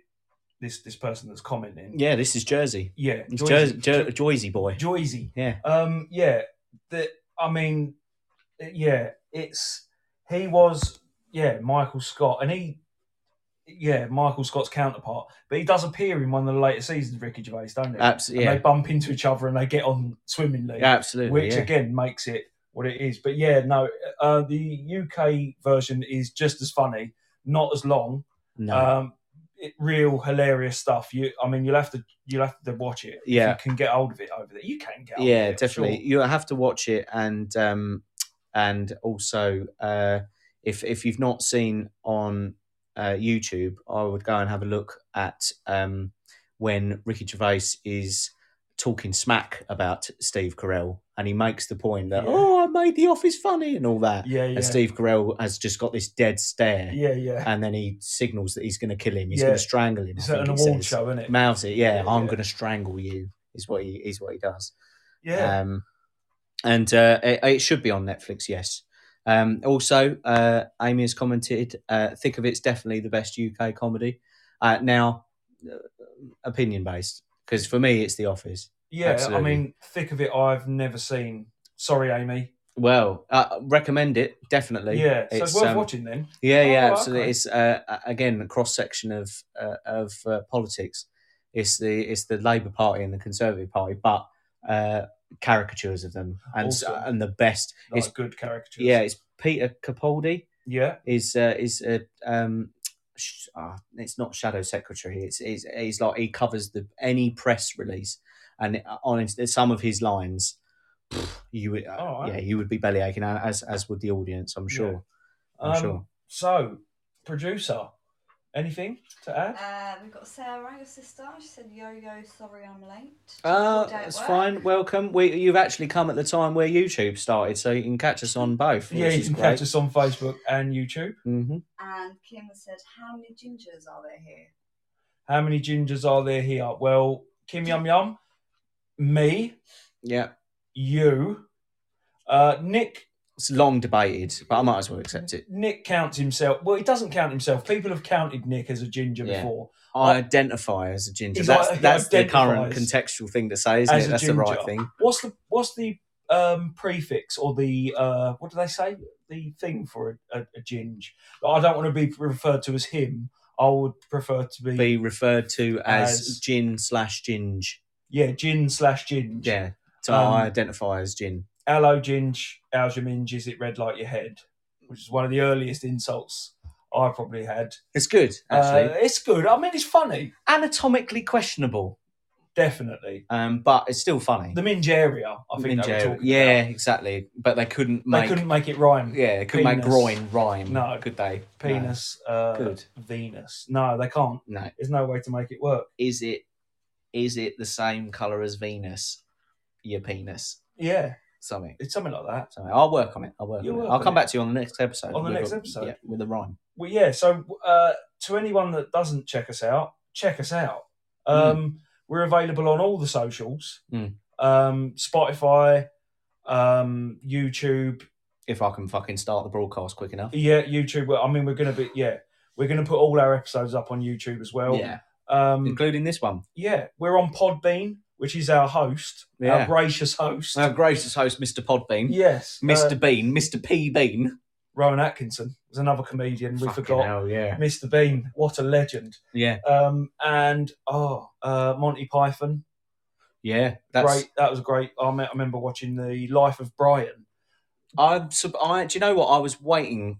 this this person that's commenting. Yeah, this is Jersey. yeah, It's Joyzy. Jersey, Jer- Jersey boy. Joyzy. Yeah. Um, yeah, the, I mean, yeah, it's he was yeah Michael Scott, and he yeah Michael Scott's counterpart, but he does appear in one of the later seasons of Ricky Gervais, don't he? Absolutely. And they bump into each other and they get on swimmingly, Uh, Yeah, absolutely. which yeah. again makes it what it is. But yeah, no, uh, the UK version is just as funny, not as long. no. Um, it, real hilarious stuff. You, I mean, you'll have to you'll have to watch it. if Yeah. you can get hold of it over there. You can get. Hold yeah, of it, I'm definitely. sure. You have to watch it, and um, and also uh, if if you've not seen on uh, YouTube, I would go and have a look at um, when Ricky Gervais is talking smack about Steve Carell, and he makes the point that Yeah. oh, I made The Office funny and all that. Yeah, yeah, And Steve Carell has just got this dead stare, yeah, yeah. and then he signals that he's going to kill him. He's Yeah. going to strangle him. I It's at think an he award says. show, isn't it? Mouths it, yeah. Yeah, I'm yeah. going to strangle you. Is what he is what he does. yeah, Um, and uh, it, it should be on Netflix, yes. Um, also, uh, Amy has commented, uh, Thick of It's definitely the best UK comedy. Uh, now, uh, opinion based, because for me, it's The Office. yeah. absolutely. I mean, thick of it. I've never seen. Sorry, Amy. Well, uh, recommend it, definitely. Yeah, so it's it's worth um, watching then. Yeah, yeah, Oh, absolutely. okay. It's uh, a- again a cross section of uh, of uh, politics. It's the it's the Labour Party and the Conservative Party, but uh, caricatures of them, and s- Awesome. and the best. Like it's good characters. yeah, it's Peter Capaldi yeah, is uh, is a um, sh- ah, it's not shadow secretary. It's, it's he's like he covers the any press release, and uh, on his- some of his lines, pff, you would uh, All right. yeah you would be belly aching as as would the audience. I'm Yeah. sure. I'm sure. um, So, producer, anything to add? Uh, we've got Sarah, your sister. She said, "Yo yo, sorry I'm late." She's Uh, all day at that's work. fine. Welcome. We you've actually come at the time where YouTube started, so you can catch us on both. yeah, you can catch us on Facebook and YouTube. hmm And Kim said, "How many gingers are there here?" How many gingers are there here? Well, Kim Yum Yum, me, Yeah, you, uh, Nick. it's long debated, but I might as well accept it. Nick counts himself. Well, he doesn't count himself. People have counted Nick as a ginger Yeah. before. I identify as a ginger. He's That's like- he that's the current identifies contextual thing to say, isn't as it? a That's the right ginger. thing. What's the what's the um, prefix or the uh, what do they say? The thing for a, a, a ginge. I don't want to be referred to as him. I would prefer to be, Be referred to as, As- gin slash ginge. yeah, gin slash ginge. Yeah. So Um, I identify as gin. Hello, Ginge. How's your minge? Is it red like your head? Which is one of the earliest insults I probably had. It's good, actually. Uh, it's good. I mean, it's funny, Anatomically questionable, definitely. um, but it's still funny. The minge area, I think Ninja- they were talking yeah, about. exactly. But they couldn't They make couldn't make it rhyme. Yeah, could make Penis. groin rhyme. No. could they? Penis, uh, Good. Venus. No, they can't. No. no. There's no way to make it work. Is it? Is it the same color as Venus? Your penis. Yeah, Something. it's something like that. Something. I'll work on it. I'll work You on it. work I'll on come it. back to you on the next episode. On the with next a- episode. yeah, with a rhyme. Well, yeah. So, uh, to anyone that doesn't check us out, check us out. Hmm. Um, We're available on all the socials Mm. um, Spotify, um, YouTube. If I can fucking start the broadcast quick enough. Yeah, YouTube. Well, I mean, we're going to be, yeah, we're going to put all our episodes up on YouTube as well. yeah, Um, including this one. yeah, we're on Podbean, which is our host, Yeah. our gracious host. Our gracious host, Mr. Podbean, yes, Mr. uh, Bean, Mr. P Bean. Rowan Atkinson was another comedian we Fucking forgot. hell, yeah, Mr. Bean, what a legend. yeah, Um, and oh, uh, Monty Python, yeah. That's. great. That was great. I, me- I remember watching the Life of Brian. I'm. sub- I. Do you know what? I was waiting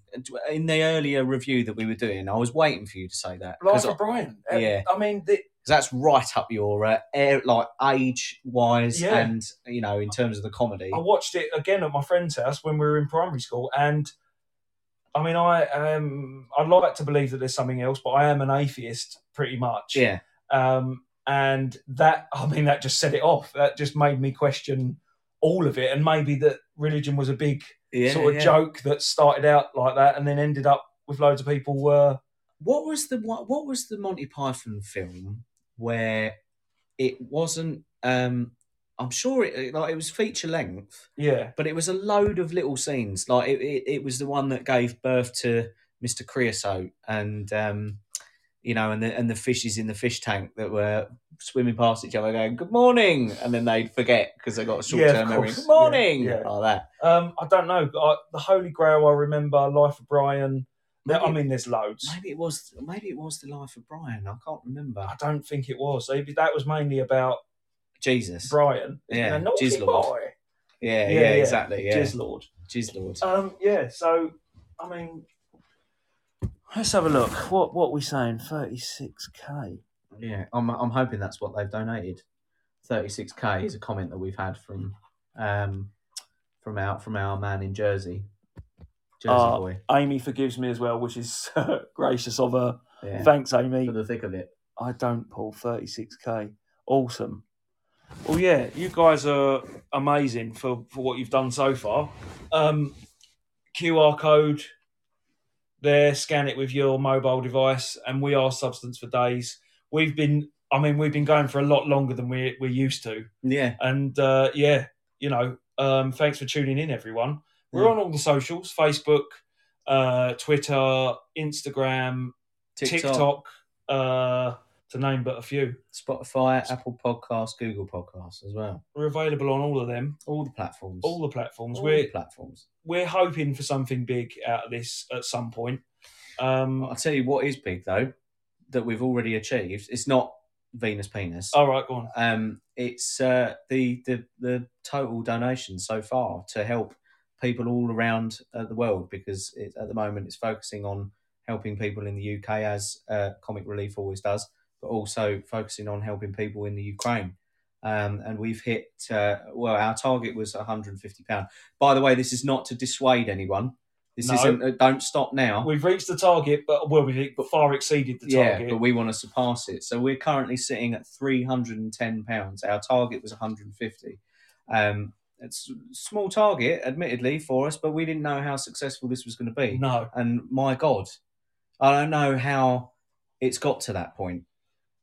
in the earlier review that we were doing. I was waiting for you to say that. 'cause Life of Brian. Uh, yeah. I mean, the, because that's right up your uh, air, like age wise Yeah. and you know in terms of the comedy. I watched it again at my friend's house when we were in primary school, and I mean, I um, I'd like to believe that there's something else, but I am an atheist pretty much. Yeah, Um, and that, I mean, that just set it off. That just made me question all of it, and maybe that religion was a big yeah. sort of joke that started out like that and then ended up with loads of people were What was the what, what was the Monty Python film where it wasn't? um I'm sure it like it was feature length, yeah but it was a load of little scenes. Like it, it, it was the one that gave birth to Mr. Creosote and um you know, and the and the fishes in the fish tank that were swimming past each other, going "Good morning," and then they'd forget because they got a short term memory. course. Good morning, Yeah, yeah. like that. Um, I don't know. I, the Holy Grail, I remember. Life of Brian. There- I Maybe- mean, there's loads. Maybe it was maybe it was the life of Brian. I can't remember. I don't think it was. Maybe That was mainly about Jesus. Brian. Yeah, And not Jizz Lord. boy. Yeah, Yeah, yeah, yeah. exactly. Yeah, Jizz Lord. Jizz Lord. Um, yeah. So, I mean, Let's have a look. What what we saying? Thirty six k. Yeah, I'm I'm hoping that's what they've donated. 36k is a comment that we've had from um from our from our man in Jersey, Jersey Ah. boy. Amy forgives me as well, which is gracious of her. Yeah, Thanks, Amy. for the thick of it. I don't pull 36k. Awesome. Well, yeah, you guys are amazing for, for what you've done so far. um, QR code there, scan it with your mobile device, and we are Substance for Days. We've been, I mean, we've been going for a lot longer than we're, we're used to. Yeah, And uh, yeah, you know, um, thanks for tuning in, everyone. We're Yeah. on all the socials Facebook, uh, Twitter, Instagram, TikTok, TikTok, uh, to name but a few. Spotify, Apple Podcasts, Google Podcasts as well. We're available on all of them, All the platforms. all the platforms. All the we're platforms. we're hoping for something big out of this at some point. Um, I'll tell you what is big though that we've already achieved. It's not Venus penis. all right, go on. um, it's uh, the, the the total donation so far to help people all around uh, the world because it, at the moment it's focusing on helping people in the UK as uh, Comic Relief always does, but also focusing on helping people in the Ukraine. Um, and we've hit uh, well, our target was 150 pound. By the way, this is not to dissuade anyone. This No. isn't. Uh, don't stop now We've reached the target, but well, we've e-, far exceeded the yeah, target. but we want to surpass it. So we're currently sitting at three hundred and ten pounds. Our target was one hundred and fifty. Um, it's a small target, admittedly, for us, but we didn't know how successful this was going to be. no, And my God, I don't know how it's got to that point.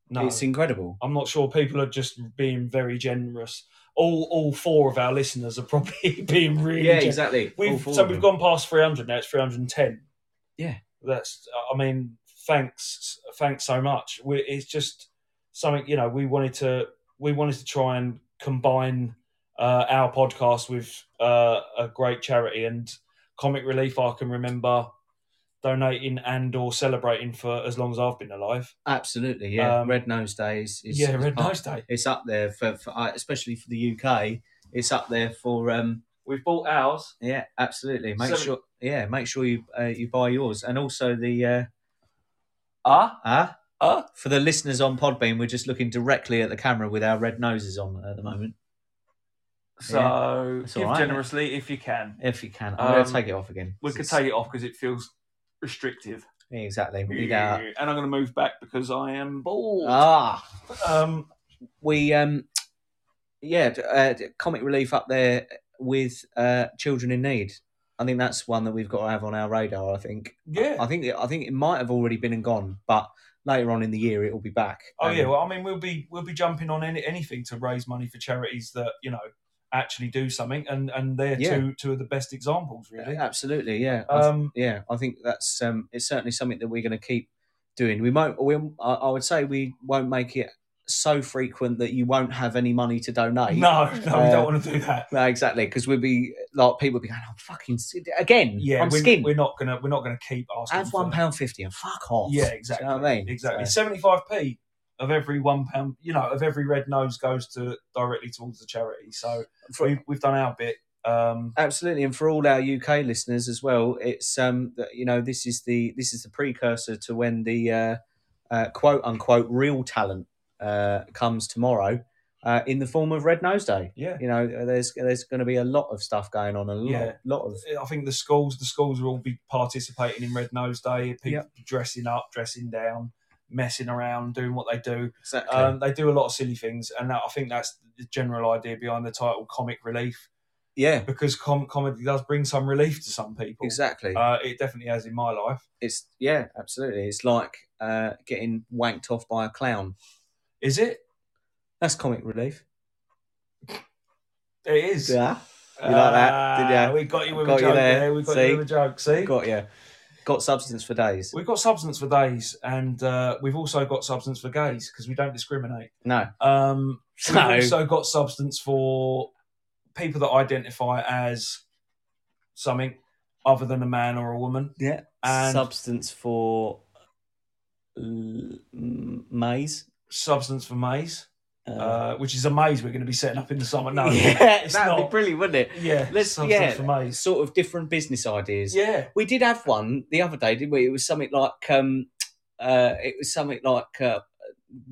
no. It's incredible. I'm not sure people are just being very generous. All all four of our listeners are probably being really yeah, gen- exactly. All We've four so of we've them. gone past 300 now. It's 310. Yeah. That's I mean thanks thanks so much. We, it's just something you know we wanted to we wanted to try and combine uh, our podcast with uh, a great charity and comic relief. I can remember donating and or celebrating for as long as I've been alive. absolutely. Yeah, Um, Red Nose Days. Is, yeah, is Red up- Nose Day. It's up there for, for uh, especially for the UK. It's up there for um, We've bought ours. Yeah, absolutely. Make Seven- sure, yeah, make sure you uh, you buy yours, and also the uh, Ah, ah ah. for the listeners on Podbean, we're just looking directly at the camera with our red noses on at the moment, So It's give all right, generously if you can. if you can. I'm gonna Um, take it off again. We could take it off because it feels restrictive. Yeah, exactly. We need our And I'm going to move back because I am bald. ah. Um, We um, yeah, d- uh, d- comic relief up there with uh, children in need. I think that's one that we've got to have on our radar. I think. yeah. I think. I think it might have already been and gone, but later on in the year it will be back. Oh Um, yeah, well, I mean, we'll be we'll be jumping on any, anything to raise money for charities that you know actually do something, and and they're Yeah. two two of the best examples, really. Absolutely, yeah. I th- Um, yeah, I think that's um, it's certainly something that we're going to keep doing. We won't. We, I I would say we won't make it so frequent that you won't have any money to donate. no, no, we Uh, don't want to do that. No, exactly, because we'd be like people would be going, "I'm fucking sk- again. Yeah, I'm we're, skinned. we're not gonna we're not gonna keep asking. have for one that. pound fifty and fuck off. Yeah, Do you exactly. know what I mean? Exactly. So, Seventy five p of every one pound, you know, of every red nose goes to directly towards the charity. So for- we've we've done our bit. Um, absolutely, and for all our UK listeners as well, it's um, that, you know, this is the this is the precursor to when the uh, uh, quote unquote real talent uh, comes tomorrow. Uh, in the form of Red Nose Day, yeah, you know there's there's going to be a lot of stuff going on a lot, Yeah. lot of I think the schools, the schools will all be participating in Red Nose Day. People dressing up, dressing down, messing around, doing what they do. exactly. Um, they do a lot of silly things, and that, I think that's the general idea behind the title "Comic Relief" yeah because com- comedy does bring some relief to some people. exactly Uh, it definitely has in my life. it's yeah absolutely it's like uh, getting wanked off by a clown Is it? that's comic relief It is. yeah You like that, did ya? Ah, We got you with a Got you joke there. there. We got See? you with a joke. See. got you Got substance for days. We've got substance for days, and uh, we've also got substance for gays because we don't discriminate. No. Um, we've No. also got substance for people that identify as something other than a man or a woman. Yeah. And- substance for l- m- maize. Substance for maize, Uh, uh, which is a maze we're going to be setting up in the summer. No, yeah, it's that'd be not. brilliant, wouldn't it? Yeah, Let's- substance yeah. for maize. Sort of different business ideas. Yeah, We did have one the other day, didn't we? It was something like um, uh, it was something like uh,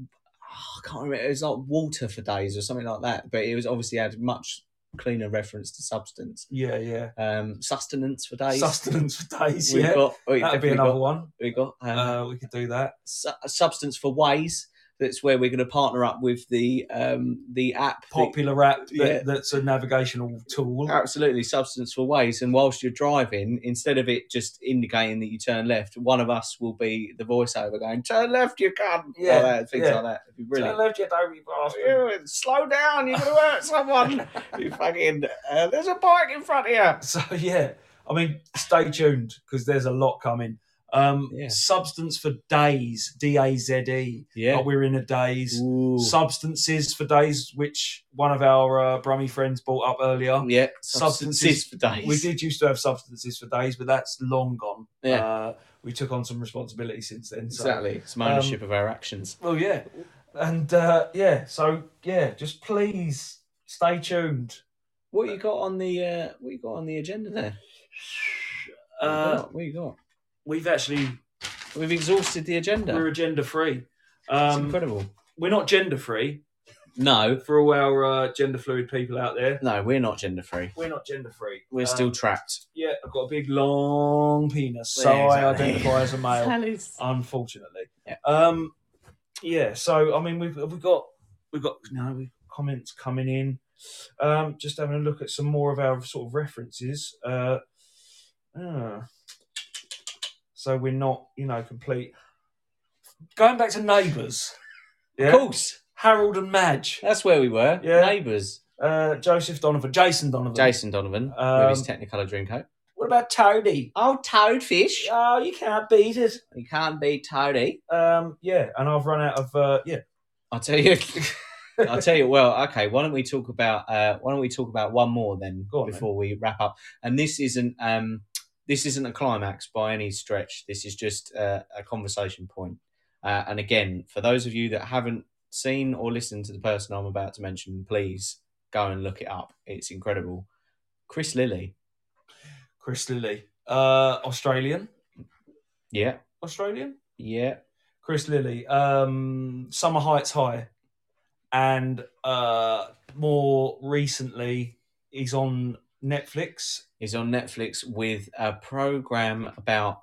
oh, I can't remember. It was like water for days or something like that. But it was obviously had much cleaner reference to substance, yeah, yeah. um, sustenance for days. Substance for days. We've yeah, got. we that'd definitely be another got, one. We got um, Uh, we could do that. su- substance for ways. That's where we're going to partner up with the um, the app. that- Popular app that, yeah. Oh, that's a navigational tool. absolutely substance for ways. And whilst you're driving, instead of it just indicating that you turn left, one of us will be the voiceover going, "Turn left, you can." Yeah, things yeah. like that. It'd be Turn brilliant. left, you dopey bastard. You, slow down! You're gonna hurt someone. you fucking. Uh, there's a bike in front of you. So yeah, I mean, stay tuned because there's a lot coming. Um, Yeah. Substance for days, D A Z E. Yeah. Like we're in a daze. Ooh. Substances for days, which one of our uh, Brummy friends brought up earlier. yeah. Substances- Substances for days. We did used to have substances for days, but that's long gone. Yeah. Uh, we took on some responsibility since then. So. exactly. It's my Um, ownership of our actions. Well, yeah, and uh, yeah. So yeah, just please stay tuned. What you got on the uh, what you got on the agenda there? What you Uh, got? what you got? we've actually We've exhausted the agenda. we're agenda free. it's Um, incredible. we're not gender free No, for all our uh, gender fluid people out there. no, we're not gender free. We're not gender free. Uh, We're still trapped. yeah. I've got a big long penis, so Yeah, I exactly. identify as a male. unfortunately. Yeah. Um, yeah. So I mean, we've we've got we've got no we've got comments coming in. Um, just having a look at some more of our sort of references. Uh, uh, so we're not, you know, complete. Going back to neighbours. Yeah. Of course, Harold and Madge. that's where we were. Yeah. Neighbours, Uh, Joseph Donovan. Jason Donovan. Jason Donovan Um, with his Technicolor dream coat. What about Tony? Oh, toadfish! Oh, you can't beat it. You can't be toady. Um, yeah, and I've run out of uh, yeah. I tell you, I tell you. Well, okay. Why don't we talk about? Uh, why don't we talk about one more then Go on, then. before we wrap up? And this isn't. Um, this isn't a climax by any stretch. This is just uh, a conversation point. Uh, and again, for those of you that haven't seen or listened to the person I'm about to mention, please go and look it up. It's incredible. Chris Lilly. Chris Lilly, uh, Australian, Yeah. Australian. Yeah. Chris Lilly, um, Summer Heights High, and uh, more recently, he's on Netflix. is on Netflix with a program about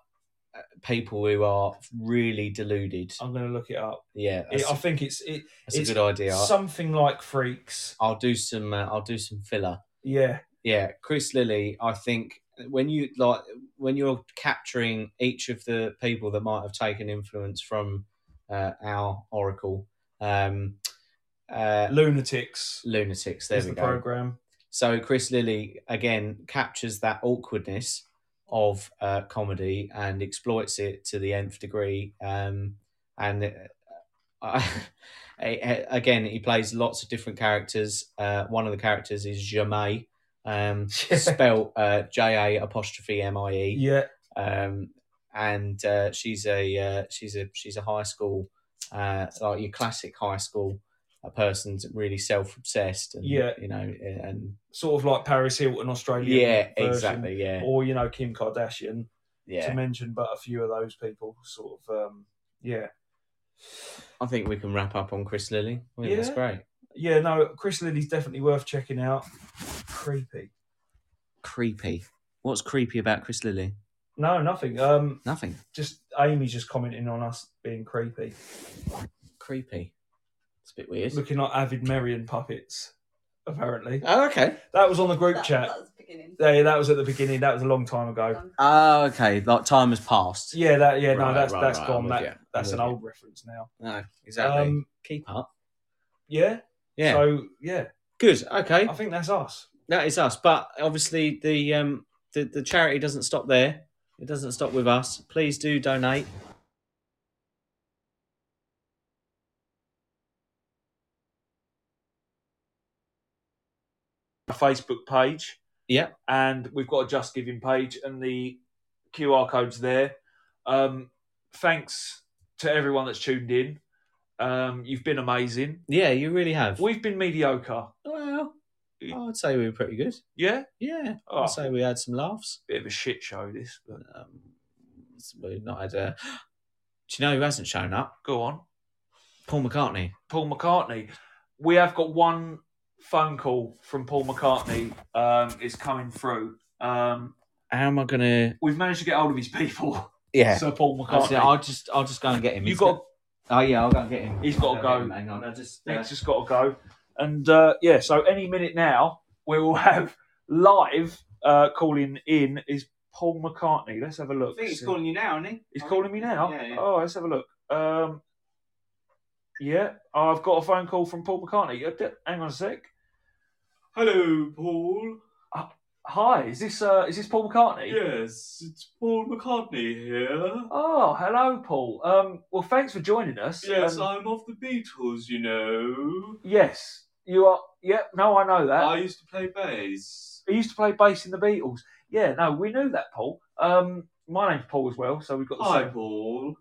uh, people who are really deluded. I'm going to look it up. Yeah, Oh, It- that's, I think it's it, that's it's a good idea. I- something like Freaks. I'll do some. Uh, I'll do some filler. Yeah, Yeah, Chris Lilly. I think when you like when you're capturing each of the people that might have taken influence from uh, our Oracle um, uh, Lunatics lunatics. There is we the go. program. So Chris Lilly again captures that awkwardness of uh, comedy and exploits it to the nth degree. Um, and uh, I, I- again, he plays lots of different characters. Uh, one of the characters is Jamie, um, spelled uh, J A apostrophe M I E Yeah, um, and uh, she's a uh, she's a she's a high school uh, like your classic high school a person's really self obsessed and Yeah. you know and sort of like Paris Hilton, Australian. yeah version, exactly yeah Or you know Kim Kardashian. to yeah mention but a few of those people sort of um yeah I think we can wrap up on Chris Lilly I think that's Yeah. great yeah no chris lilly's definitely worth checking out creepy creepy what's creepy about Chris Lilly no nothing um nothing just amy's just commenting on us being creepy creepy it's a bit weird looking like avid Merion puppets apparently oh okay that was on the group That, chat that was the beginning. yeah that was at the beginning that was a long time ago oh okay like time has passed yeah that yeah no Right, that's right, that's right, gone I'm with that you. I'm that's with an you. old reference now no exactly um keep up yeah yeah so yeah good okay i think that's us That is us, but obviously the um the, the charity doesn't stop there. It doesn't stop with us. Please do donate. a Facebook page. Yep. And we've got a Just Giving page, and the QR code's there. Um, thanks to everyone that's tuned in. Um, you've been amazing. Yeah, you really have. We've been mediocre. well, I'd say we were pretty good. Yeah? Yeah, Oh. I'd say we had some laughs. Bit of a shit show, this. But Um, we've not had a. Do you know who hasn't shown up? go on. Paul McCartney. Paul McCartney. We have got one phone call from Paul McCartney. Um, is coming through. Um, How am I gonna? we've managed to get hold of his people. Yeah, So Paul I'll, McCartney. I'll just I'll just go and get him. You He's got. Oh yeah, I'll go and get him. He's gotta I'll get go. him. Hang on, I just. uh, Nick's just got to go. And uh, yeah, so any minute now, we will have live uh, calling in is Paul McCartney. Let's have a I look. think he's calling you now, isn't he? He's calling me now. Yeah, yeah. Oh, let's have a look. Um, yeah, I've got a phone call from Paul McCartney. Uh, d- Hang on a sec. Hello, Paul. Hi, is this uh, is this Paul McCartney? Yes, it's Paul McCartney here. Oh, hello, Paul. Um, well, thanks for joining us. Yes, Um, I'm of the Beatles, you know. yes, you are. Yep. no, I know that. I used to play bass. He used to play bass in the Beatles. Yeah, no, we knew that, Paul. Um, my name's Paul as well, so we've got the Hi, same. Paul.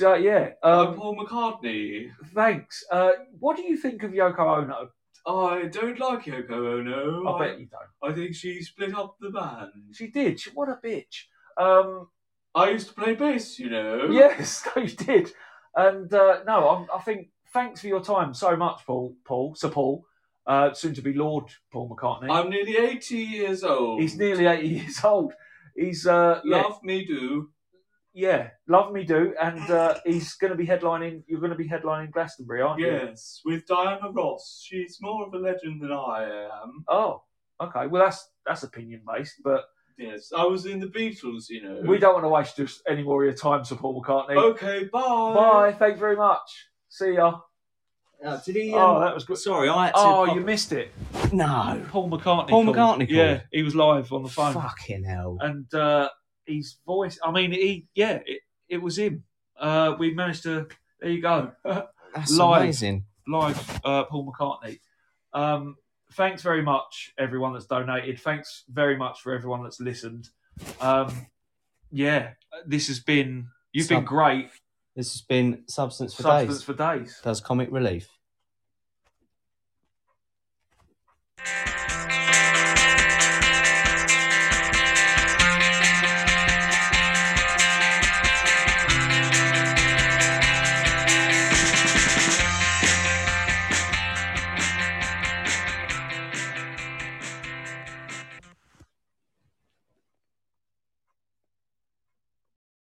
Uh, yeah. I'm Um, Paul McCartney. thanks. Uh, what do you think of Yoko Ono? I don't like Yoko Ono. I bet you don't. I think she split up the band. She did. She, what a bitch. Um, I used to play bass, you know. yes, no, you did. And uh, no, I'm, I think thanks for your time so much, Paul. Paul, Sir Paul, uh, soon to be Lord Paul McCartney. I'm nearly 80 years old. He's nearly 80 years old. He's uh, yeah, Love me do. yeah, love me do, and uh, he's going to be headlining. You're going to be headlining Glastonbury, aren't you? Yes, with Diana Ross. She's more of a legend than I am. Oh, okay. Well, that's that's opinion based, but Yes, I was in the Beatles, you know. we don't want to waste just any more of your time, Sir Paul McCartney. Okay, bye. Bye. Thanks very much. See ya. uh, did he? Oh, um, that was good. Sorry, I had to. Oh, pop- you missed it. no. Paul McCartney. Paul called. McCartney Yeah, called. he was live on the phone, Fucking hell. and uh, his voice. I mean, he yeah, it, it was him. Uh, we managed to. There you go. That's live. amazing. live uh, Paul McCartney. Um, thanks very much, everyone that's donated. Thanks very much for everyone that's listened. Um, yeah, this has been you've been Sub- great. This has been Substance for Substance Days. for days. Does comic relief.